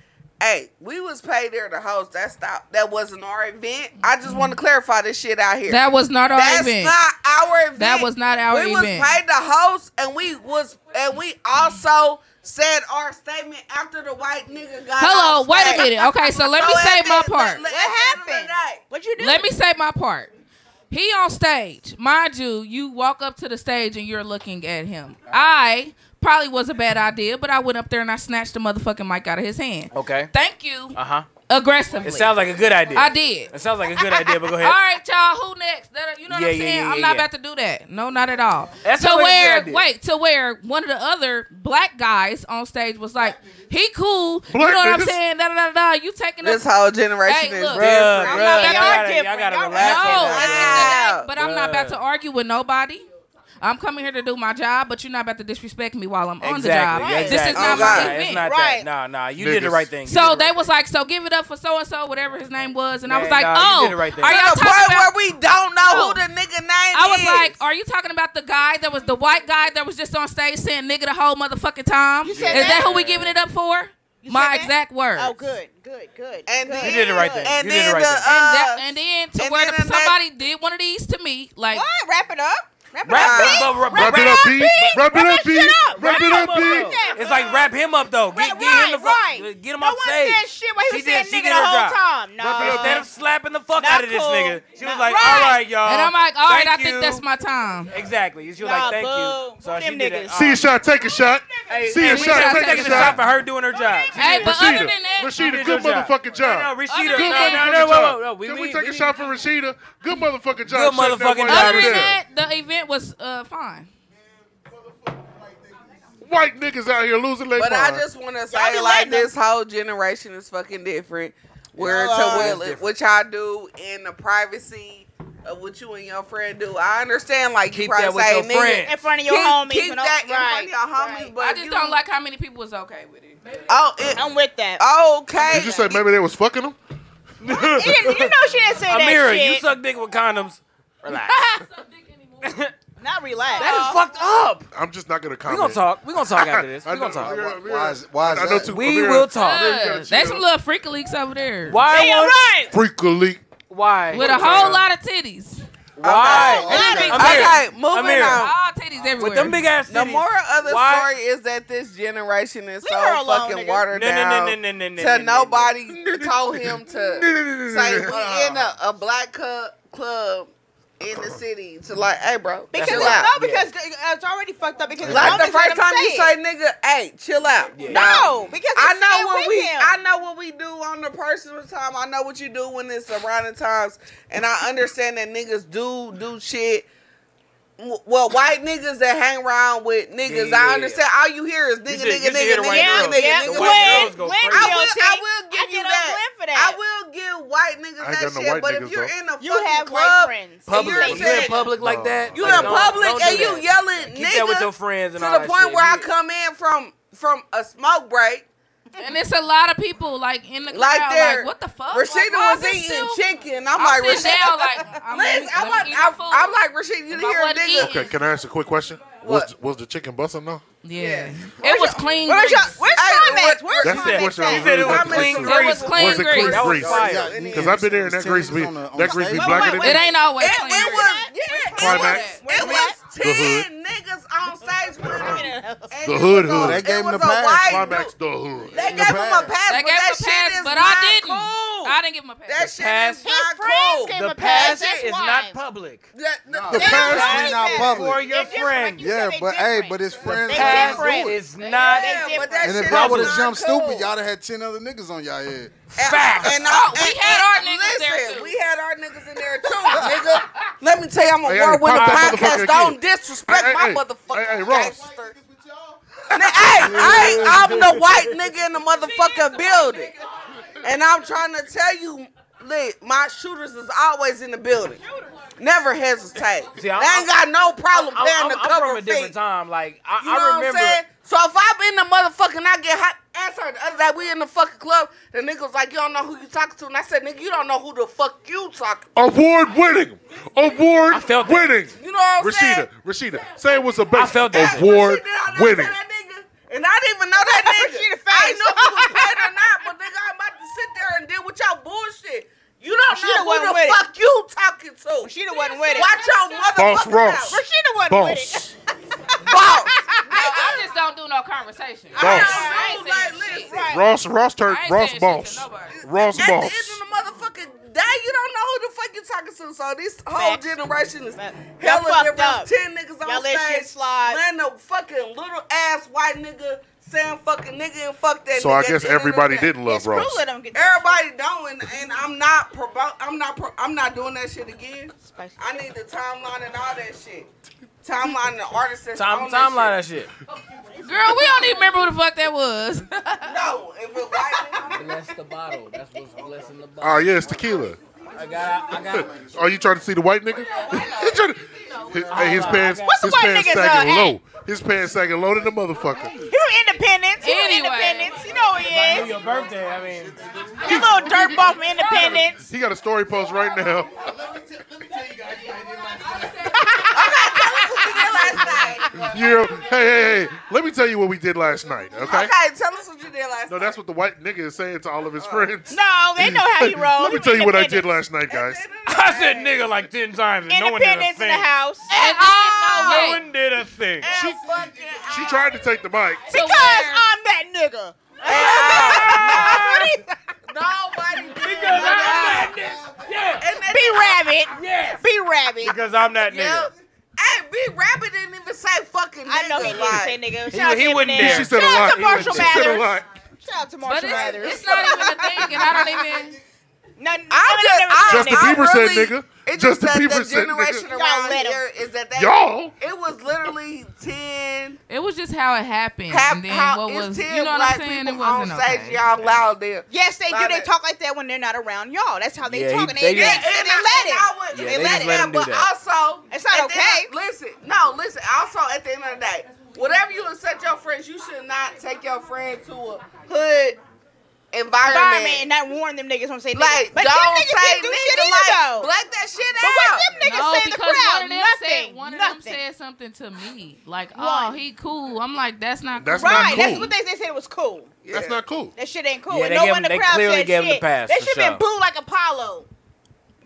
[SPEAKER 3] Hey, we was paid there to host. That's not that wasn't our event. I just want to clarify this shit out here.
[SPEAKER 4] That was not our
[SPEAKER 3] That's
[SPEAKER 4] event.
[SPEAKER 3] not our event.
[SPEAKER 4] That was not our
[SPEAKER 3] we
[SPEAKER 4] event.
[SPEAKER 3] was paid to host, and we was and we also said our statement after the white nigga got.
[SPEAKER 4] Hello,
[SPEAKER 3] off
[SPEAKER 4] wait a
[SPEAKER 3] stage.
[SPEAKER 4] minute. Okay, so let me
[SPEAKER 3] So
[SPEAKER 4] say
[SPEAKER 3] at
[SPEAKER 4] my
[SPEAKER 3] the- let-
[SPEAKER 4] part.
[SPEAKER 3] at
[SPEAKER 1] What
[SPEAKER 3] the end of
[SPEAKER 1] happened?
[SPEAKER 3] the day,
[SPEAKER 1] What you do?
[SPEAKER 4] Let me say my part. He on stage, mind you. You walk up to the stage and you're looking at him. I probably was a bad idea, but I went up there and I snatched the motherfucking mic out of his hand.
[SPEAKER 6] Okay.
[SPEAKER 4] Thank you
[SPEAKER 6] Uh huh.
[SPEAKER 4] aggressively.
[SPEAKER 6] It sounds like a good idea.
[SPEAKER 4] I did.
[SPEAKER 6] It sounds like a good idea, but go
[SPEAKER 4] All
[SPEAKER 6] ahead.
[SPEAKER 4] right, y'all. Who next? That- you know
[SPEAKER 6] Yeah,
[SPEAKER 4] what I'm
[SPEAKER 6] yeah,
[SPEAKER 4] saying?
[SPEAKER 6] yeah,
[SPEAKER 4] I'm
[SPEAKER 6] yeah,
[SPEAKER 4] not
[SPEAKER 6] yeah.
[SPEAKER 4] about to do that. No, not at all.
[SPEAKER 6] That's
[SPEAKER 4] to
[SPEAKER 6] always a
[SPEAKER 4] where
[SPEAKER 6] good idea.
[SPEAKER 4] wait to where one of the other black guys on stage was like, he cool.
[SPEAKER 2] Black
[SPEAKER 4] you know what I'm
[SPEAKER 2] niggas.
[SPEAKER 4] saying? Da da da da. You taking
[SPEAKER 3] this
[SPEAKER 4] up.
[SPEAKER 3] whole generation
[SPEAKER 4] Hey,
[SPEAKER 3] is
[SPEAKER 4] look.
[SPEAKER 6] Bruh,
[SPEAKER 3] different.
[SPEAKER 6] bruh, y'all
[SPEAKER 1] I'm not that
[SPEAKER 6] gotta-
[SPEAKER 1] different.
[SPEAKER 6] Y'all gotta
[SPEAKER 1] Y'all-
[SPEAKER 4] No,
[SPEAKER 6] relax. on
[SPEAKER 4] at the
[SPEAKER 6] that.
[SPEAKER 4] end
[SPEAKER 3] Wow.
[SPEAKER 4] of the day, but I'm not about to argue with nobody. I'm coming here to do my job, but you're not about to disrespect me while I'm on the job.
[SPEAKER 6] Exactly. yeah,
[SPEAKER 1] Right.
[SPEAKER 6] exactly.
[SPEAKER 4] This is not
[SPEAKER 3] Oh,
[SPEAKER 4] my
[SPEAKER 3] right.
[SPEAKER 6] Nah, It's
[SPEAKER 4] event.
[SPEAKER 6] not that.
[SPEAKER 1] Right.
[SPEAKER 6] Nah, nah. You did the
[SPEAKER 2] Niggas.
[SPEAKER 6] right thing. You did
[SPEAKER 4] So
[SPEAKER 6] the
[SPEAKER 4] they
[SPEAKER 6] right
[SPEAKER 4] was like, so give it up for so and so, whatever his name was, and I was
[SPEAKER 6] Man,
[SPEAKER 4] like,
[SPEAKER 6] nah, you
[SPEAKER 4] oh,
[SPEAKER 6] did it right there.
[SPEAKER 4] are
[SPEAKER 3] To
[SPEAKER 4] y'all
[SPEAKER 3] the
[SPEAKER 4] talking
[SPEAKER 3] point where
[SPEAKER 4] about?
[SPEAKER 3] we don't know who
[SPEAKER 4] No.
[SPEAKER 3] the nigga name
[SPEAKER 4] I was
[SPEAKER 3] is.
[SPEAKER 4] like, are you talking about the guy that was the white guy that was just on stage saying nigga the whole motherfucking time?
[SPEAKER 1] You
[SPEAKER 4] Is
[SPEAKER 1] said
[SPEAKER 4] that,
[SPEAKER 1] that?
[SPEAKER 4] who we giving it up for?
[SPEAKER 1] You said
[SPEAKER 4] My
[SPEAKER 1] that?
[SPEAKER 4] exact words.
[SPEAKER 1] Oh, good, good, good.
[SPEAKER 3] and
[SPEAKER 1] good.
[SPEAKER 3] then,
[SPEAKER 6] You did it right there.
[SPEAKER 3] And
[SPEAKER 6] You did
[SPEAKER 3] then
[SPEAKER 6] it right
[SPEAKER 3] the
[SPEAKER 6] there.
[SPEAKER 4] And,
[SPEAKER 3] uh,
[SPEAKER 4] that, and then to
[SPEAKER 3] and
[SPEAKER 4] where
[SPEAKER 3] then
[SPEAKER 4] the,
[SPEAKER 3] the next-
[SPEAKER 4] somebody did one of these to me, like
[SPEAKER 1] What? Wrap it up. Wrap it
[SPEAKER 6] Wrap,
[SPEAKER 1] up,
[SPEAKER 6] wrap,
[SPEAKER 1] B.
[SPEAKER 6] wrap, wrap,
[SPEAKER 2] Wrap it up, B. Wrap it up, B. Wrap it up,
[SPEAKER 6] him
[SPEAKER 2] B.
[SPEAKER 6] up. It's like wrap him up though. Get,
[SPEAKER 1] Right,
[SPEAKER 6] get him the fuck,
[SPEAKER 1] right.
[SPEAKER 6] get him
[SPEAKER 1] No
[SPEAKER 6] off
[SPEAKER 1] one
[SPEAKER 6] stage.
[SPEAKER 1] said shit while he was
[SPEAKER 6] She
[SPEAKER 1] saying
[SPEAKER 6] did- she
[SPEAKER 1] nigga
[SPEAKER 6] did
[SPEAKER 1] the
[SPEAKER 6] her
[SPEAKER 1] whole
[SPEAKER 6] job.
[SPEAKER 1] time. No.
[SPEAKER 6] Instead of slapping the fuck
[SPEAKER 1] Not
[SPEAKER 6] out of this
[SPEAKER 1] cool.
[SPEAKER 6] nigga, she was
[SPEAKER 1] Not-
[SPEAKER 6] like,
[SPEAKER 1] right.
[SPEAKER 6] "All right, y'all."
[SPEAKER 4] And I'm like, all right,
[SPEAKER 6] Thank
[SPEAKER 4] I think
[SPEAKER 6] you."
[SPEAKER 4] that's my time.
[SPEAKER 6] exactly. She was
[SPEAKER 1] Nah,
[SPEAKER 6] like, "Thank
[SPEAKER 1] boo.
[SPEAKER 6] you." So
[SPEAKER 1] Boo
[SPEAKER 6] she
[SPEAKER 1] them
[SPEAKER 6] did it.
[SPEAKER 1] niggas.
[SPEAKER 2] See a shot, take a shot.
[SPEAKER 6] Hey,
[SPEAKER 2] See
[SPEAKER 6] hey,
[SPEAKER 2] a
[SPEAKER 6] we
[SPEAKER 2] shot,
[SPEAKER 6] gotta
[SPEAKER 2] take a
[SPEAKER 6] shot
[SPEAKER 2] shot.
[SPEAKER 6] for her doing her job. She
[SPEAKER 4] Hey,
[SPEAKER 6] did-
[SPEAKER 4] but other
[SPEAKER 2] Rashida,
[SPEAKER 4] than that,
[SPEAKER 2] Rashida,
[SPEAKER 6] did
[SPEAKER 2] good
[SPEAKER 6] your job.
[SPEAKER 2] motherfucking
[SPEAKER 6] No,
[SPEAKER 2] job.
[SPEAKER 6] no,
[SPEAKER 4] Other
[SPEAKER 6] Rashida.
[SPEAKER 4] than
[SPEAKER 2] Good
[SPEAKER 4] that-
[SPEAKER 6] No,
[SPEAKER 2] motherfucking
[SPEAKER 6] no, no, whoa,
[SPEAKER 2] job.
[SPEAKER 6] whoa, whoa. We,
[SPEAKER 2] Can
[SPEAKER 6] we,
[SPEAKER 2] we take
[SPEAKER 6] we,
[SPEAKER 2] a shot for Rashida? Good motherfucking
[SPEAKER 6] Good
[SPEAKER 2] job. Shake that
[SPEAKER 6] motherfucking
[SPEAKER 2] white
[SPEAKER 6] job,
[SPEAKER 4] other
[SPEAKER 2] nigga
[SPEAKER 4] than
[SPEAKER 6] Rashida.
[SPEAKER 2] down.
[SPEAKER 4] that, the event was uh, fine.
[SPEAKER 2] White niggas out here losing their
[SPEAKER 3] But I
[SPEAKER 2] mind.
[SPEAKER 3] just want to
[SPEAKER 1] Y'all
[SPEAKER 3] say,
[SPEAKER 1] be
[SPEAKER 3] like,
[SPEAKER 1] letting them-
[SPEAKER 3] this whole generation is fucking different. Where
[SPEAKER 6] Y'all are.
[SPEAKER 3] to
[SPEAKER 6] It's
[SPEAKER 3] what,
[SPEAKER 6] different.
[SPEAKER 3] what y'all do in the privacy of what you and your friend do. I understand, like, you
[SPEAKER 6] Keep
[SPEAKER 3] probably
[SPEAKER 6] that with
[SPEAKER 3] say,
[SPEAKER 6] your
[SPEAKER 3] nigga,
[SPEAKER 6] friend.
[SPEAKER 1] in front of your
[SPEAKER 3] keep,
[SPEAKER 1] homies.
[SPEAKER 3] keep
[SPEAKER 1] when I'm-
[SPEAKER 3] that in
[SPEAKER 1] right,
[SPEAKER 3] front of your homies.
[SPEAKER 1] right.
[SPEAKER 3] But
[SPEAKER 4] I just
[SPEAKER 3] you-
[SPEAKER 4] don't like how many people was okay with it.
[SPEAKER 3] Oh, it,
[SPEAKER 1] I'm with that.
[SPEAKER 3] okay.
[SPEAKER 2] Did you say maybe they was fucking them?
[SPEAKER 1] You, didn't- you know she didn't say that
[SPEAKER 6] Amira,
[SPEAKER 1] shit.
[SPEAKER 6] you suck dick with condoms. Relax.
[SPEAKER 1] Not relax.
[SPEAKER 6] That is fucked up.
[SPEAKER 2] I'm just not gonna
[SPEAKER 6] We
[SPEAKER 2] comment.
[SPEAKER 6] gonna talk. We gonna talk after this.
[SPEAKER 2] I
[SPEAKER 6] We gonna
[SPEAKER 2] know-
[SPEAKER 6] talk.
[SPEAKER 2] Amira-
[SPEAKER 7] Why is- why is
[SPEAKER 2] I know
[SPEAKER 7] that?
[SPEAKER 2] two-
[SPEAKER 6] We
[SPEAKER 2] Amira-
[SPEAKER 6] will talk.
[SPEAKER 2] gotta
[SPEAKER 4] Uh, they
[SPEAKER 2] chill.
[SPEAKER 4] some little freaky leaks over there
[SPEAKER 6] Why?
[SPEAKER 1] Damn
[SPEAKER 6] won't-
[SPEAKER 1] right.
[SPEAKER 2] Freak a leak.
[SPEAKER 6] Why?
[SPEAKER 4] with a whole lot of titties.
[SPEAKER 6] Why?
[SPEAKER 1] Okay.
[SPEAKER 6] Amira,
[SPEAKER 3] Okay, moving
[SPEAKER 6] Amira,
[SPEAKER 3] on.
[SPEAKER 4] All titties everywhere.
[SPEAKER 6] With them big ass
[SPEAKER 3] The
[SPEAKER 6] titties.
[SPEAKER 3] moral of the
[SPEAKER 6] Why-
[SPEAKER 3] story is that this generation is
[SPEAKER 1] Leave
[SPEAKER 3] so
[SPEAKER 1] her alone,
[SPEAKER 3] fucking
[SPEAKER 1] nigga.
[SPEAKER 3] watered
[SPEAKER 6] No, no,
[SPEAKER 3] down
[SPEAKER 6] no, no, no, no, no,
[SPEAKER 3] to
[SPEAKER 6] no,
[SPEAKER 3] nobody told him to say we in a, a black club, club in the city to like, hey, bro,
[SPEAKER 1] Because
[SPEAKER 3] chill
[SPEAKER 1] it's,
[SPEAKER 3] out.
[SPEAKER 1] no, because uh, it's already fucked up. Because
[SPEAKER 3] Like
[SPEAKER 1] the
[SPEAKER 3] the first time you say, nigga, hey, chill out.
[SPEAKER 6] Yeah.
[SPEAKER 1] no, because
[SPEAKER 3] I
[SPEAKER 1] it's
[SPEAKER 3] know
[SPEAKER 1] with
[SPEAKER 3] what we
[SPEAKER 1] him.
[SPEAKER 3] I know what we do on the personal time. I know what you do when it's surrounding times, and I understand that niggas do do shit. W- Well, white niggas that hang around with niggas,
[SPEAKER 6] Yeah.
[SPEAKER 3] I understand. All you hear is nigga,
[SPEAKER 6] just- you
[SPEAKER 3] nigga,
[SPEAKER 6] just hear
[SPEAKER 3] nigga,
[SPEAKER 6] the
[SPEAKER 3] nigga,
[SPEAKER 6] white
[SPEAKER 3] nigga,
[SPEAKER 1] yeah,
[SPEAKER 6] girls.
[SPEAKER 1] yeah.
[SPEAKER 3] nigga,
[SPEAKER 6] The
[SPEAKER 3] nigga.
[SPEAKER 1] Glenn,
[SPEAKER 6] white
[SPEAKER 3] nigga.
[SPEAKER 6] girls go
[SPEAKER 1] Glenn
[SPEAKER 6] crazy.
[SPEAKER 3] I
[SPEAKER 1] be on
[SPEAKER 3] will,
[SPEAKER 1] tape.
[SPEAKER 3] I will give
[SPEAKER 1] I
[SPEAKER 3] you
[SPEAKER 1] get on
[SPEAKER 3] that.
[SPEAKER 1] Glenn for
[SPEAKER 3] I
[SPEAKER 1] that.
[SPEAKER 3] will give white niggas
[SPEAKER 2] I ain't
[SPEAKER 3] that
[SPEAKER 2] got no
[SPEAKER 3] shit.
[SPEAKER 2] white
[SPEAKER 3] but
[SPEAKER 2] niggas,
[SPEAKER 3] if you're
[SPEAKER 2] though.
[SPEAKER 3] in a
[SPEAKER 1] You
[SPEAKER 3] fucking
[SPEAKER 1] have
[SPEAKER 3] club,
[SPEAKER 1] white friends.
[SPEAKER 6] Public.
[SPEAKER 3] You're
[SPEAKER 6] If you in
[SPEAKER 3] saying-
[SPEAKER 6] public like
[SPEAKER 2] Oh,
[SPEAKER 6] that.
[SPEAKER 3] you
[SPEAKER 6] like,
[SPEAKER 3] in
[SPEAKER 6] don't-
[SPEAKER 3] public
[SPEAKER 6] don't do
[SPEAKER 3] and you
[SPEAKER 6] that.
[SPEAKER 3] yelling,
[SPEAKER 6] Keep
[SPEAKER 3] nigga,
[SPEAKER 6] that with your friends and
[SPEAKER 3] to
[SPEAKER 6] all
[SPEAKER 3] the
[SPEAKER 6] that
[SPEAKER 3] point
[SPEAKER 6] shit.
[SPEAKER 3] where I
[SPEAKER 6] You-
[SPEAKER 3] come in from from a smoke break.
[SPEAKER 4] and it's a lot of people like in the crowd.
[SPEAKER 3] Like
[SPEAKER 4] Like,
[SPEAKER 3] there,
[SPEAKER 4] what the fuck?
[SPEAKER 1] Oh,
[SPEAKER 3] Rashida
[SPEAKER 4] Like, why
[SPEAKER 3] was
[SPEAKER 4] is it
[SPEAKER 3] eating
[SPEAKER 4] still-
[SPEAKER 3] chicken. I'm,
[SPEAKER 4] I'm
[SPEAKER 3] like
[SPEAKER 4] sitting
[SPEAKER 3] Rashida.
[SPEAKER 4] down, like, I'm,
[SPEAKER 3] Liz, I'm, like, I'm, I'm like Rashida. You
[SPEAKER 4] If
[SPEAKER 3] didn't
[SPEAKER 4] I
[SPEAKER 3] hear a
[SPEAKER 4] wasn't
[SPEAKER 3] nigga.
[SPEAKER 4] eating-
[SPEAKER 2] Okay, can I ask a quick question? Was was the chicken busting now?
[SPEAKER 4] yeah.
[SPEAKER 1] Where's
[SPEAKER 4] It was
[SPEAKER 1] your-
[SPEAKER 4] clean.
[SPEAKER 1] Where's your,
[SPEAKER 4] grease.
[SPEAKER 1] where's
[SPEAKER 3] Hey,
[SPEAKER 1] Scarface?
[SPEAKER 3] what-
[SPEAKER 2] That's
[SPEAKER 1] Where's
[SPEAKER 2] the
[SPEAKER 1] Scarface?
[SPEAKER 2] question I
[SPEAKER 1] at?
[SPEAKER 6] She said it was
[SPEAKER 3] I'm
[SPEAKER 6] clean
[SPEAKER 3] in-
[SPEAKER 6] grease.
[SPEAKER 4] It was clean
[SPEAKER 2] Was it
[SPEAKER 4] grease.
[SPEAKER 2] clean
[SPEAKER 6] That was
[SPEAKER 2] grease?
[SPEAKER 6] fire.
[SPEAKER 2] Because I've been there and that grease be that grease be blacker than
[SPEAKER 4] It ain't always
[SPEAKER 3] It,
[SPEAKER 4] clean.
[SPEAKER 3] it
[SPEAKER 4] grease.
[SPEAKER 3] was yeah. It was,
[SPEAKER 2] Climax.
[SPEAKER 3] it was
[SPEAKER 2] hood.
[SPEAKER 3] ten niggas on stage with him. And
[SPEAKER 2] The
[SPEAKER 3] it
[SPEAKER 2] hood,
[SPEAKER 3] was
[SPEAKER 2] hood.
[SPEAKER 3] A,
[SPEAKER 2] They
[SPEAKER 3] it
[SPEAKER 7] gave him
[SPEAKER 3] was
[SPEAKER 7] the
[SPEAKER 3] a
[SPEAKER 7] pass.
[SPEAKER 3] white
[SPEAKER 2] Climax
[SPEAKER 3] dude.
[SPEAKER 2] the hood.
[SPEAKER 3] They
[SPEAKER 7] The
[SPEAKER 3] gave him a
[SPEAKER 7] pass.
[SPEAKER 3] pass,
[SPEAKER 4] They
[SPEAKER 3] but
[SPEAKER 4] gave him
[SPEAKER 3] that
[SPEAKER 4] a
[SPEAKER 3] shit
[SPEAKER 4] pass,
[SPEAKER 3] is
[SPEAKER 4] but
[SPEAKER 3] not
[SPEAKER 4] I didn't.
[SPEAKER 3] cool.
[SPEAKER 4] I didn't give him a pass.
[SPEAKER 3] That shit
[SPEAKER 6] pass.
[SPEAKER 3] is
[SPEAKER 6] His
[SPEAKER 3] not
[SPEAKER 1] friends
[SPEAKER 3] cool.
[SPEAKER 1] gave
[SPEAKER 6] The
[SPEAKER 1] a pass,
[SPEAKER 6] pass
[SPEAKER 1] that's
[SPEAKER 6] is
[SPEAKER 1] why.
[SPEAKER 6] not public.
[SPEAKER 3] The- the-
[SPEAKER 7] The
[SPEAKER 3] the-
[SPEAKER 7] past
[SPEAKER 1] right
[SPEAKER 7] is not
[SPEAKER 1] there.
[SPEAKER 6] For
[SPEAKER 7] public.
[SPEAKER 6] your
[SPEAKER 1] It's just like
[SPEAKER 6] friend.
[SPEAKER 1] you
[SPEAKER 7] Yeah,
[SPEAKER 1] said, they
[SPEAKER 7] but hey,
[SPEAKER 1] different.
[SPEAKER 7] but his friends.
[SPEAKER 1] They
[SPEAKER 7] are-
[SPEAKER 6] Pass
[SPEAKER 1] different.
[SPEAKER 6] is not
[SPEAKER 3] Yeah, but that
[SPEAKER 7] And
[SPEAKER 3] shit
[SPEAKER 7] if
[SPEAKER 3] is
[SPEAKER 7] y'all would
[SPEAKER 3] not
[SPEAKER 7] have jumped
[SPEAKER 3] cool.
[SPEAKER 7] stupid, y'all would have had ten other niggas on y'all head.
[SPEAKER 6] fact.
[SPEAKER 3] And I,
[SPEAKER 4] Oh, we
[SPEAKER 3] and-
[SPEAKER 4] had our
[SPEAKER 3] and
[SPEAKER 4] niggas there,
[SPEAKER 3] listen,
[SPEAKER 4] too.
[SPEAKER 3] We had our niggas in there too, nigga. Let me tell you, I'm a
[SPEAKER 2] Hey,
[SPEAKER 3] war
[SPEAKER 2] hey,
[SPEAKER 3] winner
[SPEAKER 2] pop that
[SPEAKER 3] podcast.
[SPEAKER 2] motherfucker
[SPEAKER 3] Don't
[SPEAKER 2] again.
[SPEAKER 3] disrespect
[SPEAKER 2] Hey, hey,
[SPEAKER 3] my
[SPEAKER 2] hey.
[SPEAKER 3] motherfucking
[SPEAKER 2] Hey, hey, Ross.
[SPEAKER 3] gangster. N- Hey, I, I'm the white nigga in the motherfucking building, and I'm trying to tell you, lit, my shooters is always in the building. Never hesitate.
[SPEAKER 6] See,
[SPEAKER 3] they
[SPEAKER 6] I'm-
[SPEAKER 3] ain't got no problem
[SPEAKER 6] I'm,
[SPEAKER 3] paying
[SPEAKER 6] I'm,
[SPEAKER 3] the
[SPEAKER 6] I'm
[SPEAKER 3] cover
[SPEAKER 6] from a
[SPEAKER 3] fee.
[SPEAKER 6] different time. Like I,
[SPEAKER 3] You know
[SPEAKER 6] I
[SPEAKER 3] what I'm
[SPEAKER 6] remember.
[SPEAKER 3] saying? So if I'm in the motherfucking, I get hot. Ass her the other day. We in the fucking club. The nigga was like, "You don't know who you talking to," and I said, "Nigga, you don't know who the fuck you talking."
[SPEAKER 2] Award winning. Award
[SPEAKER 6] I felt that.
[SPEAKER 2] winning.
[SPEAKER 3] You know what I'm saying?
[SPEAKER 2] Rashida, Rashida, say it was a best
[SPEAKER 6] I felt that.
[SPEAKER 2] award
[SPEAKER 3] She did not know
[SPEAKER 2] winning.
[SPEAKER 3] that nigga, And I didn't even know that nigga.
[SPEAKER 1] She the face.
[SPEAKER 3] I didn't know if he was playing or not, but nigga, I'm about to sit there and deal with y'all bullshit. You don't
[SPEAKER 1] She the
[SPEAKER 3] know
[SPEAKER 1] one
[SPEAKER 3] who
[SPEAKER 1] with
[SPEAKER 3] the
[SPEAKER 1] it.
[SPEAKER 3] fuck you talking to.
[SPEAKER 1] She the one with it.
[SPEAKER 3] Watch your
[SPEAKER 2] Boss
[SPEAKER 3] motherfucking
[SPEAKER 2] Ross.
[SPEAKER 3] mouth.
[SPEAKER 1] Rashida wasn't with it.
[SPEAKER 2] Boss.
[SPEAKER 3] Boss.
[SPEAKER 4] I just don't do no conversation.
[SPEAKER 2] Boss.
[SPEAKER 4] I ain't saying
[SPEAKER 3] Like,
[SPEAKER 4] shit.
[SPEAKER 3] listen.
[SPEAKER 4] I ain't
[SPEAKER 2] Ross Ross turned
[SPEAKER 4] saying
[SPEAKER 2] Ross
[SPEAKER 4] shit to
[SPEAKER 2] Boss.
[SPEAKER 4] nobody.
[SPEAKER 2] Ross
[SPEAKER 3] At
[SPEAKER 2] Boss.
[SPEAKER 3] the end of the motherfucking day, you don't know who the fuck you talking to. So this whole
[SPEAKER 1] Facts.
[SPEAKER 3] generation is
[SPEAKER 1] Facts. Y'all
[SPEAKER 3] hella
[SPEAKER 1] fucked
[SPEAKER 3] different.
[SPEAKER 1] up.
[SPEAKER 3] Ten niggas on
[SPEAKER 1] Y'all
[SPEAKER 3] stage.
[SPEAKER 1] let shit slide.
[SPEAKER 3] Letting a fucking little ass white nigga saying fucking nigga and fuck that
[SPEAKER 2] So
[SPEAKER 3] nigga.
[SPEAKER 2] I
[SPEAKER 3] at
[SPEAKER 2] guess
[SPEAKER 3] the end of the
[SPEAKER 2] everybody
[SPEAKER 3] day.
[SPEAKER 2] didn't love
[SPEAKER 1] It's cool,
[SPEAKER 2] Ross.
[SPEAKER 1] let 'em get
[SPEAKER 3] Everybody don't, and, and I'm not provo- I'm not pro- I'm not doing that shit again.
[SPEAKER 1] Spicy.
[SPEAKER 3] I need the timeline and all that shit. Timeline and the artists. that's
[SPEAKER 6] Time,
[SPEAKER 3] on
[SPEAKER 6] timeline
[SPEAKER 3] that
[SPEAKER 6] that shit.
[SPEAKER 4] Girl, we don't even remember who the fuck that was.
[SPEAKER 3] shit. No, if it's white nigga,
[SPEAKER 6] Bless the bottle. That's what's blessing the bottle.
[SPEAKER 2] Oh yeah, it's tequila.
[SPEAKER 6] I got. I got.
[SPEAKER 2] Are you trying to see the white nigga? He tryna- his, hey, his pants,
[SPEAKER 6] What's
[SPEAKER 1] the
[SPEAKER 2] his
[SPEAKER 1] white
[SPEAKER 2] pants
[SPEAKER 1] nigga's,
[SPEAKER 2] sagging
[SPEAKER 1] uh,
[SPEAKER 2] low. His pants sagging low than the motherfucker.
[SPEAKER 1] You independence. You
[SPEAKER 4] Anyway.
[SPEAKER 1] independence. You know
[SPEAKER 6] I
[SPEAKER 1] he
[SPEAKER 6] knew
[SPEAKER 1] is.
[SPEAKER 6] your birthday. I mean,
[SPEAKER 1] You little dirt ball from independence.
[SPEAKER 2] He got a story post right now.
[SPEAKER 3] last night.
[SPEAKER 2] Yeah. Hey, hey, hey. Let me tell you what we did last night. Okay.
[SPEAKER 3] Okay, tell us what you did last
[SPEAKER 2] No,
[SPEAKER 3] night.
[SPEAKER 2] that's what the white nigga is saying to all of his friends.
[SPEAKER 1] No, they know how he rolls.
[SPEAKER 2] Let me tell you what I did last night, guys.
[SPEAKER 6] I said nigga like ten times and no one did a
[SPEAKER 1] Independence
[SPEAKER 6] thing.
[SPEAKER 1] in the house.
[SPEAKER 4] And then, no, Hey.
[SPEAKER 9] one did a thing.
[SPEAKER 2] She, she tried to take the mic.
[SPEAKER 1] Because I'm that nigga.
[SPEAKER 3] Nobody
[SPEAKER 9] Because I'm that nigga. Yeah.
[SPEAKER 1] Be rabbit.
[SPEAKER 9] Yes.
[SPEAKER 1] Be rabbit.
[SPEAKER 9] Because I'm that
[SPEAKER 3] Yeah.
[SPEAKER 9] nigga.
[SPEAKER 3] Hey, Big Rabbit didn't even say fucking nigga.
[SPEAKER 1] I know he didn't
[SPEAKER 3] like,
[SPEAKER 1] say nigga. Shout out
[SPEAKER 9] he
[SPEAKER 1] to
[SPEAKER 9] wouldn't
[SPEAKER 1] Eminem.
[SPEAKER 9] dare.
[SPEAKER 2] She said a
[SPEAKER 1] Shout
[SPEAKER 2] lot.
[SPEAKER 1] out to Marshall
[SPEAKER 2] She said a
[SPEAKER 1] Mathers.
[SPEAKER 2] lot.
[SPEAKER 1] Shout out to
[SPEAKER 4] But
[SPEAKER 1] Marshall
[SPEAKER 4] it's,
[SPEAKER 1] Mathers.
[SPEAKER 4] it's not even a thing, and I don't even.
[SPEAKER 1] None,
[SPEAKER 3] I
[SPEAKER 1] Eminem never said
[SPEAKER 3] just, I,
[SPEAKER 2] Justin
[SPEAKER 1] nigga.
[SPEAKER 3] I
[SPEAKER 2] Bieber said
[SPEAKER 3] really,
[SPEAKER 2] nigga.
[SPEAKER 3] It's just
[SPEAKER 2] Justin
[SPEAKER 3] that
[SPEAKER 2] Bieber
[SPEAKER 3] the
[SPEAKER 2] said nigga.
[SPEAKER 3] generation
[SPEAKER 1] Y'all
[SPEAKER 3] around
[SPEAKER 1] let 'em.
[SPEAKER 3] here is that they,
[SPEAKER 2] Y'all.
[SPEAKER 3] It was literally ten.
[SPEAKER 4] It was just how it happened,
[SPEAKER 3] Half,
[SPEAKER 4] and then
[SPEAKER 3] how,
[SPEAKER 4] what
[SPEAKER 3] it's
[SPEAKER 4] was
[SPEAKER 3] ten
[SPEAKER 4] you know what
[SPEAKER 3] black
[SPEAKER 4] I'm saying? It
[SPEAKER 3] people
[SPEAKER 4] wasn't
[SPEAKER 3] on stage.
[SPEAKER 4] okay.
[SPEAKER 3] Y'all loud there.
[SPEAKER 1] Yes, they do.
[SPEAKER 3] Like
[SPEAKER 1] They
[SPEAKER 3] that.
[SPEAKER 1] talk like that when they're not around y'all. That's how they
[SPEAKER 6] Yeah, he-
[SPEAKER 1] talk. And
[SPEAKER 6] they
[SPEAKER 1] they, they,
[SPEAKER 6] just-
[SPEAKER 1] they let it.
[SPEAKER 3] I would,
[SPEAKER 6] Yeah,
[SPEAKER 3] they
[SPEAKER 6] they
[SPEAKER 3] let
[SPEAKER 6] just
[SPEAKER 3] it
[SPEAKER 6] let
[SPEAKER 3] in,
[SPEAKER 6] 'em do
[SPEAKER 3] but
[SPEAKER 6] that.
[SPEAKER 3] also
[SPEAKER 1] It's not
[SPEAKER 3] at the end
[SPEAKER 1] okay.
[SPEAKER 3] of- listen, no, listen. Also, at the end of the day, whatever you accept your friends, you should not take your friend to a hood
[SPEAKER 1] environment
[SPEAKER 3] environment.
[SPEAKER 1] and not warn them niggas when say nigga.
[SPEAKER 3] Like,
[SPEAKER 1] but them
[SPEAKER 3] don't
[SPEAKER 1] niggas
[SPEAKER 3] say
[SPEAKER 1] didn't do shit
[SPEAKER 3] nigga.
[SPEAKER 1] either
[SPEAKER 3] Like,
[SPEAKER 1] though.
[SPEAKER 3] black that shit
[SPEAKER 1] but
[SPEAKER 3] out.
[SPEAKER 1] what them niggas
[SPEAKER 4] No,
[SPEAKER 1] say in the
[SPEAKER 4] because
[SPEAKER 1] crowd?
[SPEAKER 4] one of them
[SPEAKER 1] nothing.
[SPEAKER 4] said one of them
[SPEAKER 1] nothing.
[SPEAKER 4] said something to me, like, "Oh,
[SPEAKER 1] One.
[SPEAKER 4] he cool." I'm like, "That's not
[SPEAKER 2] That's
[SPEAKER 4] cool."
[SPEAKER 2] not
[SPEAKER 1] right. That's
[SPEAKER 2] cool.
[SPEAKER 1] what they, they said. It was cool.
[SPEAKER 2] That's not cool.
[SPEAKER 1] That shit ain't cool.
[SPEAKER 6] Yeah,
[SPEAKER 1] and
[SPEAKER 6] they
[SPEAKER 1] no
[SPEAKER 6] gave
[SPEAKER 1] one in the
[SPEAKER 6] them- they
[SPEAKER 1] crowd
[SPEAKER 6] clearly
[SPEAKER 1] said
[SPEAKER 6] gave them the
[SPEAKER 1] shit.
[SPEAKER 6] pass,
[SPEAKER 1] They
[SPEAKER 6] for
[SPEAKER 1] should have been
[SPEAKER 6] sure.
[SPEAKER 1] booed like Apollo.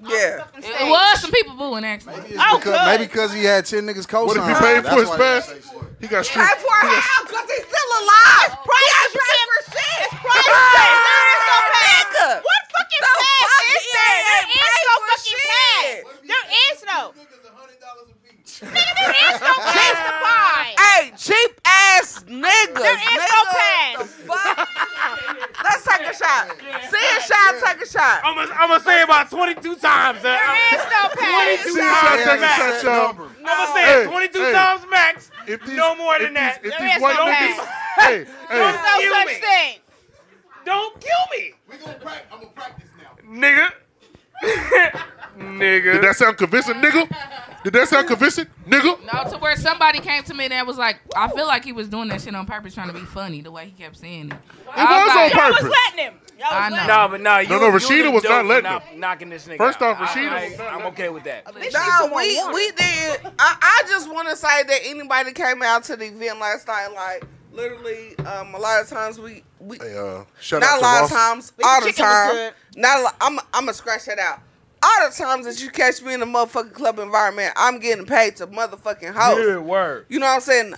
[SPEAKER 3] Yeah.
[SPEAKER 4] It was some people booing actually.
[SPEAKER 7] Maybe it's
[SPEAKER 1] Oh,
[SPEAKER 7] because,
[SPEAKER 1] good.
[SPEAKER 7] maybe because he had ten niggas co
[SPEAKER 2] What if he paid for his pass? He got street.
[SPEAKER 3] Pray for her out because he's still alive. Pray for shit. Pray for shit. Nigga.
[SPEAKER 1] What fucking
[SPEAKER 3] The
[SPEAKER 1] pass
[SPEAKER 3] fuck
[SPEAKER 1] is
[SPEAKER 3] is
[SPEAKER 1] there?
[SPEAKER 3] that?
[SPEAKER 1] There is no
[SPEAKER 3] Paper
[SPEAKER 1] fucking
[SPEAKER 3] shit.
[SPEAKER 1] pass. There is no. Nigga, there is no pass to buy.
[SPEAKER 3] Hey, cheap ass niggas.
[SPEAKER 1] There is
[SPEAKER 3] nigga.
[SPEAKER 1] no pass.
[SPEAKER 3] The fuck? Let's take a shot. See a shot, take a shot.
[SPEAKER 9] I'm gonna I'm gonna say it about 22 times. Uh,
[SPEAKER 1] There is no pass.
[SPEAKER 2] See,
[SPEAKER 9] Twenty-two
[SPEAKER 2] shots,
[SPEAKER 9] times
[SPEAKER 2] take a
[SPEAKER 9] max.
[SPEAKER 2] shot, y'all.
[SPEAKER 9] I'm gonna say it
[SPEAKER 2] Hey,
[SPEAKER 9] 22
[SPEAKER 2] hey.
[SPEAKER 9] times max.
[SPEAKER 2] If these,
[SPEAKER 9] No more
[SPEAKER 2] if
[SPEAKER 9] than that.
[SPEAKER 2] These, if
[SPEAKER 1] There
[SPEAKER 2] these
[SPEAKER 1] is
[SPEAKER 2] white
[SPEAKER 1] no
[SPEAKER 2] niggas, hey,
[SPEAKER 1] There's
[SPEAKER 2] hey,
[SPEAKER 1] no
[SPEAKER 9] You
[SPEAKER 1] such
[SPEAKER 9] mean-
[SPEAKER 1] thing.
[SPEAKER 9] Don't kill me,
[SPEAKER 7] I'm gonna practice now.
[SPEAKER 9] nigga.
[SPEAKER 2] did
[SPEAKER 9] nigga.
[SPEAKER 2] that sound convincing, nigga? Did that sound convincing, nigga?
[SPEAKER 4] No, to where somebody came to me and that was like, I feel like he was doing that shit on purpose, trying to be funny the way he kept saying it.
[SPEAKER 2] It was on
[SPEAKER 1] Y'all was
[SPEAKER 2] purpose.
[SPEAKER 1] letting him. Y'all
[SPEAKER 4] I
[SPEAKER 1] was
[SPEAKER 4] know.
[SPEAKER 1] letting him.
[SPEAKER 9] No, but no, you.
[SPEAKER 2] no, Rashida
[SPEAKER 9] you the
[SPEAKER 2] was
[SPEAKER 9] dope
[SPEAKER 2] not
[SPEAKER 9] for
[SPEAKER 2] letting
[SPEAKER 9] not knocking this nigga.
[SPEAKER 2] First
[SPEAKER 9] out.
[SPEAKER 2] off, Rashida
[SPEAKER 9] I,
[SPEAKER 2] was
[SPEAKER 9] I,
[SPEAKER 2] not
[SPEAKER 9] I'm okay with that.
[SPEAKER 1] Bitch, you
[SPEAKER 3] No,
[SPEAKER 1] someone
[SPEAKER 3] we
[SPEAKER 1] won.
[SPEAKER 3] we did. I, I just want to say that anybody came out to the event last night, like literally, um, a lot of times we we
[SPEAKER 2] Hey, uh, shout
[SPEAKER 3] not a lot
[SPEAKER 2] out
[SPEAKER 3] of
[SPEAKER 2] to Ross.
[SPEAKER 3] times,
[SPEAKER 1] But
[SPEAKER 3] all
[SPEAKER 1] the
[SPEAKER 3] the
[SPEAKER 1] chicken was
[SPEAKER 3] time.
[SPEAKER 1] good.
[SPEAKER 3] Not a lot, I'm I'm gonna scratch that out. All the times that you catch me in a motherfucking club environment, I'm getting paid to motherfucking host.
[SPEAKER 2] Oh.
[SPEAKER 9] Good word.
[SPEAKER 3] You know what I'm saying?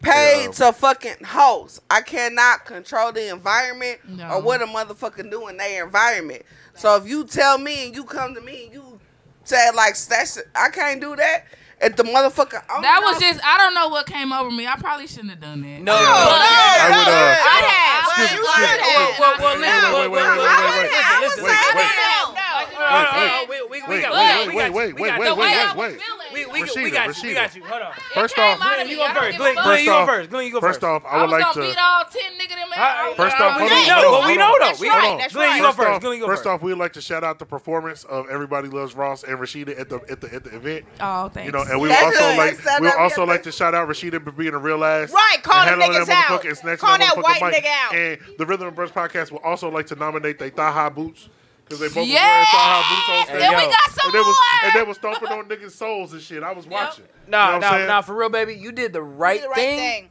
[SPEAKER 3] Paid
[SPEAKER 2] Yeah.
[SPEAKER 3] to fucking host. I cannot control the environment
[SPEAKER 4] No.
[SPEAKER 3] or what a motherfucker do in their environment. So if you tell me and you come to me and you say like that's I can't do that. If the motherfucker I'm
[SPEAKER 4] That was
[SPEAKER 3] not-
[SPEAKER 4] just I don't know what came over me. I probably shouldn't have done that.
[SPEAKER 6] No, Oh,
[SPEAKER 2] I would, uh,
[SPEAKER 1] I had.
[SPEAKER 3] Excuse-
[SPEAKER 1] You
[SPEAKER 3] excuse-
[SPEAKER 1] should
[SPEAKER 6] Well,
[SPEAKER 1] have.
[SPEAKER 6] well, well, listen,
[SPEAKER 2] Wait,
[SPEAKER 6] well,
[SPEAKER 2] wait, wait, wait, wait,
[SPEAKER 6] well, well,
[SPEAKER 2] wait.
[SPEAKER 6] listen,
[SPEAKER 3] I was saying
[SPEAKER 6] listen, listen.
[SPEAKER 3] that.
[SPEAKER 1] No, no.
[SPEAKER 6] Uh, uh, uh,
[SPEAKER 4] Wait,
[SPEAKER 6] we- we- we
[SPEAKER 2] wait, wait,
[SPEAKER 6] got- we
[SPEAKER 4] wait,
[SPEAKER 6] got-
[SPEAKER 2] wait,
[SPEAKER 6] we got-
[SPEAKER 2] wait,
[SPEAKER 4] The
[SPEAKER 2] wait,
[SPEAKER 4] way
[SPEAKER 2] wait,
[SPEAKER 4] I was
[SPEAKER 2] wait.
[SPEAKER 4] feeling,
[SPEAKER 6] We,
[SPEAKER 4] it
[SPEAKER 6] we,
[SPEAKER 2] Rashida,
[SPEAKER 6] we got you.
[SPEAKER 2] Rashida.
[SPEAKER 6] We got you. Hold on.
[SPEAKER 2] First
[SPEAKER 4] came
[SPEAKER 2] off,
[SPEAKER 4] out
[SPEAKER 6] Glenn,
[SPEAKER 4] of
[SPEAKER 6] you
[SPEAKER 4] me.
[SPEAKER 6] go
[SPEAKER 4] I don't
[SPEAKER 6] first.
[SPEAKER 4] give a
[SPEAKER 6] Glenn,
[SPEAKER 4] fuck.
[SPEAKER 6] Glenn, you go
[SPEAKER 2] First off-
[SPEAKER 6] first. Glenn, you go first.
[SPEAKER 2] First off, I
[SPEAKER 4] I
[SPEAKER 2] would
[SPEAKER 4] was
[SPEAKER 2] like
[SPEAKER 4] gonna beat
[SPEAKER 2] to.
[SPEAKER 4] all ten niggas in my.
[SPEAKER 6] Uh,
[SPEAKER 4] I was
[SPEAKER 2] First
[SPEAKER 4] like,
[SPEAKER 2] off,
[SPEAKER 4] oh,
[SPEAKER 2] hold
[SPEAKER 4] yeah.
[SPEAKER 2] on,
[SPEAKER 6] No,
[SPEAKER 2] hold
[SPEAKER 6] but
[SPEAKER 2] on, hold
[SPEAKER 6] we
[SPEAKER 2] on.
[SPEAKER 6] know though.
[SPEAKER 1] That's
[SPEAKER 6] We
[SPEAKER 1] right,
[SPEAKER 6] know.
[SPEAKER 1] that's
[SPEAKER 6] Glenn, you
[SPEAKER 1] right.
[SPEAKER 6] go
[SPEAKER 2] First
[SPEAKER 6] first.
[SPEAKER 2] off,
[SPEAKER 6] Glenn, you go
[SPEAKER 2] first
[SPEAKER 6] first.
[SPEAKER 2] off, we would like to shout out the performance of everybody loves Ross and Rashida at the at the at the event.
[SPEAKER 4] Oh, thanks.
[SPEAKER 2] You know, and we would
[SPEAKER 3] That's
[SPEAKER 2] also
[SPEAKER 3] right.
[SPEAKER 2] like
[SPEAKER 3] Shout
[SPEAKER 2] we would
[SPEAKER 3] out
[SPEAKER 2] also
[SPEAKER 3] your-
[SPEAKER 2] like to shout out Rashida for being a real ass.
[SPEAKER 1] Right, call
[SPEAKER 2] and
[SPEAKER 1] them
[SPEAKER 2] handling
[SPEAKER 1] niggas
[SPEAKER 2] that motherfucker
[SPEAKER 1] out.
[SPEAKER 2] and snatching
[SPEAKER 1] Call that
[SPEAKER 2] motherfucking
[SPEAKER 1] white
[SPEAKER 2] mic.
[SPEAKER 1] nigga out.
[SPEAKER 2] And the Rhythm and Bruce podcast would also like to nominate they thigh high boots because they both
[SPEAKER 4] Yeah.
[SPEAKER 2] were wearing thigh high boots on stage.
[SPEAKER 4] And we
[SPEAKER 6] yo.
[SPEAKER 4] got some
[SPEAKER 2] and they was
[SPEAKER 4] more.
[SPEAKER 2] and they was stomping on niggas' souls and shit. I was watching.
[SPEAKER 6] No,
[SPEAKER 2] you know what I'm
[SPEAKER 6] no,
[SPEAKER 2] saying?
[SPEAKER 6] no, for real, baby. You did the right,
[SPEAKER 1] Did the right
[SPEAKER 6] thing.
[SPEAKER 1] thing.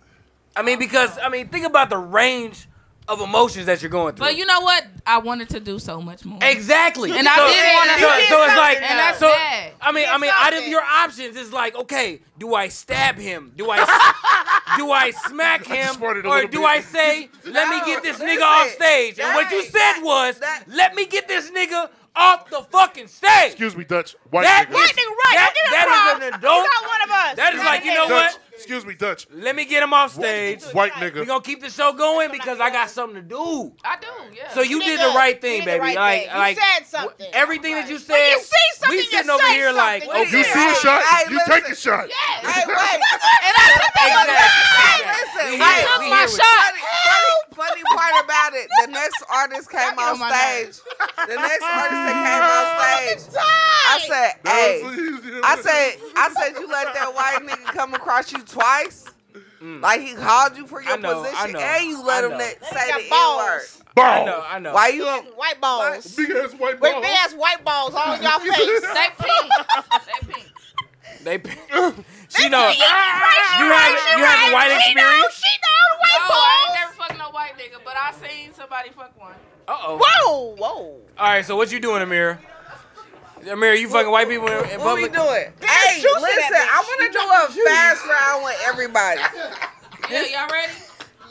[SPEAKER 6] I mean, because I mean, think about the range of emotions that you're going through.
[SPEAKER 4] But you know what? I wanted to do so much more.
[SPEAKER 6] exactly.
[SPEAKER 4] And I
[SPEAKER 6] So-
[SPEAKER 4] did wanna-
[SPEAKER 6] So,
[SPEAKER 4] You did
[SPEAKER 6] so it's like,
[SPEAKER 1] something, And
[SPEAKER 4] that's
[SPEAKER 6] so,
[SPEAKER 4] bad.
[SPEAKER 6] I mean,
[SPEAKER 1] You
[SPEAKER 6] I
[SPEAKER 1] did
[SPEAKER 6] mean, out of
[SPEAKER 1] something.
[SPEAKER 6] your options, it's like, okay, do I stab him? Do I? Do I smack
[SPEAKER 2] I just
[SPEAKER 6] him
[SPEAKER 2] farted a
[SPEAKER 6] or
[SPEAKER 2] little
[SPEAKER 6] do
[SPEAKER 2] bit.
[SPEAKER 6] I say, let me
[SPEAKER 3] No,
[SPEAKER 6] get this
[SPEAKER 3] listen,
[SPEAKER 6] nigga off stage? And what you
[SPEAKER 3] that-
[SPEAKER 6] said was,
[SPEAKER 3] that-
[SPEAKER 6] let me get this nigga off the fucking stage.
[SPEAKER 2] Excuse me, Dutch. White
[SPEAKER 6] That
[SPEAKER 2] nigga.
[SPEAKER 1] White nigga, right?
[SPEAKER 6] That-
[SPEAKER 1] Don't give
[SPEAKER 6] that
[SPEAKER 1] him
[SPEAKER 6] is
[SPEAKER 1] props.
[SPEAKER 6] an adult-
[SPEAKER 1] He's not one of us.
[SPEAKER 6] that is
[SPEAKER 1] Not
[SPEAKER 6] like,
[SPEAKER 1] a
[SPEAKER 6] you know
[SPEAKER 1] nigga.
[SPEAKER 6] what?
[SPEAKER 2] Dutch. Excuse me, Dutch.
[SPEAKER 6] Let me get him off stage.
[SPEAKER 2] White
[SPEAKER 1] Right.
[SPEAKER 6] We're
[SPEAKER 2] nigga.
[SPEAKER 6] gonna keep the show going because I got something to do.
[SPEAKER 4] I do. Yeah.
[SPEAKER 6] So you did
[SPEAKER 1] Nigga,
[SPEAKER 6] the right
[SPEAKER 1] you
[SPEAKER 6] thing,
[SPEAKER 1] did
[SPEAKER 6] baby.
[SPEAKER 1] the right
[SPEAKER 6] like,
[SPEAKER 1] thing. You
[SPEAKER 6] like
[SPEAKER 1] said
[SPEAKER 6] wh-
[SPEAKER 1] something.
[SPEAKER 6] everything that you said.
[SPEAKER 1] When you see something,
[SPEAKER 6] we
[SPEAKER 1] you
[SPEAKER 6] sitting over
[SPEAKER 1] say
[SPEAKER 6] here like,
[SPEAKER 1] something.
[SPEAKER 6] okay,
[SPEAKER 2] You see a
[SPEAKER 3] Hey,
[SPEAKER 2] shot,
[SPEAKER 3] hey,
[SPEAKER 2] you
[SPEAKER 3] listen.
[SPEAKER 2] take a shot.
[SPEAKER 3] Hey, wait.
[SPEAKER 1] And I said that was
[SPEAKER 6] Exactly.
[SPEAKER 1] right.
[SPEAKER 3] Listen,
[SPEAKER 6] We
[SPEAKER 3] hey,
[SPEAKER 6] here-
[SPEAKER 4] took
[SPEAKER 6] we
[SPEAKER 4] my
[SPEAKER 6] here with-
[SPEAKER 4] shot.
[SPEAKER 3] funny, funny, funny part about it, the next artist came
[SPEAKER 4] get
[SPEAKER 3] on
[SPEAKER 4] on my nerves.
[SPEAKER 3] stage. The next artist that came on stage, I said, "Hey, I said, I said, you let that white nigga come across you twice. Like he called you for your
[SPEAKER 6] Mm. I know, I
[SPEAKER 3] position,
[SPEAKER 6] know,
[SPEAKER 3] and you
[SPEAKER 6] I
[SPEAKER 3] let him
[SPEAKER 6] know.
[SPEAKER 3] that,
[SPEAKER 1] Nigga
[SPEAKER 3] say
[SPEAKER 1] got
[SPEAKER 3] the N word.
[SPEAKER 1] balls.
[SPEAKER 6] I
[SPEAKER 2] ball.
[SPEAKER 6] know, I know.
[SPEAKER 3] Why you? don't-
[SPEAKER 1] White balls.
[SPEAKER 2] Big ass white
[SPEAKER 1] With
[SPEAKER 2] ball.
[SPEAKER 1] big ass white balls all in your face.
[SPEAKER 4] They pink. they
[SPEAKER 6] They,
[SPEAKER 4] pink.
[SPEAKER 6] she know.
[SPEAKER 1] Yeah, right, she
[SPEAKER 6] You
[SPEAKER 1] right,
[SPEAKER 6] have-
[SPEAKER 1] she
[SPEAKER 6] you have a
[SPEAKER 1] right.
[SPEAKER 6] white
[SPEAKER 1] She know,
[SPEAKER 6] experience?
[SPEAKER 1] She know
[SPEAKER 4] No,
[SPEAKER 1] white
[SPEAKER 4] Oh, I ain't
[SPEAKER 1] balls.
[SPEAKER 4] never fucked no white nigga, but I seen somebody fuck one.
[SPEAKER 6] Uh oh.
[SPEAKER 1] Whoa, whoa.
[SPEAKER 6] All right, so what you doing, Amira? Amir, you fucking white people in, in
[SPEAKER 3] What we
[SPEAKER 6] public.
[SPEAKER 3] doing? Hey,
[SPEAKER 1] juice in
[SPEAKER 3] listen,
[SPEAKER 1] that
[SPEAKER 3] I
[SPEAKER 1] bitch.
[SPEAKER 3] want to do a fast round with everybody.
[SPEAKER 4] Yeah, y'all ready?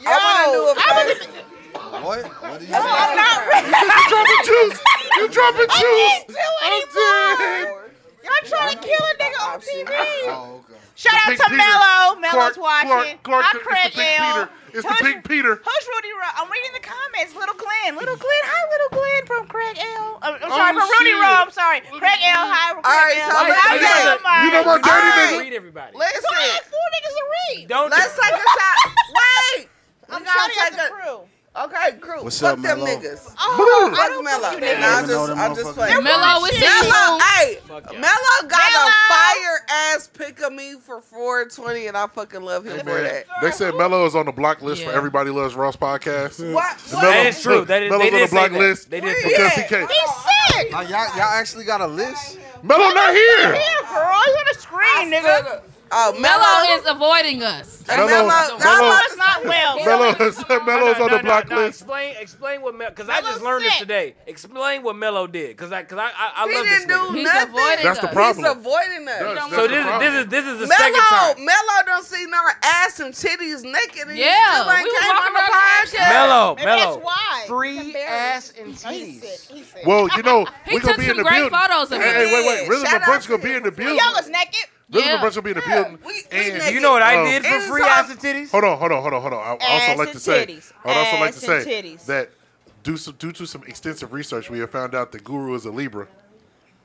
[SPEAKER 3] I want to do a fast.
[SPEAKER 7] What? What did you
[SPEAKER 3] I'm not ready.
[SPEAKER 2] You dropping juice. You dropping
[SPEAKER 1] Can't
[SPEAKER 2] juice.
[SPEAKER 1] do anymore. Y'all trying to kill a nigga on TV.
[SPEAKER 7] Oh, okay.
[SPEAKER 1] Shout out
[SPEAKER 2] Big
[SPEAKER 1] to
[SPEAKER 2] Peter.
[SPEAKER 1] Mello. Mello's
[SPEAKER 2] Clark-
[SPEAKER 1] watching.
[SPEAKER 2] Clark, Clark,
[SPEAKER 1] I
[SPEAKER 2] it's
[SPEAKER 1] Craig
[SPEAKER 2] the Pink
[SPEAKER 1] L.
[SPEAKER 2] Peter. It's
[SPEAKER 1] Hush-
[SPEAKER 2] the Pink Peter.
[SPEAKER 1] Hush Rudy Raw. I'm reading the comments. Little Glenn. Little Glenn. Hi, Little Glenn from Craig L. Uh, I'm, I'm sorry,
[SPEAKER 2] Oh,
[SPEAKER 1] from Rudy
[SPEAKER 2] shit.
[SPEAKER 1] Raw. I'm sorry. Craig L. Hi, from Craig
[SPEAKER 3] All right,
[SPEAKER 1] L.
[SPEAKER 3] so
[SPEAKER 1] I'm
[SPEAKER 3] let's
[SPEAKER 1] not
[SPEAKER 3] get-
[SPEAKER 1] saying mine.
[SPEAKER 2] You know my dirty
[SPEAKER 3] All right.
[SPEAKER 2] nigga.
[SPEAKER 6] Read everybody.
[SPEAKER 1] So I had
[SPEAKER 3] Listen,
[SPEAKER 1] four niggas to read.
[SPEAKER 6] Don't
[SPEAKER 3] let's take a shot. Wait. We
[SPEAKER 1] I'm
[SPEAKER 3] gotta
[SPEAKER 1] shouting
[SPEAKER 3] take
[SPEAKER 1] out the
[SPEAKER 3] a-
[SPEAKER 1] crew.
[SPEAKER 3] Okay, crew.
[SPEAKER 7] What's
[SPEAKER 3] fuck
[SPEAKER 7] up,
[SPEAKER 3] them
[SPEAKER 7] Mello?
[SPEAKER 3] niggas.
[SPEAKER 1] Oh, I
[SPEAKER 3] Fuck
[SPEAKER 1] don't
[SPEAKER 3] Mello.
[SPEAKER 1] fuck you
[SPEAKER 3] Nah,
[SPEAKER 7] Nah,
[SPEAKER 1] niggas.
[SPEAKER 3] I
[SPEAKER 7] Even though
[SPEAKER 3] just,
[SPEAKER 7] them
[SPEAKER 3] I just
[SPEAKER 7] motherfuckers-
[SPEAKER 3] play.
[SPEAKER 7] They're
[SPEAKER 4] Mello, it's
[SPEAKER 3] Mello, hey,
[SPEAKER 6] Fuck yeah.
[SPEAKER 3] Mello got
[SPEAKER 1] Mello.
[SPEAKER 3] a fire ass pick of me for 420, and I fucking love him for that.
[SPEAKER 2] They said Mello is on the block list for
[SPEAKER 4] Yeah.
[SPEAKER 2] Everybody Loves Ross podcast.
[SPEAKER 3] What?
[SPEAKER 6] That
[SPEAKER 2] Mello-
[SPEAKER 6] is true. That is,
[SPEAKER 2] Mello's on
[SPEAKER 6] they did
[SPEAKER 2] the
[SPEAKER 6] say
[SPEAKER 2] block
[SPEAKER 6] that.
[SPEAKER 2] list.
[SPEAKER 6] They did. Say that.
[SPEAKER 2] Because he can't.
[SPEAKER 1] He's sick.
[SPEAKER 7] Now, y'all, y'all actually got a list?
[SPEAKER 2] Mello not here.
[SPEAKER 1] Yeah, girl. He's on the screen, nigga.
[SPEAKER 3] Oh,
[SPEAKER 4] Mello
[SPEAKER 3] Mello
[SPEAKER 4] is avoiding us.
[SPEAKER 3] And
[SPEAKER 2] Mello-
[SPEAKER 3] Mello, now
[SPEAKER 2] Mello-
[SPEAKER 3] I'm about
[SPEAKER 1] That's not well.
[SPEAKER 2] Mello, Mello's on the block list.
[SPEAKER 6] Explain, explain what because I just
[SPEAKER 1] Mello's
[SPEAKER 6] learned this
[SPEAKER 1] sick.
[SPEAKER 6] today. Explain what Mello did because I because I I, I
[SPEAKER 3] He
[SPEAKER 6] love this
[SPEAKER 3] didn't
[SPEAKER 6] nigga.
[SPEAKER 3] do
[SPEAKER 4] He's
[SPEAKER 3] nothing.
[SPEAKER 4] avoiding
[SPEAKER 2] That's
[SPEAKER 4] us.
[SPEAKER 2] the
[SPEAKER 3] He's
[SPEAKER 2] problem.
[SPEAKER 3] avoiding us.
[SPEAKER 2] That's-
[SPEAKER 6] So
[SPEAKER 2] that's the
[SPEAKER 6] this
[SPEAKER 2] problem.
[SPEAKER 6] this is this is the second
[SPEAKER 3] Mello,
[SPEAKER 6] time.
[SPEAKER 3] Mello don't see no ass and titties naked, and he
[SPEAKER 4] Yeah,
[SPEAKER 3] still ain't
[SPEAKER 4] we was
[SPEAKER 3] came on
[SPEAKER 4] walking
[SPEAKER 3] the
[SPEAKER 4] around
[SPEAKER 3] podcast.
[SPEAKER 6] Mello,
[SPEAKER 1] Maybe that's
[SPEAKER 6] Mello,
[SPEAKER 1] why.
[SPEAKER 6] free ass and
[SPEAKER 1] Oh, he's sick.
[SPEAKER 6] titties.
[SPEAKER 1] He's sick.
[SPEAKER 2] Well, you know,
[SPEAKER 4] He
[SPEAKER 2] we're going
[SPEAKER 4] took
[SPEAKER 2] to be
[SPEAKER 4] some
[SPEAKER 2] in the building.
[SPEAKER 4] great photos of
[SPEAKER 2] Hey, hey,
[SPEAKER 4] it.
[SPEAKER 2] wait, wait. Rhythm
[SPEAKER 3] Shout
[SPEAKER 2] and Brunch
[SPEAKER 3] out
[SPEAKER 2] going
[SPEAKER 3] to
[SPEAKER 2] to be in the
[SPEAKER 3] him.
[SPEAKER 2] building.
[SPEAKER 1] Y'all was naked.
[SPEAKER 2] Rhythm and
[SPEAKER 4] Yeah.
[SPEAKER 2] Brunch will be in the building.
[SPEAKER 3] we- we
[SPEAKER 2] and
[SPEAKER 3] naked.
[SPEAKER 6] You know what I
[SPEAKER 2] Oh.
[SPEAKER 6] did for free
[SPEAKER 3] Inside-
[SPEAKER 6] ass and titties?
[SPEAKER 2] Hold on, hold on, hold on, hold on. I
[SPEAKER 1] Ass
[SPEAKER 2] also like
[SPEAKER 1] and
[SPEAKER 2] to say,
[SPEAKER 1] titties.
[SPEAKER 2] I would also like to
[SPEAKER 1] Ass and
[SPEAKER 2] say
[SPEAKER 1] titties.
[SPEAKER 2] that due to, due to some extensive research, we have found out that Guru is a Libra.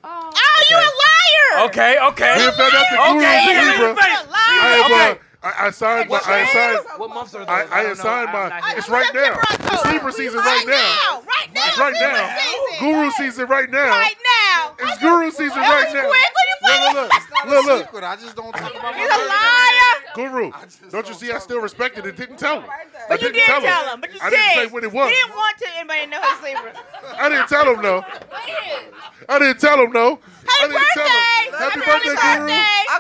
[SPEAKER 1] Oh, you a liar.
[SPEAKER 6] Okay,
[SPEAKER 2] We
[SPEAKER 6] okay.
[SPEAKER 2] have found out that Guru
[SPEAKER 6] Okay,
[SPEAKER 2] is a
[SPEAKER 6] yeah,
[SPEAKER 2] Libra.
[SPEAKER 6] everybody.
[SPEAKER 2] I
[SPEAKER 1] Liar.
[SPEAKER 2] have, uh, I, I signed, my,
[SPEAKER 6] What-
[SPEAKER 2] I signed,
[SPEAKER 6] What months are those?
[SPEAKER 2] I, I
[SPEAKER 6] don't
[SPEAKER 2] assigned
[SPEAKER 6] know.
[SPEAKER 2] my.
[SPEAKER 6] I'm not here.
[SPEAKER 2] It's right
[SPEAKER 1] Look
[SPEAKER 2] now.
[SPEAKER 1] at
[SPEAKER 2] It's
[SPEAKER 1] Bronco.
[SPEAKER 2] Libra season right now.
[SPEAKER 1] Right now.
[SPEAKER 2] It's right
[SPEAKER 1] Guru
[SPEAKER 2] now.
[SPEAKER 1] season.
[SPEAKER 2] Guru season right now.
[SPEAKER 1] Right now.
[SPEAKER 2] It's Guru season
[SPEAKER 1] That
[SPEAKER 2] right
[SPEAKER 1] was
[SPEAKER 2] now.
[SPEAKER 1] quick. What
[SPEAKER 2] Look, look, look, look, look.
[SPEAKER 7] Secret, I just don't talk about
[SPEAKER 1] you He's a
[SPEAKER 2] Guru.
[SPEAKER 1] liar.
[SPEAKER 7] just
[SPEAKER 2] Don't you
[SPEAKER 7] don't
[SPEAKER 2] see? I
[SPEAKER 7] tell
[SPEAKER 2] still respected it. Didn't tell him. I
[SPEAKER 1] But you
[SPEAKER 2] didn't
[SPEAKER 1] did
[SPEAKER 2] tell
[SPEAKER 1] tell
[SPEAKER 2] him.
[SPEAKER 1] him. But you
[SPEAKER 2] I
[SPEAKER 1] did.
[SPEAKER 2] didn't say what it was.
[SPEAKER 1] You didn't want to anybody to know his Libra.
[SPEAKER 2] I didn't tell him no. I didn't tell him no. I
[SPEAKER 1] Happy
[SPEAKER 2] didn't tell him.
[SPEAKER 1] birthday.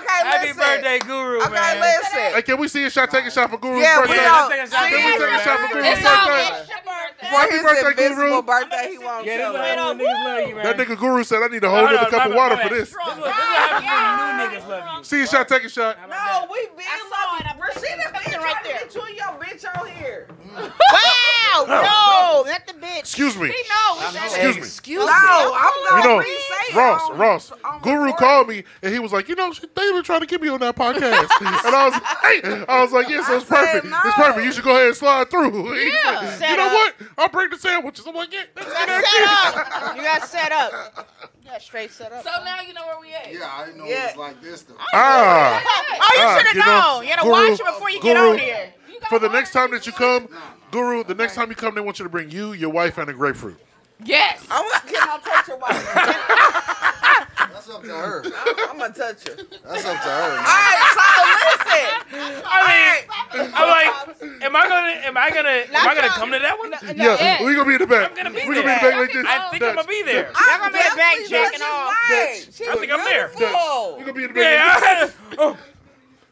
[SPEAKER 2] Happy birthday, Guru.
[SPEAKER 3] Okay, listen.
[SPEAKER 6] Happy birthday, Guru,
[SPEAKER 3] Okay,
[SPEAKER 6] man.
[SPEAKER 2] Hey,
[SPEAKER 3] listen.
[SPEAKER 2] can we see a shot? Take a shot for Guru's
[SPEAKER 3] Yeah, we
[SPEAKER 2] birthday.
[SPEAKER 3] all-
[SPEAKER 6] Let's take a shot
[SPEAKER 2] Can we
[SPEAKER 6] for
[SPEAKER 2] take a
[SPEAKER 6] Guru,
[SPEAKER 2] shot for
[SPEAKER 6] man.
[SPEAKER 2] Guru's
[SPEAKER 4] It's all
[SPEAKER 2] birthday?
[SPEAKER 4] good.
[SPEAKER 3] For
[SPEAKER 2] Happy
[SPEAKER 3] his
[SPEAKER 2] birthday, Guru.
[SPEAKER 3] invisible birthday, he won't
[SPEAKER 6] Yeah, this
[SPEAKER 3] tell
[SPEAKER 6] is what
[SPEAKER 3] us.
[SPEAKER 6] happens when niggas love you, man.
[SPEAKER 2] That nigga Guru said I need a whole
[SPEAKER 6] Hold
[SPEAKER 2] other
[SPEAKER 6] on,
[SPEAKER 2] cup
[SPEAKER 6] my
[SPEAKER 2] of
[SPEAKER 6] bad,
[SPEAKER 2] water
[SPEAKER 6] my
[SPEAKER 2] for
[SPEAKER 6] bad.
[SPEAKER 2] this.
[SPEAKER 6] This is what this is what happens when new niggas love you.
[SPEAKER 2] See a shot. Take a shot.
[SPEAKER 3] No, we been
[SPEAKER 1] saw it. I
[SPEAKER 3] like Rashida
[SPEAKER 1] fucking
[SPEAKER 3] been
[SPEAKER 1] right
[SPEAKER 3] right there.
[SPEAKER 1] there.
[SPEAKER 3] Get you and your bitch on here.
[SPEAKER 1] Wow. No, not the bitch.
[SPEAKER 2] Excuse me.
[SPEAKER 1] He knows. It's that-
[SPEAKER 2] Excuse me.
[SPEAKER 6] Excuse
[SPEAKER 3] No, I'm
[SPEAKER 2] You
[SPEAKER 3] not
[SPEAKER 2] know,
[SPEAKER 3] re-saying
[SPEAKER 2] Ross,
[SPEAKER 3] on-
[SPEAKER 2] Ross,
[SPEAKER 3] on
[SPEAKER 2] Guru
[SPEAKER 3] recording.
[SPEAKER 2] called me and he was like, you know, shit, they been trying to get me on that podcast. and I was like, hey, I was like, yes,
[SPEAKER 3] I
[SPEAKER 2] it's
[SPEAKER 3] said
[SPEAKER 2] perfect.
[SPEAKER 3] no.
[SPEAKER 2] It's perfect. You should go ahead and slide through. He's
[SPEAKER 1] Yeah,
[SPEAKER 2] like, you
[SPEAKER 1] set
[SPEAKER 2] know
[SPEAKER 1] up.
[SPEAKER 2] what? I'll bring the sandwiches. I'm like, yeah, that's
[SPEAKER 1] You got set up. You got set up. You got straight set up.
[SPEAKER 4] So now you know where we at.
[SPEAKER 7] Yeah, I didn't know
[SPEAKER 3] Yeah.
[SPEAKER 7] it was like this, though.
[SPEAKER 2] Ah.
[SPEAKER 1] oh, you
[SPEAKER 2] Ah,
[SPEAKER 1] should have
[SPEAKER 2] you know,
[SPEAKER 1] known. You had to
[SPEAKER 2] Guru-
[SPEAKER 1] watch it before you get
[SPEAKER 2] Guru-
[SPEAKER 1] on here.
[SPEAKER 2] For the next time that you come, Guru, the next time you come, they want you to bring you, your wife, and a grapefruit.
[SPEAKER 4] Yes.
[SPEAKER 3] I'm gonna, can I touch your wife?
[SPEAKER 7] That's up to her.
[SPEAKER 3] I'm gonna touch her.
[SPEAKER 7] That's up to
[SPEAKER 3] All
[SPEAKER 7] her. man.
[SPEAKER 3] right, so listen.
[SPEAKER 6] I mean, I'm like, am I gonna, am I gonna, am I gonna come to that one?
[SPEAKER 2] yeah,
[SPEAKER 4] yeah.
[SPEAKER 2] we gonna be in the back.
[SPEAKER 6] I'm gonna be
[SPEAKER 2] we gonna
[SPEAKER 6] there.
[SPEAKER 2] be in the back like this.
[SPEAKER 6] I think I'm gonna be there.
[SPEAKER 3] I'm
[SPEAKER 1] gonna be a bag
[SPEAKER 3] definitely
[SPEAKER 1] jacking
[SPEAKER 3] Dutch's
[SPEAKER 1] off.
[SPEAKER 3] wife.
[SPEAKER 2] Dutch.
[SPEAKER 3] She
[SPEAKER 6] I think I'm there.
[SPEAKER 2] You
[SPEAKER 3] beautiful.
[SPEAKER 2] gonna be in the back. like
[SPEAKER 6] Yeah. I, oh,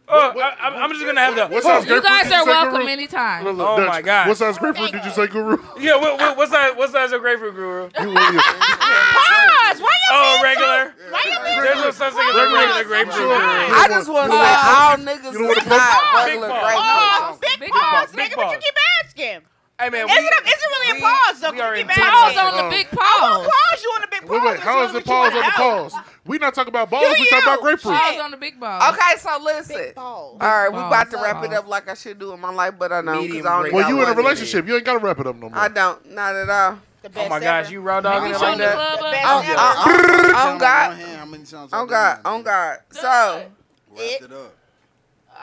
[SPEAKER 6] oh, I, I'm- I'm just gonna have the.
[SPEAKER 2] this. What size
[SPEAKER 4] You
[SPEAKER 2] grapefruit
[SPEAKER 4] guys
[SPEAKER 2] did you
[SPEAKER 4] are
[SPEAKER 2] say,
[SPEAKER 4] welcome
[SPEAKER 2] Guru?
[SPEAKER 4] anytime.
[SPEAKER 2] Look, look,
[SPEAKER 6] Oh
[SPEAKER 2] Dutch,
[SPEAKER 6] my God.
[SPEAKER 2] What size grapefruit did you say, Guru?
[SPEAKER 6] Yeah, what, what, what's that? What's that? A grapefruit guru?
[SPEAKER 2] You- you-
[SPEAKER 1] Pause. Why you
[SPEAKER 6] Oh,
[SPEAKER 1] being
[SPEAKER 6] regular.
[SPEAKER 1] So, why you being
[SPEAKER 6] There's no
[SPEAKER 1] so
[SPEAKER 6] such thing as a
[SPEAKER 1] Pause.
[SPEAKER 6] regular grapefruit
[SPEAKER 1] I'm
[SPEAKER 6] guru.
[SPEAKER 1] sorry.
[SPEAKER 3] I
[SPEAKER 2] You don't
[SPEAKER 3] just
[SPEAKER 2] want-
[SPEAKER 3] want to say all
[SPEAKER 2] you don't
[SPEAKER 3] niggas
[SPEAKER 2] wanna
[SPEAKER 3] is not
[SPEAKER 6] pump?
[SPEAKER 3] regular
[SPEAKER 6] Big
[SPEAKER 3] great.
[SPEAKER 1] Pause. Big,
[SPEAKER 4] Big
[SPEAKER 1] pause,
[SPEAKER 4] pause,
[SPEAKER 1] nigga.
[SPEAKER 6] big
[SPEAKER 1] But you
[SPEAKER 6] pause.
[SPEAKER 1] keep asking.
[SPEAKER 6] Hey man,
[SPEAKER 1] Is
[SPEAKER 6] we-
[SPEAKER 1] it, a, is it really a
[SPEAKER 6] we-
[SPEAKER 1] pause though?
[SPEAKER 6] we are
[SPEAKER 1] You keep
[SPEAKER 6] in
[SPEAKER 4] Pause
[SPEAKER 1] asking.
[SPEAKER 4] on the
[SPEAKER 2] Um,
[SPEAKER 4] big
[SPEAKER 1] I
[SPEAKER 4] pause.
[SPEAKER 1] won't pause you on the big pause.
[SPEAKER 2] Wait, wait, how is it pause on the pause? We not talking about balls, we
[SPEAKER 1] You,
[SPEAKER 2] talking about
[SPEAKER 1] you.
[SPEAKER 2] grapefruit.
[SPEAKER 4] Pause on the big pause.
[SPEAKER 3] Okay, so listen.
[SPEAKER 1] Pause.
[SPEAKER 3] All right, we
[SPEAKER 4] Pause.
[SPEAKER 3] about to wrap it up like I should do in my life, but I know because
[SPEAKER 6] Medium
[SPEAKER 3] I
[SPEAKER 6] rare.
[SPEAKER 3] only
[SPEAKER 2] Well,
[SPEAKER 3] got
[SPEAKER 2] you in a
[SPEAKER 3] one.
[SPEAKER 2] relationship, you ain't gotta wrap it up no more.
[SPEAKER 3] I don't, not at all.
[SPEAKER 1] The best
[SPEAKER 6] Oh my
[SPEAKER 1] ever.
[SPEAKER 6] gosh, you raw dogging it
[SPEAKER 4] Show
[SPEAKER 6] like
[SPEAKER 4] the
[SPEAKER 6] that?
[SPEAKER 4] club
[SPEAKER 1] The
[SPEAKER 4] up.
[SPEAKER 1] best
[SPEAKER 3] Oh,
[SPEAKER 1] ever.
[SPEAKER 3] oh, oh,
[SPEAKER 7] Count
[SPEAKER 3] on
[SPEAKER 7] on
[SPEAKER 3] God,
[SPEAKER 7] one hand how many times I
[SPEAKER 3] on
[SPEAKER 7] done
[SPEAKER 3] God,
[SPEAKER 7] that,
[SPEAKER 3] on
[SPEAKER 7] nigga.
[SPEAKER 3] God. So,
[SPEAKER 7] Wrapped it up.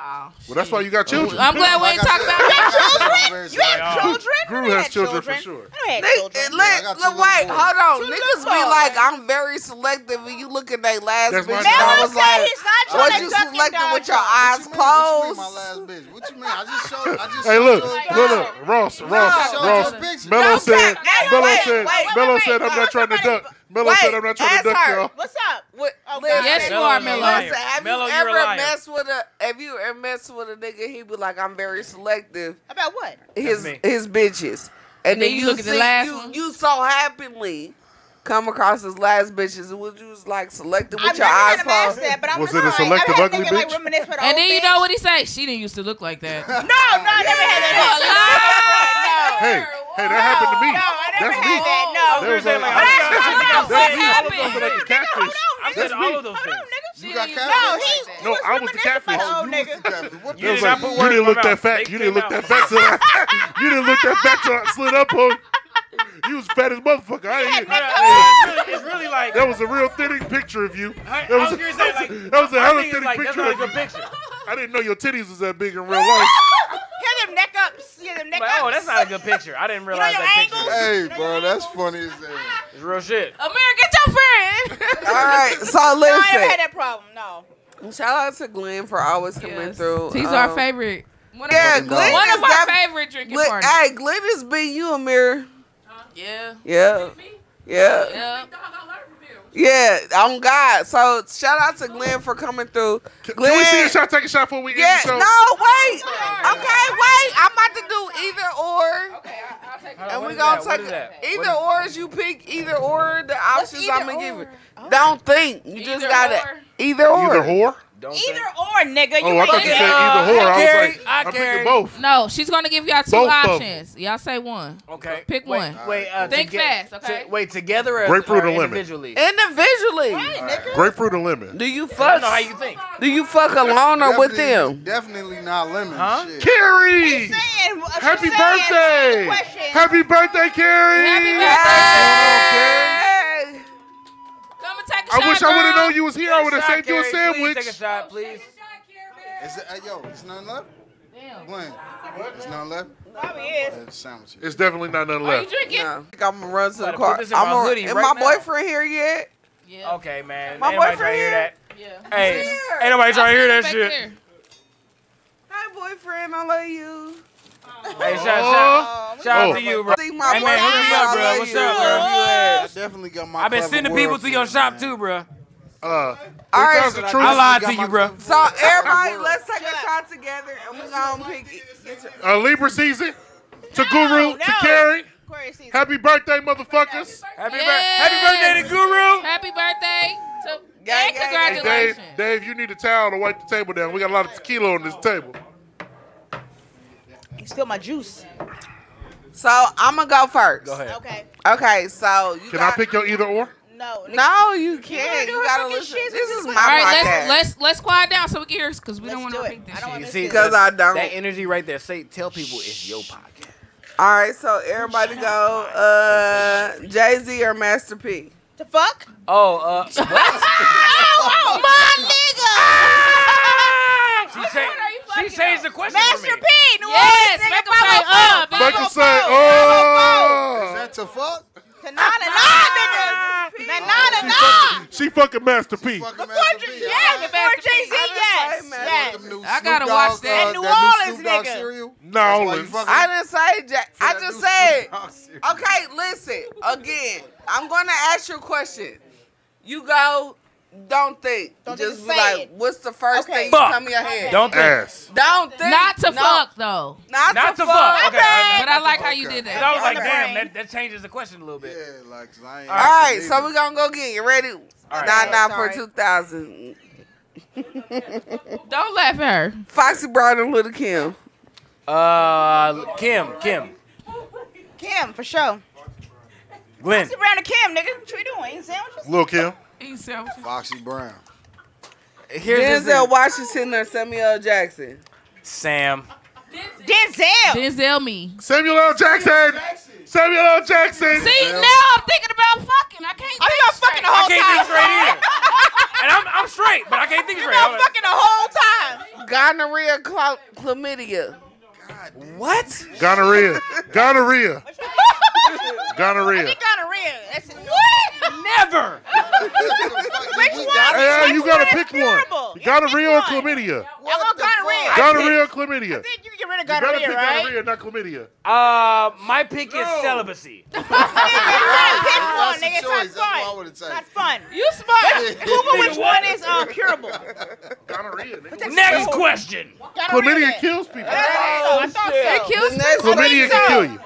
[SPEAKER 4] Oh,
[SPEAKER 2] Well, that's why you got children.
[SPEAKER 4] I'm glad we ain't
[SPEAKER 7] Like I
[SPEAKER 4] talking
[SPEAKER 7] said,
[SPEAKER 4] about that.
[SPEAKER 7] children.
[SPEAKER 1] you have children?
[SPEAKER 2] Guru
[SPEAKER 1] I never
[SPEAKER 2] has
[SPEAKER 1] had
[SPEAKER 2] children for sure.
[SPEAKER 1] I never had
[SPEAKER 3] Nick, look,
[SPEAKER 1] children.
[SPEAKER 7] I got two
[SPEAKER 3] look,
[SPEAKER 7] little
[SPEAKER 3] wait,
[SPEAKER 7] boys.
[SPEAKER 3] hold
[SPEAKER 1] Two
[SPEAKER 3] on.
[SPEAKER 1] little
[SPEAKER 3] Niggas be
[SPEAKER 1] boys.
[SPEAKER 3] like, I'm very selective. When you look at that last
[SPEAKER 2] That's my
[SPEAKER 3] bitch, and
[SPEAKER 2] job.
[SPEAKER 3] I
[SPEAKER 1] Mello
[SPEAKER 3] was
[SPEAKER 1] said
[SPEAKER 3] like,
[SPEAKER 1] he's not
[SPEAKER 3] what
[SPEAKER 1] trying
[SPEAKER 3] you
[SPEAKER 1] to duck and
[SPEAKER 3] selective with
[SPEAKER 1] dodge.
[SPEAKER 3] your eyes
[SPEAKER 7] What you mean,
[SPEAKER 3] closed?
[SPEAKER 7] my last bitch? What you mean? I just showed. I just
[SPEAKER 2] Hey,
[SPEAKER 7] showed
[SPEAKER 2] look,
[SPEAKER 7] you a-
[SPEAKER 2] look, look, Ross, Ross,
[SPEAKER 7] Show
[SPEAKER 2] Ross.
[SPEAKER 7] your picture.
[SPEAKER 2] Mello
[SPEAKER 3] No,
[SPEAKER 2] said,
[SPEAKER 3] Kat, now you
[SPEAKER 2] Mello
[SPEAKER 3] wait,
[SPEAKER 2] said,
[SPEAKER 3] wait,
[SPEAKER 2] Mello
[SPEAKER 1] wait,
[SPEAKER 2] said, I'm
[SPEAKER 1] wait,
[SPEAKER 2] not trying to
[SPEAKER 1] wait,
[SPEAKER 2] duck. Mello
[SPEAKER 3] wait,
[SPEAKER 2] said, I'm not trying to
[SPEAKER 3] ask
[SPEAKER 2] duck
[SPEAKER 3] her.
[SPEAKER 2] y'all.
[SPEAKER 1] What's up?
[SPEAKER 3] What,
[SPEAKER 1] Oh,
[SPEAKER 3] listen,
[SPEAKER 1] God.
[SPEAKER 4] Yes, you
[SPEAKER 6] Mello,
[SPEAKER 4] are,
[SPEAKER 6] you
[SPEAKER 4] Mello.
[SPEAKER 6] lying.
[SPEAKER 3] Listen, have
[SPEAKER 6] Mello,
[SPEAKER 3] you
[SPEAKER 6] you're a
[SPEAKER 3] ever
[SPEAKER 6] liar.
[SPEAKER 3] messed with a? Have you ever messed with a nigga? He be like, I'm very selective.
[SPEAKER 1] About what?
[SPEAKER 3] His
[SPEAKER 6] me.
[SPEAKER 3] his bitches, and, then, you
[SPEAKER 4] look at the
[SPEAKER 3] see-
[SPEAKER 4] last
[SPEAKER 3] you,
[SPEAKER 4] one.
[SPEAKER 3] you so happily come across as last bitches? Would you was like selective
[SPEAKER 1] I've
[SPEAKER 3] with
[SPEAKER 1] never
[SPEAKER 3] your
[SPEAKER 1] had
[SPEAKER 3] eyes
[SPEAKER 1] a match
[SPEAKER 3] closed?
[SPEAKER 1] that, but I'm
[SPEAKER 2] Was
[SPEAKER 1] like,
[SPEAKER 2] it a
[SPEAKER 1] all right,
[SPEAKER 2] selective
[SPEAKER 1] I've had
[SPEAKER 2] ugly
[SPEAKER 1] nigga, like,
[SPEAKER 2] bitch?
[SPEAKER 1] reminisce with an
[SPEAKER 4] And
[SPEAKER 1] old
[SPEAKER 4] then you
[SPEAKER 1] bitch.
[SPEAKER 4] know what he say? She didn't used to look like that.
[SPEAKER 1] No, no, I never had that.
[SPEAKER 2] Hey, hey, that happened to me.
[SPEAKER 1] No, I never
[SPEAKER 2] That's
[SPEAKER 1] had
[SPEAKER 2] me.
[SPEAKER 1] that. No.
[SPEAKER 2] There was a-
[SPEAKER 6] saying, like, I'm
[SPEAKER 2] that's
[SPEAKER 6] sorry,
[SPEAKER 2] me.
[SPEAKER 6] I'm
[SPEAKER 2] That's me. I
[SPEAKER 4] sorry.
[SPEAKER 2] was
[SPEAKER 4] Hold on,
[SPEAKER 2] like a catfish.
[SPEAKER 6] I said all of those things.
[SPEAKER 7] You got
[SPEAKER 1] No,
[SPEAKER 7] catfish?
[SPEAKER 1] he
[SPEAKER 2] No, I was the catfish.
[SPEAKER 1] Oh,
[SPEAKER 7] You was
[SPEAKER 1] nigga.
[SPEAKER 7] the catfish. What
[SPEAKER 2] It
[SPEAKER 6] You
[SPEAKER 7] the
[SPEAKER 2] was like,
[SPEAKER 6] did not
[SPEAKER 2] you
[SPEAKER 6] put words in
[SPEAKER 2] didn't
[SPEAKER 6] my
[SPEAKER 2] look that
[SPEAKER 6] mouth.
[SPEAKER 2] fat.
[SPEAKER 6] They
[SPEAKER 2] You didn't look
[SPEAKER 6] came
[SPEAKER 2] that fat. Till I, you didn't look that fat till I slid up on you. You was fat as motherfucker. I ain't,
[SPEAKER 6] It's really- It's really like.
[SPEAKER 2] that was a real thinning picture of you.
[SPEAKER 6] I,
[SPEAKER 2] That
[SPEAKER 6] I was
[SPEAKER 2] was,
[SPEAKER 6] gonna
[SPEAKER 2] a,
[SPEAKER 6] say like.
[SPEAKER 2] that was a
[SPEAKER 6] I
[SPEAKER 2] hella
[SPEAKER 6] think it's
[SPEAKER 2] thinning
[SPEAKER 6] like, that's
[SPEAKER 2] picture
[SPEAKER 6] not a
[SPEAKER 2] of
[SPEAKER 6] good
[SPEAKER 2] you.
[SPEAKER 6] picture.
[SPEAKER 2] I didn't know your titties was that big in real life.
[SPEAKER 1] Get them neck ups. Get them neck
[SPEAKER 6] Like,
[SPEAKER 1] ups.
[SPEAKER 6] oh, that's not a good picture. I didn't realize
[SPEAKER 1] your
[SPEAKER 6] that
[SPEAKER 1] angles?
[SPEAKER 6] picture.
[SPEAKER 7] Hey, bro, that's funny as hell.
[SPEAKER 6] It's real shit.
[SPEAKER 4] Amir, get your friend.
[SPEAKER 3] All right, so
[SPEAKER 1] No, I never had
[SPEAKER 3] listen.
[SPEAKER 1] that problem. No.
[SPEAKER 3] Shout out to Glenn for always coming
[SPEAKER 4] Yes.
[SPEAKER 3] through.
[SPEAKER 4] He's our
[SPEAKER 3] Um,
[SPEAKER 4] favorite. One of,
[SPEAKER 3] Yeah,
[SPEAKER 4] yeah,
[SPEAKER 3] Glenn
[SPEAKER 4] one
[SPEAKER 3] is
[SPEAKER 4] of our
[SPEAKER 3] def-
[SPEAKER 4] favorite drinking
[SPEAKER 3] Glenn-
[SPEAKER 4] partners.
[SPEAKER 3] Hey, Glenn is being you, Amir.
[SPEAKER 4] yeah.
[SPEAKER 3] Yeah, yeah.
[SPEAKER 4] Oh, Yeah.
[SPEAKER 3] Yeah, on God. So shout out to Glenn for coming through. Glenn,
[SPEAKER 2] Can we see a shot? Take a shot before we
[SPEAKER 3] yeah,
[SPEAKER 2] end the
[SPEAKER 3] no,
[SPEAKER 2] show.
[SPEAKER 3] wait. Okay, wait. I'm about to do either or, and
[SPEAKER 6] What
[SPEAKER 3] we gonna
[SPEAKER 6] is that? What
[SPEAKER 3] take
[SPEAKER 6] is that?
[SPEAKER 3] either or. Is you pick either or the options
[SPEAKER 1] either
[SPEAKER 3] I'm gonna give it.
[SPEAKER 1] or?
[SPEAKER 3] Don't think. You just
[SPEAKER 4] Either
[SPEAKER 3] gotta
[SPEAKER 4] or.
[SPEAKER 3] either or.
[SPEAKER 2] Either whore.
[SPEAKER 6] Don't think-
[SPEAKER 1] Either or, nigga. You
[SPEAKER 2] Oh, I
[SPEAKER 1] ain't
[SPEAKER 2] thought you
[SPEAKER 1] shit.
[SPEAKER 2] said
[SPEAKER 6] Uh,
[SPEAKER 2] either whore. I
[SPEAKER 6] I
[SPEAKER 2] was
[SPEAKER 6] carry-
[SPEAKER 2] like,
[SPEAKER 6] I
[SPEAKER 2] I'm
[SPEAKER 6] carry.
[SPEAKER 2] picking both.
[SPEAKER 4] No, she's gonna give y'all two
[SPEAKER 2] Both of 'em.
[SPEAKER 4] options. Y'all say one.
[SPEAKER 6] Okay.
[SPEAKER 4] Pick
[SPEAKER 6] wait,
[SPEAKER 4] one.
[SPEAKER 6] Wait. Uh,
[SPEAKER 4] Think
[SPEAKER 6] toge-
[SPEAKER 4] fast,
[SPEAKER 6] to-
[SPEAKER 4] okay?
[SPEAKER 6] wait together or,
[SPEAKER 2] Grapefruit
[SPEAKER 6] or
[SPEAKER 2] or lemon?
[SPEAKER 6] individually.
[SPEAKER 3] Individually,
[SPEAKER 2] Grapefruit and lemon.
[SPEAKER 3] do you
[SPEAKER 6] I
[SPEAKER 3] fuck?
[SPEAKER 6] don't know how you think.
[SPEAKER 3] Do you fuck alone or with
[SPEAKER 7] Definitely-
[SPEAKER 3] them?
[SPEAKER 7] Definitely not lemon.
[SPEAKER 6] Huh?
[SPEAKER 7] Shit.
[SPEAKER 2] Carrie,
[SPEAKER 1] Saying what she
[SPEAKER 2] happy
[SPEAKER 1] said, answer the
[SPEAKER 2] birthday!
[SPEAKER 1] question.
[SPEAKER 2] Happy birthday, Carrie!
[SPEAKER 4] Happy birthday.
[SPEAKER 3] Hey.
[SPEAKER 4] Come and take a shot.
[SPEAKER 2] I wish I would have
[SPEAKER 4] girl.
[SPEAKER 2] known you was here. I would have
[SPEAKER 6] Shot,
[SPEAKER 2] saved you a
[SPEAKER 6] Carrie,
[SPEAKER 2] sandwich.
[SPEAKER 6] Please take a shot, please.
[SPEAKER 7] Is it, hey, yo, it's nothing left?
[SPEAKER 4] Damn.
[SPEAKER 7] Glenn, it's nothing left?
[SPEAKER 1] Probably is.
[SPEAKER 7] Uh, sandwiches.
[SPEAKER 2] It's definitely not nothing
[SPEAKER 4] Are you
[SPEAKER 2] left.
[SPEAKER 4] drinking?
[SPEAKER 3] No, I'm gonna run to the
[SPEAKER 6] Gotta put
[SPEAKER 3] car.
[SPEAKER 6] this in
[SPEAKER 3] I'm
[SPEAKER 6] my
[SPEAKER 3] gonna,
[SPEAKER 6] hoodie
[SPEAKER 3] is
[SPEAKER 6] right
[SPEAKER 3] my
[SPEAKER 6] now.
[SPEAKER 3] boyfriend here yet?
[SPEAKER 4] Yeah.
[SPEAKER 6] Okay, man.
[SPEAKER 3] My
[SPEAKER 6] Ain't nobody
[SPEAKER 3] boyfriend
[SPEAKER 6] trying to hear
[SPEAKER 3] here?
[SPEAKER 6] that.
[SPEAKER 4] Yeah.
[SPEAKER 6] Hey,
[SPEAKER 3] here.
[SPEAKER 6] ain't nobody trying to hear that
[SPEAKER 4] Back
[SPEAKER 6] shit.
[SPEAKER 4] there.
[SPEAKER 3] Hi, boyfriend. I love you.
[SPEAKER 6] Hey, shout, shout,
[SPEAKER 3] Um,
[SPEAKER 6] shout out
[SPEAKER 2] Oh.
[SPEAKER 6] to you, bro.
[SPEAKER 3] See my
[SPEAKER 6] Hey, man, hook me
[SPEAKER 3] boyfriend,
[SPEAKER 6] up,
[SPEAKER 3] I
[SPEAKER 6] bro.
[SPEAKER 3] love
[SPEAKER 6] What's
[SPEAKER 3] you.
[SPEAKER 6] up, bro?
[SPEAKER 7] I definitely got my.
[SPEAKER 6] I've been
[SPEAKER 7] clever
[SPEAKER 6] sending
[SPEAKER 7] world
[SPEAKER 6] people to your
[SPEAKER 7] through,
[SPEAKER 6] shop
[SPEAKER 7] man.
[SPEAKER 6] too, bro.
[SPEAKER 2] Uh,
[SPEAKER 3] All right.
[SPEAKER 2] 3000 truth.
[SPEAKER 6] I lied
[SPEAKER 7] Got
[SPEAKER 6] to
[SPEAKER 7] my
[SPEAKER 6] you, bro.
[SPEAKER 7] clever
[SPEAKER 3] So
[SPEAKER 7] world.
[SPEAKER 3] everybody, let's take a shot together, and we gonna pick. Get your,
[SPEAKER 2] Uh, Libra season to Guru
[SPEAKER 1] no.
[SPEAKER 2] to Carrie.
[SPEAKER 1] Aquarius season.
[SPEAKER 2] Happy birthday, motherfuckers!
[SPEAKER 6] Happy, bir-
[SPEAKER 4] Yes.
[SPEAKER 6] happy birthday to Guru.
[SPEAKER 4] Happy birthday to
[SPEAKER 3] Gang, gang, gang.
[SPEAKER 4] and
[SPEAKER 2] Hey, Dave,
[SPEAKER 4] congratulations.
[SPEAKER 2] Dave, you need a towel to wipe the table down. We got a lot of tequila on this table.
[SPEAKER 1] You Still my juice.
[SPEAKER 3] so I'm gonna go first.
[SPEAKER 6] Go ahead.
[SPEAKER 1] Okay.
[SPEAKER 3] Okay. So you
[SPEAKER 2] Can I
[SPEAKER 3] got,
[SPEAKER 2] pick your either or?
[SPEAKER 1] No. nigga.
[SPEAKER 3] No, you can't.
[SPEAKER 1] do
[SPEAKER 3] You
[SPEAKER 1] her
[SPEAKER 3] gotta
[SPEAKER 1] fucking
[SPEAKER 3] listen.
[SPEAKER 1] shit.
[SPEAKER 3] This is my
[SPEAKER 4] All right,
[SPEAKER 3] podcast.
[SPEAKER 4] let's let's let's quiet down so we can hear because we don't want
[SPEAKER 1] Let's
[SPEAKER 4] to
[SPEAKER 1] do
[SPEAKER 4] repeat
[SPEAKER 1] it.
[SPEAKER 4] this
[SPEAKER 1] I don't
[SPEAKER 4] shit.
[SPEAKER 1] want
[SPEAKER 6] You
[SPEAKER 1] to
[SPEAKER 6] see
[SPEAKER 1] miss
[SPEAKER 3] Because
[SPEAKER 1] Oh, this.
[SPEAKER 3] I don't.
[SPEAKER 6] That energy right there. Say, tell people it's your podcast.
[SPEAKER 3] All right. So everybody go. Uh, Jay Z or Master P.
[SPEAKER 1] The fuck?
[SPEAKER 6] Oh, uh, what?
[SPEAKER 1] Oh, my nigga!
[SPEAKER 6] Ah! she, changed-
[SPEAKER 4] are you
[SPEAKER 6] she
[SPEAKER 4] fucking
[SPEAKER 6] changed the question for me.
[SPEAKER 1] Master P, New
[SPEAKER 4] Yes,
[SPEAKER 1] Orleans,
[SPEAKER 4] make
[SPEAKER 1] nigga,
[SPEAKER 4] 'em say, uh, bitch.
[SPEAKER 2] Make 'em say, oh!
[SPEAKER 7] Is that to fuck?
[SPEAKER 1] Nah, nah, nigga. Nah, nah, nah.
[SPEAKER 2] She fucking Master P.
[SPEAKER 7] Fucking
[SPEAKER 1] Before
[SPEAKER 7] Master
[SPEAKER 1] Jay-Z,
[SPEAKER 7] P,
[SPEAKER 1] yes,
[SPEAKER 7] huh?
[SPEAKER 1] before Jay-Z,
[SPEAKER 3] I
[SPEAKER 1] yes,
[SPEAKER 3] didn't say
[SPEAKER 1] yes.
[SPEAKER 7] Them new
[SPEAKER 4] I
[SPEAKER 7] Snoop
[SPEAKER 4] gotta
[SPEAKER 7] Dogg,
[SPEAKER 4] watch that.
[SPEAKER 7] uh,
[SPEAKER 1] New
[SPEAKER 7] that new
[SPEAKER 1] Orleans
[SPEAKER 7] Snoop Dogg
[SPEAKER 1] nigga.
[SPEAKER 7] cereal?
[SPEAKER 2] No,
[SPEAKER 7] That's why you
[SPEAKER 2] Orleans.
[SPEAKER 7] fucking-
[SPEAKER 3] I didn't say Jay. I
[SPEAKER 7] that
[SPEAKER 3] just
[SPEAKER 7] new
[SPEAKER 3] said.
[SPEAKER 7] Snoop Dogg cereal.
[SPEAKER 3] Okay, listen again. I'm gonna ask you a question. You go. Don't think.
[SPEAKER 1] Don't
[SPEAKER 3] just
[SPEAKER 1] think,
[SPEAKER 3] be
[SPEAKER 1] say
[SPEAKER 3] like,
[SPEAKER 1] it.
[SPEAKER 3] what's the first
[SPEAKER 1] Okay.
[SPEAKER 3] thing you
[SPEAKER 6] Fuck.
[SPEAKER 3] come in your head?
[SPEAKER 6] Don't think.
[SPEAKER 2] Ass.
[SPEAKER 3] Don't think.
[SPEAKER 4] Not to
[SPEAKER 3] No.
[SPEAKER 4] fuck though,
[SPEAKER 3] Not,
[SPEAKER 6] Not
[SPEAKER 3] to
[SPEAKER 6] to fuck.
[SPEAKER 3] fuck.
[SPEAKER 6] Okay. I,
[SPEAKER 4] but I like how you did
[SPEAKER 6] I
[SPEAKER 4] that.
[SPEAKER 6] was like,
[SPEAKER 1] On the
[SPEAKER 6] damn,
[SPEAKER 1] brain.
[SPEAKER 6] that, that changes the question a little bit.
[SPEAKER 7] Yeah, like, 'cause I ain't.
[SPEAKER 3] All right, so we're gonna go again. You ready?
[SPEAKER 6] right.
[SPEAKER 3] Nine nine for
[SPEAKER 1] Sorry.
[SPEAKER 3] two thousand.
[SPEAKER 4] Don't laugh at her.
[SPEAKER 3] Foxy Brown and Little Kim.
[SPEAKER 6] Uh, Kim, Kim,
[SPEAKER 1] Kim, for sure.
[SPEAKER 6] Glenn.
[SPEAKER 1] Sit around to Kim, nigga. What you doing? Eating sandwiches?
[SPEAKER 2] Lil Kim.
[SPEAKER 4] Eat sandwiches.
[SPEAKER 7] Foxy Brown.
[SPEAKER 6] Here's the
[SPEAKER 3] Denzel
[SPEAKER 6] thing.
[SPEAKER 3] Washington or Samuel L. Jackson.
[SPEAKER 6] Sam.
[SPEAKER 1] Denzel.
[SPEAKER 4] Denzel me.
[SPEAKER 2] Samuel L. Jackson. Samuel L. Jackson.
[SPEAKER 4] See now I'm thinking about fucking. I can't.
[SPEAKER 1] Are you gonna fucking the
[SPEAKER 6] I
[SPEAKER 1] whole
[SPEAKER 6] can't think
[SPEAKER 1] time?
[SPEAKER 6] straight either. And I'm, I'm straight, but I can't think straight.
[SPEAKER 1] You
[SPEAKER 6] I'm
[SPEAKER 1] gonna
[SPEAKER 6] like,
[SPEAKER 1] fucking the whole time?
[SPEAKER 3] Gonorrhea, cla- chlamydia.
[SPEAKER 6] what?
[SPEAKER 2] Gonorrhea. Gonorrhea. Gonorrhea.
[SPEAKER 1] Gonorrhea. That's it. What?
[SPEAKER 6] Never.
[SPEAKER 1] Which
[SPEAKER 7] We
[SPEAKER 1] one?
[SPEAKER 7] got-
[SPEAKER 2] Hey, hey, you gotta
[SPEAKER 1] It's
[SPEAKER 2] pick one.
[SPEAKER 1] curable. You
[SPEAKER 2] Gonorrhea or
[SPEAKER 1] pick one.
[SPEAKER 2] chlamydia?
[SPEAKER 1] I
[SPEAKER 7] What
[SPEAKER 1] want
[SPEAKER 7] the fuck?
[SPEAKER 1] gonorrhea. I
[SPEAKER 2] Gonorrhea or chlamydia?
[SPEAKER 1] think you can get rid of
[SPEAKER 2] You gotta
[SPEAKER 1] gonorrhea,
[SPEAKER 2] pick
[SPEAKER 1] right?
[SPEAKER 2] gonorrhea, not chlamydia.
[SPEAKER 6] Uh, my pick is celibacy.
[SPEAKER 1] Pick one,
[SPEAKER 7] That's a
[SPEAKER 1] nigga. It's
[SPEAKER 7] choice.
[SPEAKER 1] not
[SPEAKER 7] That's what I
[SPEAKER 1] fun.
[SPEAKER 7] would've
[SPEAKER 1] It's not
[SPEAKER 7] taken.
[SPEAKER 1] fun.
[SPEAKER 4] You smart.
[SPEAKER 1] Google which one is uh, curable.
[SPEAKER 2] Gonorrhea. nigga.
[SPEAKER 6] Next question.
[SPEAKER 1] Gonorrhea.
[SPEAKER 2] Chlamydia kills people.
[SPEAKER 1] Oh, I thought so. I thought so.
[SPEAKER 4] Kills
[SPEAKER 3] The next
[SPEAKER 4] me.
[SPEAKER 3] one-
[SPEAKER 2] Chlamydia can kill you.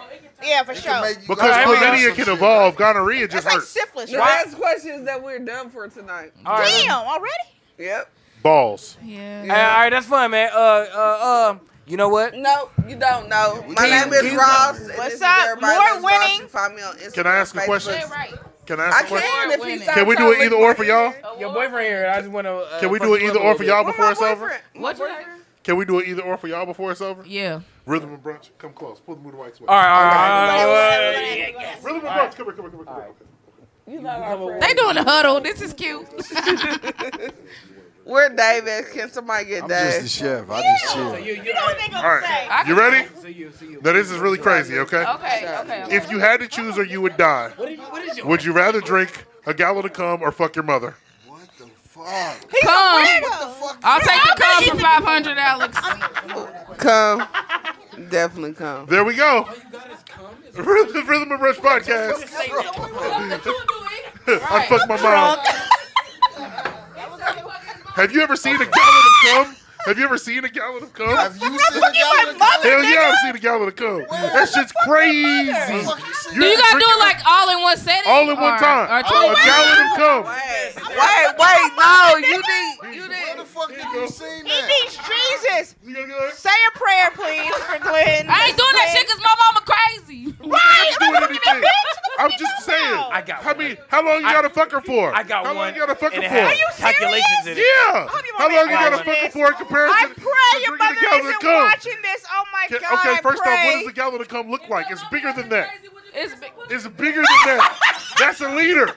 [SPEAKER 1] Yeah, for sure.
[SPEAKER 2] Because
[SPEAKER 9] All right, we got
[SPEAKER 2] chlamydia
[SPEAKER 7] some
[SPEAKER 2] can
[SPEAKER 7] shit,
[SPEAKER 2] evolve, gonorrhea
[SPEAKER 1] That's
[SPEAKER 2] just
[SPEAKER 1] like
[SPEAKER 2] hurts.
[SPEAKER 1] syphilis,
[SPEAKER 3] The
[SPEAKER 1] right?
[SPEAKER 3] last questions that we're done for tonight.
[SPEAKER 9] All right.
[SPEAKER 1] Damn, already?
[SPEAKER 3] Yep.
[SPEAKER 2] Balls.
[SPEAKER 4] Yeah.
[SPEAKER 6] Hey, all right, that's fun, man. Uh, uh, uh, you know what?
[SPEAKER 3] No, you don't know. My
[SPEAKER 6] Keep-
[SPEAKER 3] name is
[SPEAKER 6] keep-
[SPEAKER 3] Ross. and
[SPEAKER 1] What's
[SPEAKER 3] this is
[SPEAKER 1] up?
[SPEAKER 3] Everybody
[SPEAKER 1] More
[SPEAKER 3] Loves Ross.
[SPEAKER 1] winning?
[SPEAKER 3] You can find me on Instagram.
[SPEAKER 2] Can I ask a
[SPEAKER 3] Facebook.
[SPEAKER 2] question?
[SPEAKER 4] right.
[SPEAKER 2] Can I
[SPEAKER 3] I
[SPEAKER 2] ask a question?
[SPEAKER 3] can. If you
[SPEAKER 4] winning.
[SPEAKER 3] start
[SPEAKER 2] Can we
[SPEAKER 3] trying
[SPEAKER 2] do
[SPEAKER 3] to
[SPEAKER 2] it either
[SPEAKER 3] lick
[SPEAKER 2] or
[SPEAKER 3] my
[SPEAKER 2] for y'all?
[SPEAKER 3] hand.
[SPEAKER 6] Your boyfriend here. I just want to. Uh,
[SPEAKER 2] Can we
[SPEAKER 6] fuck
[SPEAKER 2] do it
[SPEAKER 6] you up
[SPEAKER 2] either
[SPEAKER 6] a
[SPEAKER 2] or
[SPEAKER 6] little
[SPEAKER 2] for
[SPEAKER 6] bit.
[SPEAKER 2] y'all
[SPEAKER 3] Where
[SPEAKER 2] before
[SPEAKER 3] my
[SPEAKER 2] it's over?
[SPEAKER 3] boyfriend?
[SPEAKER 4] What you
[SPEAKER 2] Can we do it either or for y'all before it's over?
[SPEAKER 4] Yeah.
[SPEAKER 2] Rhythm and brunch, come close. Pull the mood away.
[SPEAKER 6] All right, all right, all right.
[SPEAKER 1] Everybody,
[SPEAKER 6] All right,
[SPEAKER 1] everybody, everybody.
[SPEAKER 2] Rhythm and brunch, come here, come here, come here. Come here.
[SPEAKER 3] You know our friend.
[SPEAKER 4] They doing a huddle. This is cute.
[SPEAKER 3] We're David. Can somebody get
[SPEAKER 7] I'm just the
[SPEAKER 3] David?
[SPEAKER 7] chef. I just
[SPEAKER 6] So
[SPEAKER 7] chill.
[SPEAKER 6] you, you,
[SPEAKER 1] You know what they gonna
[SPEAKER 2] All
[SPEAKER 1] say.
[SPEAKER 2] right. You ready?
[SPEAKER 6] so you, so you.
[SPEAKER 2] Now, this is really crazy, okay?
[SPEAKER 4] Okay. Okay.
[SPEAKER 2] If you had to choose or you would die,
[SPEAKER 6] What is, what is your?
[SPEAKER 2] would you rather drink a gallon of cum or fuck your mother?
[SPEAKER 7] What the fuck?
[SPEAKER 4] Come.
[SPEAKER 7] fuck?
[SPEAKER 4] I'll take the call for five hundred, Alex.
[SPEAKER 3] Come. Definitely come.
[SPEAKER 2] There we go. Rhythm, Rhythm and Brunch podcast. I fucked my mom. Have you ever seen a gallon of cum? Have you ever seen a gallon of cum?
[SPEAKER 7] Have you seen a gallon of cum?
[SPEAKER 2] Hell yeah, I've seen a gallon of cum. That shit's crazy.
[SPEAKER 7] Fuck, you seen-
[SPEAKER 4] Do you gotta do
[SPEAKER 2] drinking
[SPEAKER 4] it like all in one setting?
[SPEAKER 2] all in one
[SPEAKER 4] Or-
[SPEAKER 2] time.
[SPEAKER 4] Or two?
[SPEAKER 2] a gallon of cum.
[SPEAKER 3] Wait, wait, wait. No, you need. You
[SPEAKER 7] Where
[SPEAKER 3] need.
[SPEAKER 7] the fuck have you seen
[SPEAKER 1] He
[SPEAKER 7] that?
[SPEAKER 1] needs Jesus.
[SPEAKER 2] You gotta go
[SPEAKER 1] Say a prayer, please, for Glenn.
[SPEAKER 4] I ain't doing that shit because my mama crazy.
[SPEAKER 1] Right?
[SPEAKER 2] doing
[SPEAKER 1] Am I fucking that
[SPEAKER 2] anything.
[SPEAKER 1] bitch?
[SPEAKER 2] I'm just saying.
[SPEAKER 1] I
[SPEAKER 9] got
[SPEAKER 2] How
[SPEAKER 9] one.
[SPEAKER 2] many? How long you
[SPEAKER 9] I-
[SPEAKER 2] gotta fuck her for?
[SPEAKER 9] I got
[SPEAKER 2] How
[SPEAKER 9] one.
[SPEAKER 2] long you gotta fuck her
[SPEAKER 9] and it
[SPEAKER 2] for?
[SPEAKER 9] has
[SPEAKER 1] Are you
[SPEAKER 9] calculations in it.
[SPEAKER 2] Yeah.
[SPEAKER 1] hope you
[SPEAKER 2] How
[SPEAKER 1] wanna
[SPEAKER 2] long
[SPEAKER 1] be
[SPEAKER 2] you gotta
[SPEAKER 9] honest.
[SPEAKER 2] fuck her for in comparison?
[SPEAKER 1] I pray
[SPEAKER 2] to
[SPEAKER 1] your
[SPEAKER 2] drinking a gallon
[SPEAKER 1] mother
[SPEAKER 2] of
[SPEAKER 1] isn't
[SPEAKER 2] cum?
[SPEAKER 1] watching this. Oh my
[SPEAKER 2] Can-
[SPEAKER 1] God.
[SPEAKER 2] okay,
[SPEAKER 1] I
[SPEAKER 2] first off,
[SPEAKER 1] pray.
[SPEAKER 2] what does a gallon of cum look like? It's bigger than that.
[SPEAKER 4] It's
[SPEAKER 2] It's bigger than that. That's a liter.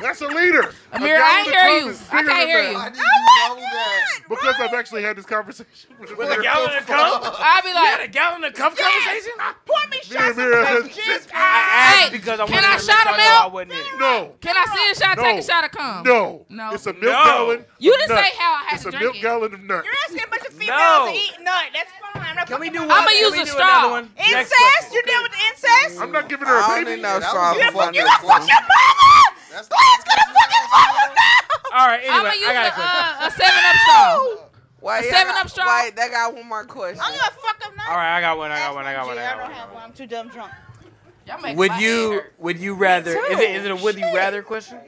[SPEAKER 2] That's a liter. A
[SPEAKER 4] Amir,
[SPEAKER 2] gallon
[SPEAKER 4] I ain't
[SPEAKER 2] of
[SPEAKER 4] hear
[SPEAKER 2] cum
[SPEAKER 4] you.
[SPEAKER 2] is
[SPEAKER 4] I
[SPEAKER 2] bigger
[SPEAKER 4] can't
[SPEAKER 2] than
[SPEAKER 4] hear
[SPEAKER 2] that.
[SPEAKER 4] you.
[SPEAKER 7] I didn't know that.
[SPEAKER 2] Because I've actually had this conversation with a
[SPEAKER 9] With a gallon of cum?
[SPEAKER 4] I'll be
[SPEAKER 9] Had a
[SPEAKER 4] like,
[SPEAKER 9] gallon of cum conversation?
[SPEAKER 1] Pour me shots
[SPEAKER 2] Mira, Mira,
[SPEAKER 1] of
[SPEAKER 2] has-
[SPEAKER 1] Jesus.
[SPEAKER 9] I asked
[SPEAKER 4] Hey,
[SPEAKER 9] because I
[SPEAKER 4] can
[SPEAKER 9] wanted
[SPEAKER 4] I
[SPEAKER 9] to let
[SPEAKER 4] shout him
[SPEAKER 9] y'all know I
[SPEAKER 4] out?
[SPEAKER 9] wasn't in it.
[SPEAKER 2] No.
[SPEAKER 4] can I see a shot?
[SPEAKER 2] No.
[SPEAKER 4] Take a shot of cum.
[SPEAKER 2] No.
[SPEAKER 4] No.
[SPEAKER 2] It's a milk
[SPEAKER 9] No.
[SPEAKER 2] gallon.
[SPEAKER 4] You
[SPEAKER 2] of
[SPEAKER 4] didn't say
[SPEAKER 2] nut.
[SPEAKER 4] how I had
[SPEAKER 2] It's
[SPEAKER 4] to
[SPEAKER 2] a
[SPEAKER 4] drink
[SPEAKER 2] milk
[SPEAKER 4] it.
[SPEAKER 2] gallon of nut.
[SPEAKER 1] You're asking a bunch of females
[SPEAKER 9] No.
[SPEAKER 1] to eat nut. That's fine. I'm not
[SPEAKER 9] Can we
[SPEAKER 1] fucking
[SPEAKER 9] do
[SPEAKER 1] about
[SPEAKER 4] I'ma
[SPEAKER 1] it.
[SPEAKER 4] use
[SPEAKER 9] Can we
[SPEAKER 4] a
[SPEAKER 9] do another
[SPEAKER 4] straw.
[SPEAKER 9] one? Next
[SPEAKER 1] Incest?
[SPEAKER 9] question.
[SPEAKER 1] You're dealing with the incest?
[SPEAKER 2] I'm not giving
[SPEAKER 3] I
[SPEAKER 2] her a
[SPEAKER 3] don't
[SPEAKER 2] baby.
[SPEAKER 3] need no
[SPEAKER 7] That
[SPEAKER 3] straw.
[SPEAKER 7] was a fucking
[SPEAKER 1] you gonna fuck
[SPEAKER 7] clue.
[SPEAKER 1] your mama?
[SPEAKER 7] That's
[SPEAKER 1] Glenn's gonna fucking fuck him now.
[SPEAKER 9] All right, anyway,
[SPEAKER 4] I'ma
[SPEAKER 9] I
[SPEAKER 4] use
[SPEAKER 9] got a
[SPEAKER 4] the,
[SPEAKER 9] question.
[SPEAKER 4] uh, a seven up straw.
[SPEAKER 3] Wait,
[SPEAKER 4] A
[SPEAKER 3] I
[SPEAKER 4] 7
[SPEAKER 3] got-
[SPEAKER 4] Up straw?
[SPEAKER 3] Wait, they got one more question.
[SPEAKER 1] I'm gonna fuck him now.
[SPEAKER 9] All right, I got one. I got
[SPEAKER 1] That's
[SPEAKER 9] one. I got
[SPEAKER 1] my
[SPEAKER 9] one.
[SPEAKER 1] G.
[SPEAKER 9] I got
[SPEAKER 1] I
[SPEAKER 9] one.
[SPEAKER 1] don't have one. I'm too dumb drunk.
[SPEAKER 4] Y'all make
[SPEAKER 6] Would
[SPEAKER 4] my head
[SPEAKER 6] you?
[SPEAKER 4] hurt.
[SPEAKER 6] Would you rather? Is it? Is it a would you
[SPEAKER 1] Shit.
[SPEAKER 6] rather question?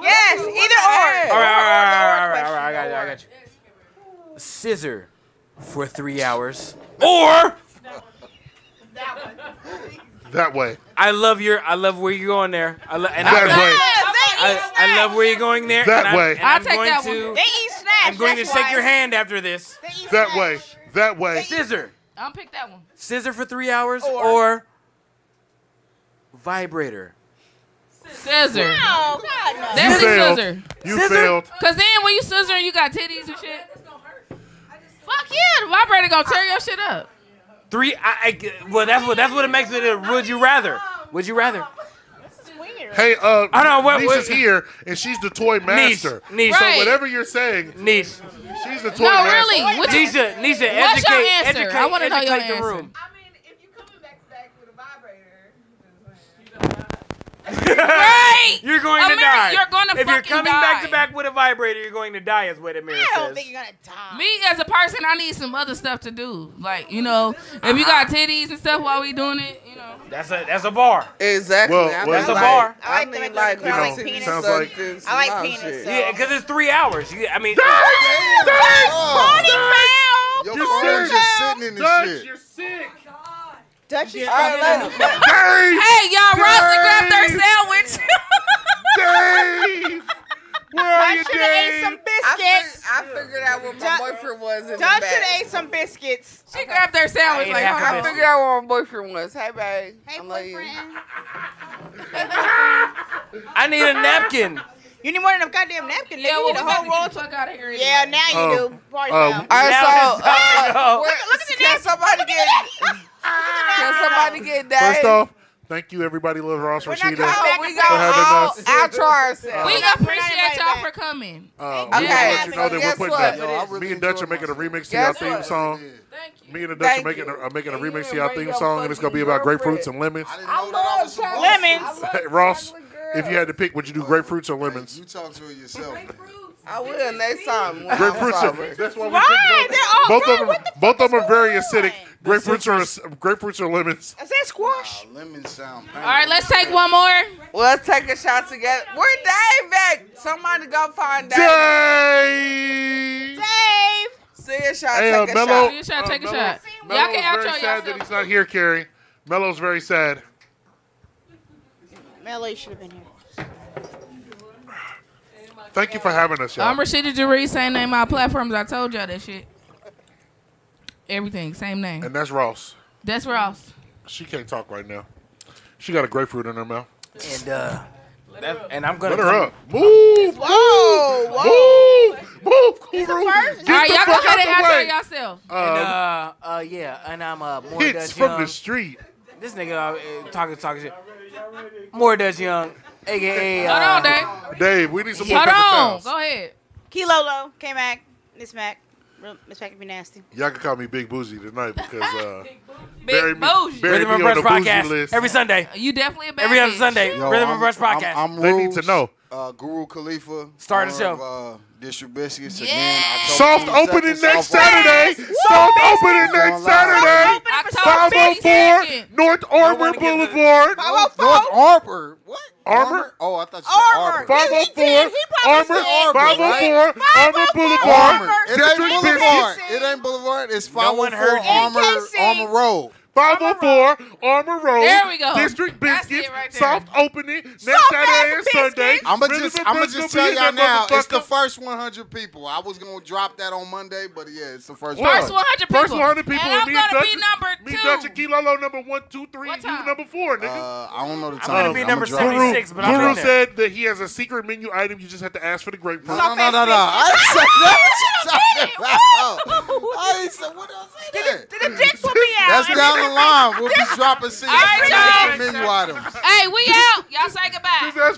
[SPEAKER 1] Yes, either or.
[SPEAKER 6] All right, all right, all right, all right,
[SPEAKER 3] Or-
[SPEAKER 6] all
[SPEAKER 3] or
[SPEAKER 6] right. I got you. I
[SPEAKER 3] question,
[SPEAKER 6] got you. Scissor for three hours, or
[SPEAKER 2] That way.
[SPEAKER 6] I love your. I love where you're going there. I lo- and
[SPEAKER 2] That
[SPEAKER 6] I,
[SPEAKER 2] way.
[SPEAKER 6] I,
[SPEAKER 1] Yes, they eat
[SPEAKER 6] I
[SPEAKER 1] snacks.
[SPEAKER 6] love where you're going there.
[SPEAKER 2] That
[SPEAKER 6] and I,
[SPEAKER 2] way.
[SPEAKER 6] and
[SPEAKER 4] I'll
[SPEAKER 6] I'm
[SPEAKER 4] take
[SPEAKER 6] going
[SPEAKER 4] that
[SPEAKER 6] to.
[SPEAKER 4] one.
[SPEAKER 1] They eat snacks.
[SPEAKER 6] I'm going to
[SPEAKER 1] that's
[SPEAKER 6] shake
[SPEAKER 1] why.
[SPEAKER 6] your hand after this.
[SPEAKER 1] They eat
[SPEAKER 2] That
[SPEAKER 1] snacks.
[SPEAKER 2] way. That way.
[SPEAKER 6] Scissor,
[SPEAKER 4] I'm gonna pick that one.
[SPEAKER 6] scissor for three hours, or, vibrator.
[SPEAKER 4] Scissor.
[SPEAKER 1] Oh God, no.
[SPEAKER 2] You
[SPEAKER 4] That's a
[SPEAKER 2] failed.
[SPEAKER 4] scissor.
[SPEAKER 2] You
[SPEAKER 6] Scissor?
[SPEAKER 2] failed.
[SPEAKER 4] Cause then when you scissor, you got titties and shit. Fuck yeah, the vibrator gonna tear your shit up.
[SPEAKER 6] Three. I, I- well, that's what. That's what it makes it. A, would you rather? Would you rather?
[SPEAKER 1] It's weird.
[SPEAKER 2] Hey, uh,
[SPEAKER 6] I know, what-
[SPEAKER 2] niece
[SPEAKER 6] what-
[SPEAKER 2] is here, and she's the toy
[SPEAKER 6] Niece,
[SPEAKER 2] master.
[SPEAKER 6] niece,
[SPEAKER 4] Right.
[SPEAKER 2] So whatever you're saying,
[SPEAKER 6] niece,
[SPEAKER 2] she's the toy
[SPEAKER 4] No,
[SPEAKER 2] master.
[SPEAKER 4] really. What you-
[SPEAKER 6] Nisha, Nisha,
[SPEAKER 4] What's
[SPEAKER 6] educate,
[SPEAKER 4] your answer?
[SPEAKER 6] educate,
[SPEAKER 4] I wanna know
[SPEAKER 6] educate
[SPEAKER 4] your
[SPEAKER 6] the
[SPEAKER 4] answer.
[SPEAKER 6] room.
[SPEAKER 10] I mean, if you coming back to back with a vibrator,
[SPEAKER 4] Right.
[SPEAKER 6] You're going to
[SPEAKER 4] Amir,
[SPEAKER 6] die.
[SPEAKER 4] you're gonna
[SPEAKER 6] if you're
[SPEAKER 4] fucking
[SPEAKER 6] coming back
[SPEAKER 4] die.
[SPEAKER 6] to back with a vibrator, you're going to die, is what Amir
[SPEAKER 1] I don't
[SPEAKER 6] says.
[SPEAKER 1] think you're gonna die.
[SPEAKER 4] Me as a person, I need some other stuff to do. Like you know, if you got titties and stuff while we doing it, you know.
[SPEAKER 9] That's a that's a bar.
[SPEAKER 3] Exactly.
[SPEAKER 2] Well,
[SPEAKER 3] I
[SPEAKER 2] well-
[SPEAKER 3] mean,
[SPEAKER 2] That's a
[SPEAKER 9] bar.
[SPEAKER 1] I like
[SPEAKER 3] I
[SPEAKER 1] the
[SPEAKER 3] mean, like,
[SPEAKER 1] McDonald's crowd.
[SPEAKER 2] I
[SPEAKER 3] you
[SPEAKER 2] like
[SPEAKER 3] know,
[SPEAKER 2] penis.
[SPEAKER 3] suck
[SPEAKER 2] Sounds like-
[SPEAKER 3] this
[SPEAKER 1] I like
[SPEAKER 3] wild
[SPEAKER 1] penis,
[SPEAKER 3] shit.
[SPEAKER 1] so-
[SPEAKER 6] Yeah, because it's three hours. You, I mean,
[SPEAKER 7] Damn,
[SPEAKER 1] Tony
[SPEAKER 7] dog.
[SPEAKER 1] Brown.
[SPEAKER 7] Your
[SPEAKER 2] You're
[SPEAKER 7] phone
[SPEAKER 2] serious?
[SPEAKER 7] just sitting in
[SPEAKER 2] Dutch,
[SPEAKER 7] this shit.
[SPEAKER 2] you're sick.
[SPEAKER 1] Dutch is
[SPEAKER 3] All right, ladies.
[SPEAKER 2] Dave!
[SPEAKER 4] Hey, y'all, Rosa grabbed their
[SPEAKER 2] Dave!
[SPEAKER 4] sandwich.
[SPEAKER 2] Dave! Where are
[SPEAKER 1] Dutch
[SPEAKER 2] you,
[SPEAKER 1] should have ate
[SPEAKER 2] Dave?
[SPEAKER 1] some
[SPEAKER 3] I,
[SPEAKER 1] biscuits.
[SPEAKER 3] fig- I figured out what my
[SPEAKER 1] Dutch-
[SPEAKER 3] boyfriend was in the
[SPEAKER 1] Dutch should
[SPEAKER 3] back.
[SPEAKER 1] have ate some biscuits.
[SPEAKER 4] she grabbed their
[SPEAKER 6] I
[SPEAKER 4] sandwich
[SPEAKER 6] ain't
[SPEAKER 4] like,
[SPEAKER 6] half
[SPEAKER 4] huh?
[SPEAKER 3] I
[SPEAKER 6] Yes.
[SPEAKER 3] figured out what my boyfriend was. Hey, babe.
[SPEAKER 1] Hey,
[SPEAKER 3] I love you.
[SPEAKER 1] boyfriend.
[SPEAKER 6] I need a napkin.
[SPEAKER 1] You need more than a goddamn napkin.
[SPEAKER 4] yeah,
[SPEAKER 1] nigga.
[SPEAKER 4] well,
[SPEAKER 1] you
[SPEAKER 4] we
[SPEAKER 1] need a
[SPEAKER 4] got
[SPEAKER 1] whole
[SPEAKER 4] the
[SPEAKER 1] roll.
[SPEAKER 4] fuck out of here. anyway.
[SPEAKER 1] Yeah, now you
[SPEAKER 2] Oh,
[SPEAKER 1] do. Party
[SPEAKER 2] oh.
[SPEAKER 1] foul.
[SPEAKER 3] All right, so
[SPEAKER 6] Now it's time to
[SPEAKER 3] uh,
[SPEAKER 6] go.
[SPEAKER 3] we're-
[SPEAKER 1] Look at the
[SPEAKER 3] can
[SPEAKER 1] napkin.
[SPEAKER 3] somebody
[SPEAKER 1] Look at
[SPEAKER 3] get
[SPEAKER 1] the napkin.
[SPEAKER 3] can somebody get that?
[SPEAKER 2] First off, thank you, everybody. Love Ross
[SPEAKER 1] We're not
[SPEAKER 2] Rashida.
[SPEAKER 1] coming
[SPEAKER 3] Oh,
[SPEAKER 1] back
[SPEAKER 3] we
[SPEAKER 1] and
[SPEAKER 3] got all
[SPEAKER 2] forth.
[SPEAKER 3] outro ourselves.
[SPEAKER 4] We
[SPEAKER 1] not- we're not
[SPEAKER 4] appreciate
[SPEAKER 1] invited
[SPEAKER 4] y'all
[SPEAKER 1] back.
[SPEAKER 4] for coming.
[SPEAKER 2] Uh,
[SPEAKER 1] Okay.
[SPEAKER 2] We want to let you know
[SPEAKER 1] So
[SPEAKER 2] that we're
[SPEAKER 3] guess
[SPEAKER 2] putting
[SPEAKER 3] what?
[SPEAKER 2] that.
[SPEAKER 3] Yo,
[SPEAKER 7] I really
[SPEAKER 2] Me and Dutch are
[SPEAKER 7] enjoyed
[SPEAKER 2] making a
[SPEAKER 7] myself.
[SPEAKER 2] remix to y'all
[SPEAKER 3] Guess
[SPEAKER 2] theme
[SPEAKER 3] what?
[SPEAKER 2] song.
[SPEAKER 4] Thank you.
[SPEAKER 2] Me and the Dutch are
[SPEAKER 3] Thank
[SPEAKER 2] making a,
[SPEAKER 3] you.
[SPEAKER 2] are making a
[SPEAKER 3] And you
[SPEAKER 2] remix to
[SPEAKER 3] didn't
[SPEAKER 2] y'all
[SPEAKER 3] bring
[SPEAKER 2] theme
[SPEAKER 3] your
[SPEAKER 2] song, and it's gonna be about
[SPEAKER 3] fucking
[SPEAKER 2] grapefruits
[SPEAKER 3] girlfriend.
[SPEAKER 2] and lemons.
[SPEAKER 7] I didn't
[SPEAKER 3] I
[SPEAKER 7] know that
[SPEAKER 3] love
[SPEAKER 7] was a
[SPEAKER 3] chocolate.
[SPEAKER 1] Lemons.
[SPEAKER 3] I love
[SPEAKER 2] Hey, Ross,
[SPEAKER 3] chocolate girls.
[SPEAKER 2] if you had to pick, would you do grapefruits or lemons?
[SPEAKER 7] You talk to it yourself.
[SPEAKER 3] I will next time. when I'm
[SPEAKER 2] Grapefruits.
[SPEAKER 3] sober.
[SPEAKER 2] Are, that's why we
[SPEAKER 1] Why?
[SPEAKER 2] picked
[SPEAKER 1] They're all
[SPEAKER 2] both. Both
[SPEAKER 1] good.
[SPEAKER 2] of them.
[SPEAKER 1] What the
[SPEAKER 2] both of
[SPEAKER 1] fuck
[SPEAKER 2] them are
[SPEAKER 1] is
[SPEAKER 2] very
[SPEAKER 1] going
[SPEAKER 2] acidic.
[SPEAKER 1] on?
[SPEAKER 2] Grapefruits are grapefruits or lemons.
[SPEAKER 3] Is that squash?
[SPEAKER 7] lemon sound.
[SPEAKER 3] All
[SPEAKER 4] right, let's take one more.
[SPEAKER 3] Let's take a shot together. Where Dave at? Somebody go find Dave.
[SPEAKER 2] Dave.
[SPEAKER 1] Dave.
[SPEAKER 3] See a shot.
[SPEAKER 2] Hey, uh,
[SPEAKER 3] take a
[SPEAKER 2] Mello.
[SPEAKER 3] shot.
[SPEAKER 4] shot,
[SPEAKER 2] uh,
[SPEAKER 4] take a
[SPEAKER 2] Mello-
[SPEAKER 4] shot.
[SPEAKER 2] Mello
[SPEAKER 4] Y'all can
[SPEAKER 2] is
[SPEAKER 4] outro
[SPEAKER 2] very sad that
[SPEAKER 4] yourself.
[SPEAKER 2] he's not here, Carrie. Mello's very sad.
[SPEAKER 1] Melly should have been here.
[SPEAKER 2] Thank you for having us, y'all.
[SPEAKER 4] I'm Rashida Jaree, same name, all platforms. I told y'all that shit. Everything, same name.
[SPEAKER 2] and that's Ross.
[SPEAKER 4] That's Ross.
[SPEAKER 2] She can't talk right now. She got a grapefruit in her mouth.
[SPEAKER 6] And uh, that, and I'm gonna
[SPEAKER 2] Let her
[SPEAKER 6] come-
[SPEAKER 2] up. Move.
[SPEAKER 3] Whoa,
[SPEAKER 2] Move. Move. Kuru. Get
[SPEAKER 1] first.
[SPEAKER 4] All right,
[SPEAKER 2] the
[SPEAKER 4] y'all go
[SPEAKER 2] fuck
[SPEAKER 4] ahead and
[SPEAKER 2] out
[SPEAKER 4] outro
[SPEAKER 2] the way.
[SPEAKER 4] yourself.
[SPEAKER 6] And,
[SPEAKER 2] Uh,
[SPEAKER 6] uh, uh, yeah, and I'm uh, more
[SPEAKER 2] hits
[SPEAKER 6] Dutch
[SPEAKER 2] from
[SPEAKER 6] Young.
[SPEAKER 2] the street.
[SPEAKER 6] This nigga uh, talking talking shit. More Dutch Young, aka. Uh,
[SPEAKER 4] Hold on, Dave.
[SPEAKER 2] Dave, we need some more
[SPEAKER 4] Hold
[SPEAKER 2] paper
[SPEAKER 4] on.
[SPEAKER 2] towels.
[SPEAKER 4] Go ahead.
[SPEAKER 1] Kilolo, K Mac, Miss Mac. Real- Miss Mac can be nasty.
[SPEAKER 2] Y'all can call me Big Boozy tonight because uh, Barry
[SPEAKER 4] Big
[SPEAKER 2] me-
[SPEAKER 4] bougie.
[SPEAKER 2] Barry-
[SPEAKER 6] Rhythm and
[SPEAKER 2] be on
[SPEAKER 6] Brush
[SPEAKER 2] the bougie list.
[SPEAKER 6] podcast every Sunday,
[SPEAKER 4] You definitely a bad
[SPEAKER 6] every other
[SPEAKER 4] bitch.
[SPEAKER 6] Sunday.
[SPEAKER 7] Yo,
[SPEAKER 6] Rhythm
[SPEAKER 7] I'm-
[SPEAKER 6] and Brush podcast.
[SPEAKER 7] I'm, I'm
[SPEAKER 2] They need
[SPEAKER 7] Rouge,
[SPEAKER 2] to know.
[SPEAKER 7] Uh, Guru Khalifa.
[SPEAKER 6] Start the
[SPEAKER 7] owner
[SPEAKER 6] show.
[SPEAKER 7] Of, uh, District Biscuits.
[SPEAKER 4] Yeah.
[SPEAKER 2] Soft opening next Saturday.
[SPEAKER 7] Yes.
[SPEAKER 2] Soft opening next
[SPEAKER 7] Soft
[SPEAKER 2] Saturday.
[SPEAKER 1] opening for
[SPEAKER 4] October
[SPEAKER 2] 504
[SPEAKER 4] 22nd.
[SPEAKER 2] North
[SPEAKER 6] wanna
[SPEAKER 2] Arbor
[SPEAKER 6] get
[SPEAKER 2] Boulevard.
[SPEAKER 7] North Arbor. What?
[SPEAKER 2] Arbor?
[SPEAKER 7] Oh, I thought you said
[SPEAKER 1] Arbor.
[SPEAKER 7] Arbor.
[SPEAKER 2] 504
[SPEAKER 1] Fuck. He did. He probably
[SPEAKER 2] Arbor.
[SPEAKER 1] said-
[SPEAKER 2] 504 Arbor
[SPEAKER 4] oh
[SPEAKER 2] oh Boulevard.
[SPEAKER 7] Arbor. It ain't
[SPEAKER 2] District
[SPEAKER 7] Boulevard.
[SPEAKER 2] Biscuits.
[SPEAKER 7] It ain't Boulevard. It's
[SPEAKER 6] No one
[SPEAKER 7] 504
[SPEAKER 6] heard you.
[SPEAKER 7] Armor,
[SPEAKER 1] NKC.
[SPEAKER 7] Armor Road.
[SPEAKER 2] 504 Arbor oh Road.
[SPEAKER 4] There we go.
[SPEAKER 2] District
[SPEAKER 4] That's it
[SPEAKER 2] Biscuits.
[SPEAKER 4] right there.
[SPEAKER 2] Soft opening next Saturday and Sunday.
[SPEAKER 7] I'ma
[SPEAKER 2] Rhythm
[SPEAKER 7] just
[SPEAKER 2] and
[SPEAKER 7] I'ma
[SPEAKER 2] Bruce
[SPEAKER 7] just
[SPEAKER 2] gonna
[SPEAKER 7] tell
[SPEAKER 2] be in
[SPEAKER 7] y'all
[SPEAKER 2] that
[SPEAKER 7] now, it's the
[SPEAKER 2] motherfucker.
[SPEAKER 7] first 100 people. I was gonna drop that on Monday, but yeah, it's the first.
[SPEAKER 2] What?
[SPEAKER 4] First 100 people.
[SPEAKER 2] First 100 people.
[SPEAKER 4] And I'm
[SPEAKER 2] me
[SPEAKER 4] gonna be
[SPEAKER 2] Dutch-
[SPEAKER 4] number
[SPEAKER 2] Me,
[SPEAKER 4] two.
[SPEAKER 2] Dutch and Kilolo number one, two, three,
[SPEAKER 4] What
[SPEAKER 2] and
[SPEAKER 4] time?
[SPEAKER 2] you number four, nigga.
[SPEAKER 7] Uh, I don't know the time.
[SPEAKER 2] gonna be
[SPEAKER 7] I'ma
[SPEAKER 6] number
[SPEAKER 7] drop
[SPEAKER 6] seven.
[SPEAKER 7] it.
[SPEAKER 2] Guru,
[SPEAKER 6] 76, but I'm
[SPEAKER 2] Guru
[SPEAKER 6] doing it.
[SPEAKER 2] said that he has a secret menu item. You just have to ask for the
[SPEAKER 7] No,
[SPEAKER 2] grapefruit.
[SPEAKER 7] no, no, no, no. I ain't say that. What you talking about? I ain't say what else is that?
[SPEAKER 1] The dicks will be out.
[SPEAKER 7] That's down the line. We'll be dropping secrets
[SPEAKER 4] All right,
[SPEAKER 7] and extra
[SPEAKER 4] y'all.
[SPEAKER 7] menu items.
[SPEAKER 4] Hey, we out. Y'all say goodbye.
[SPEAKER 2] Just ask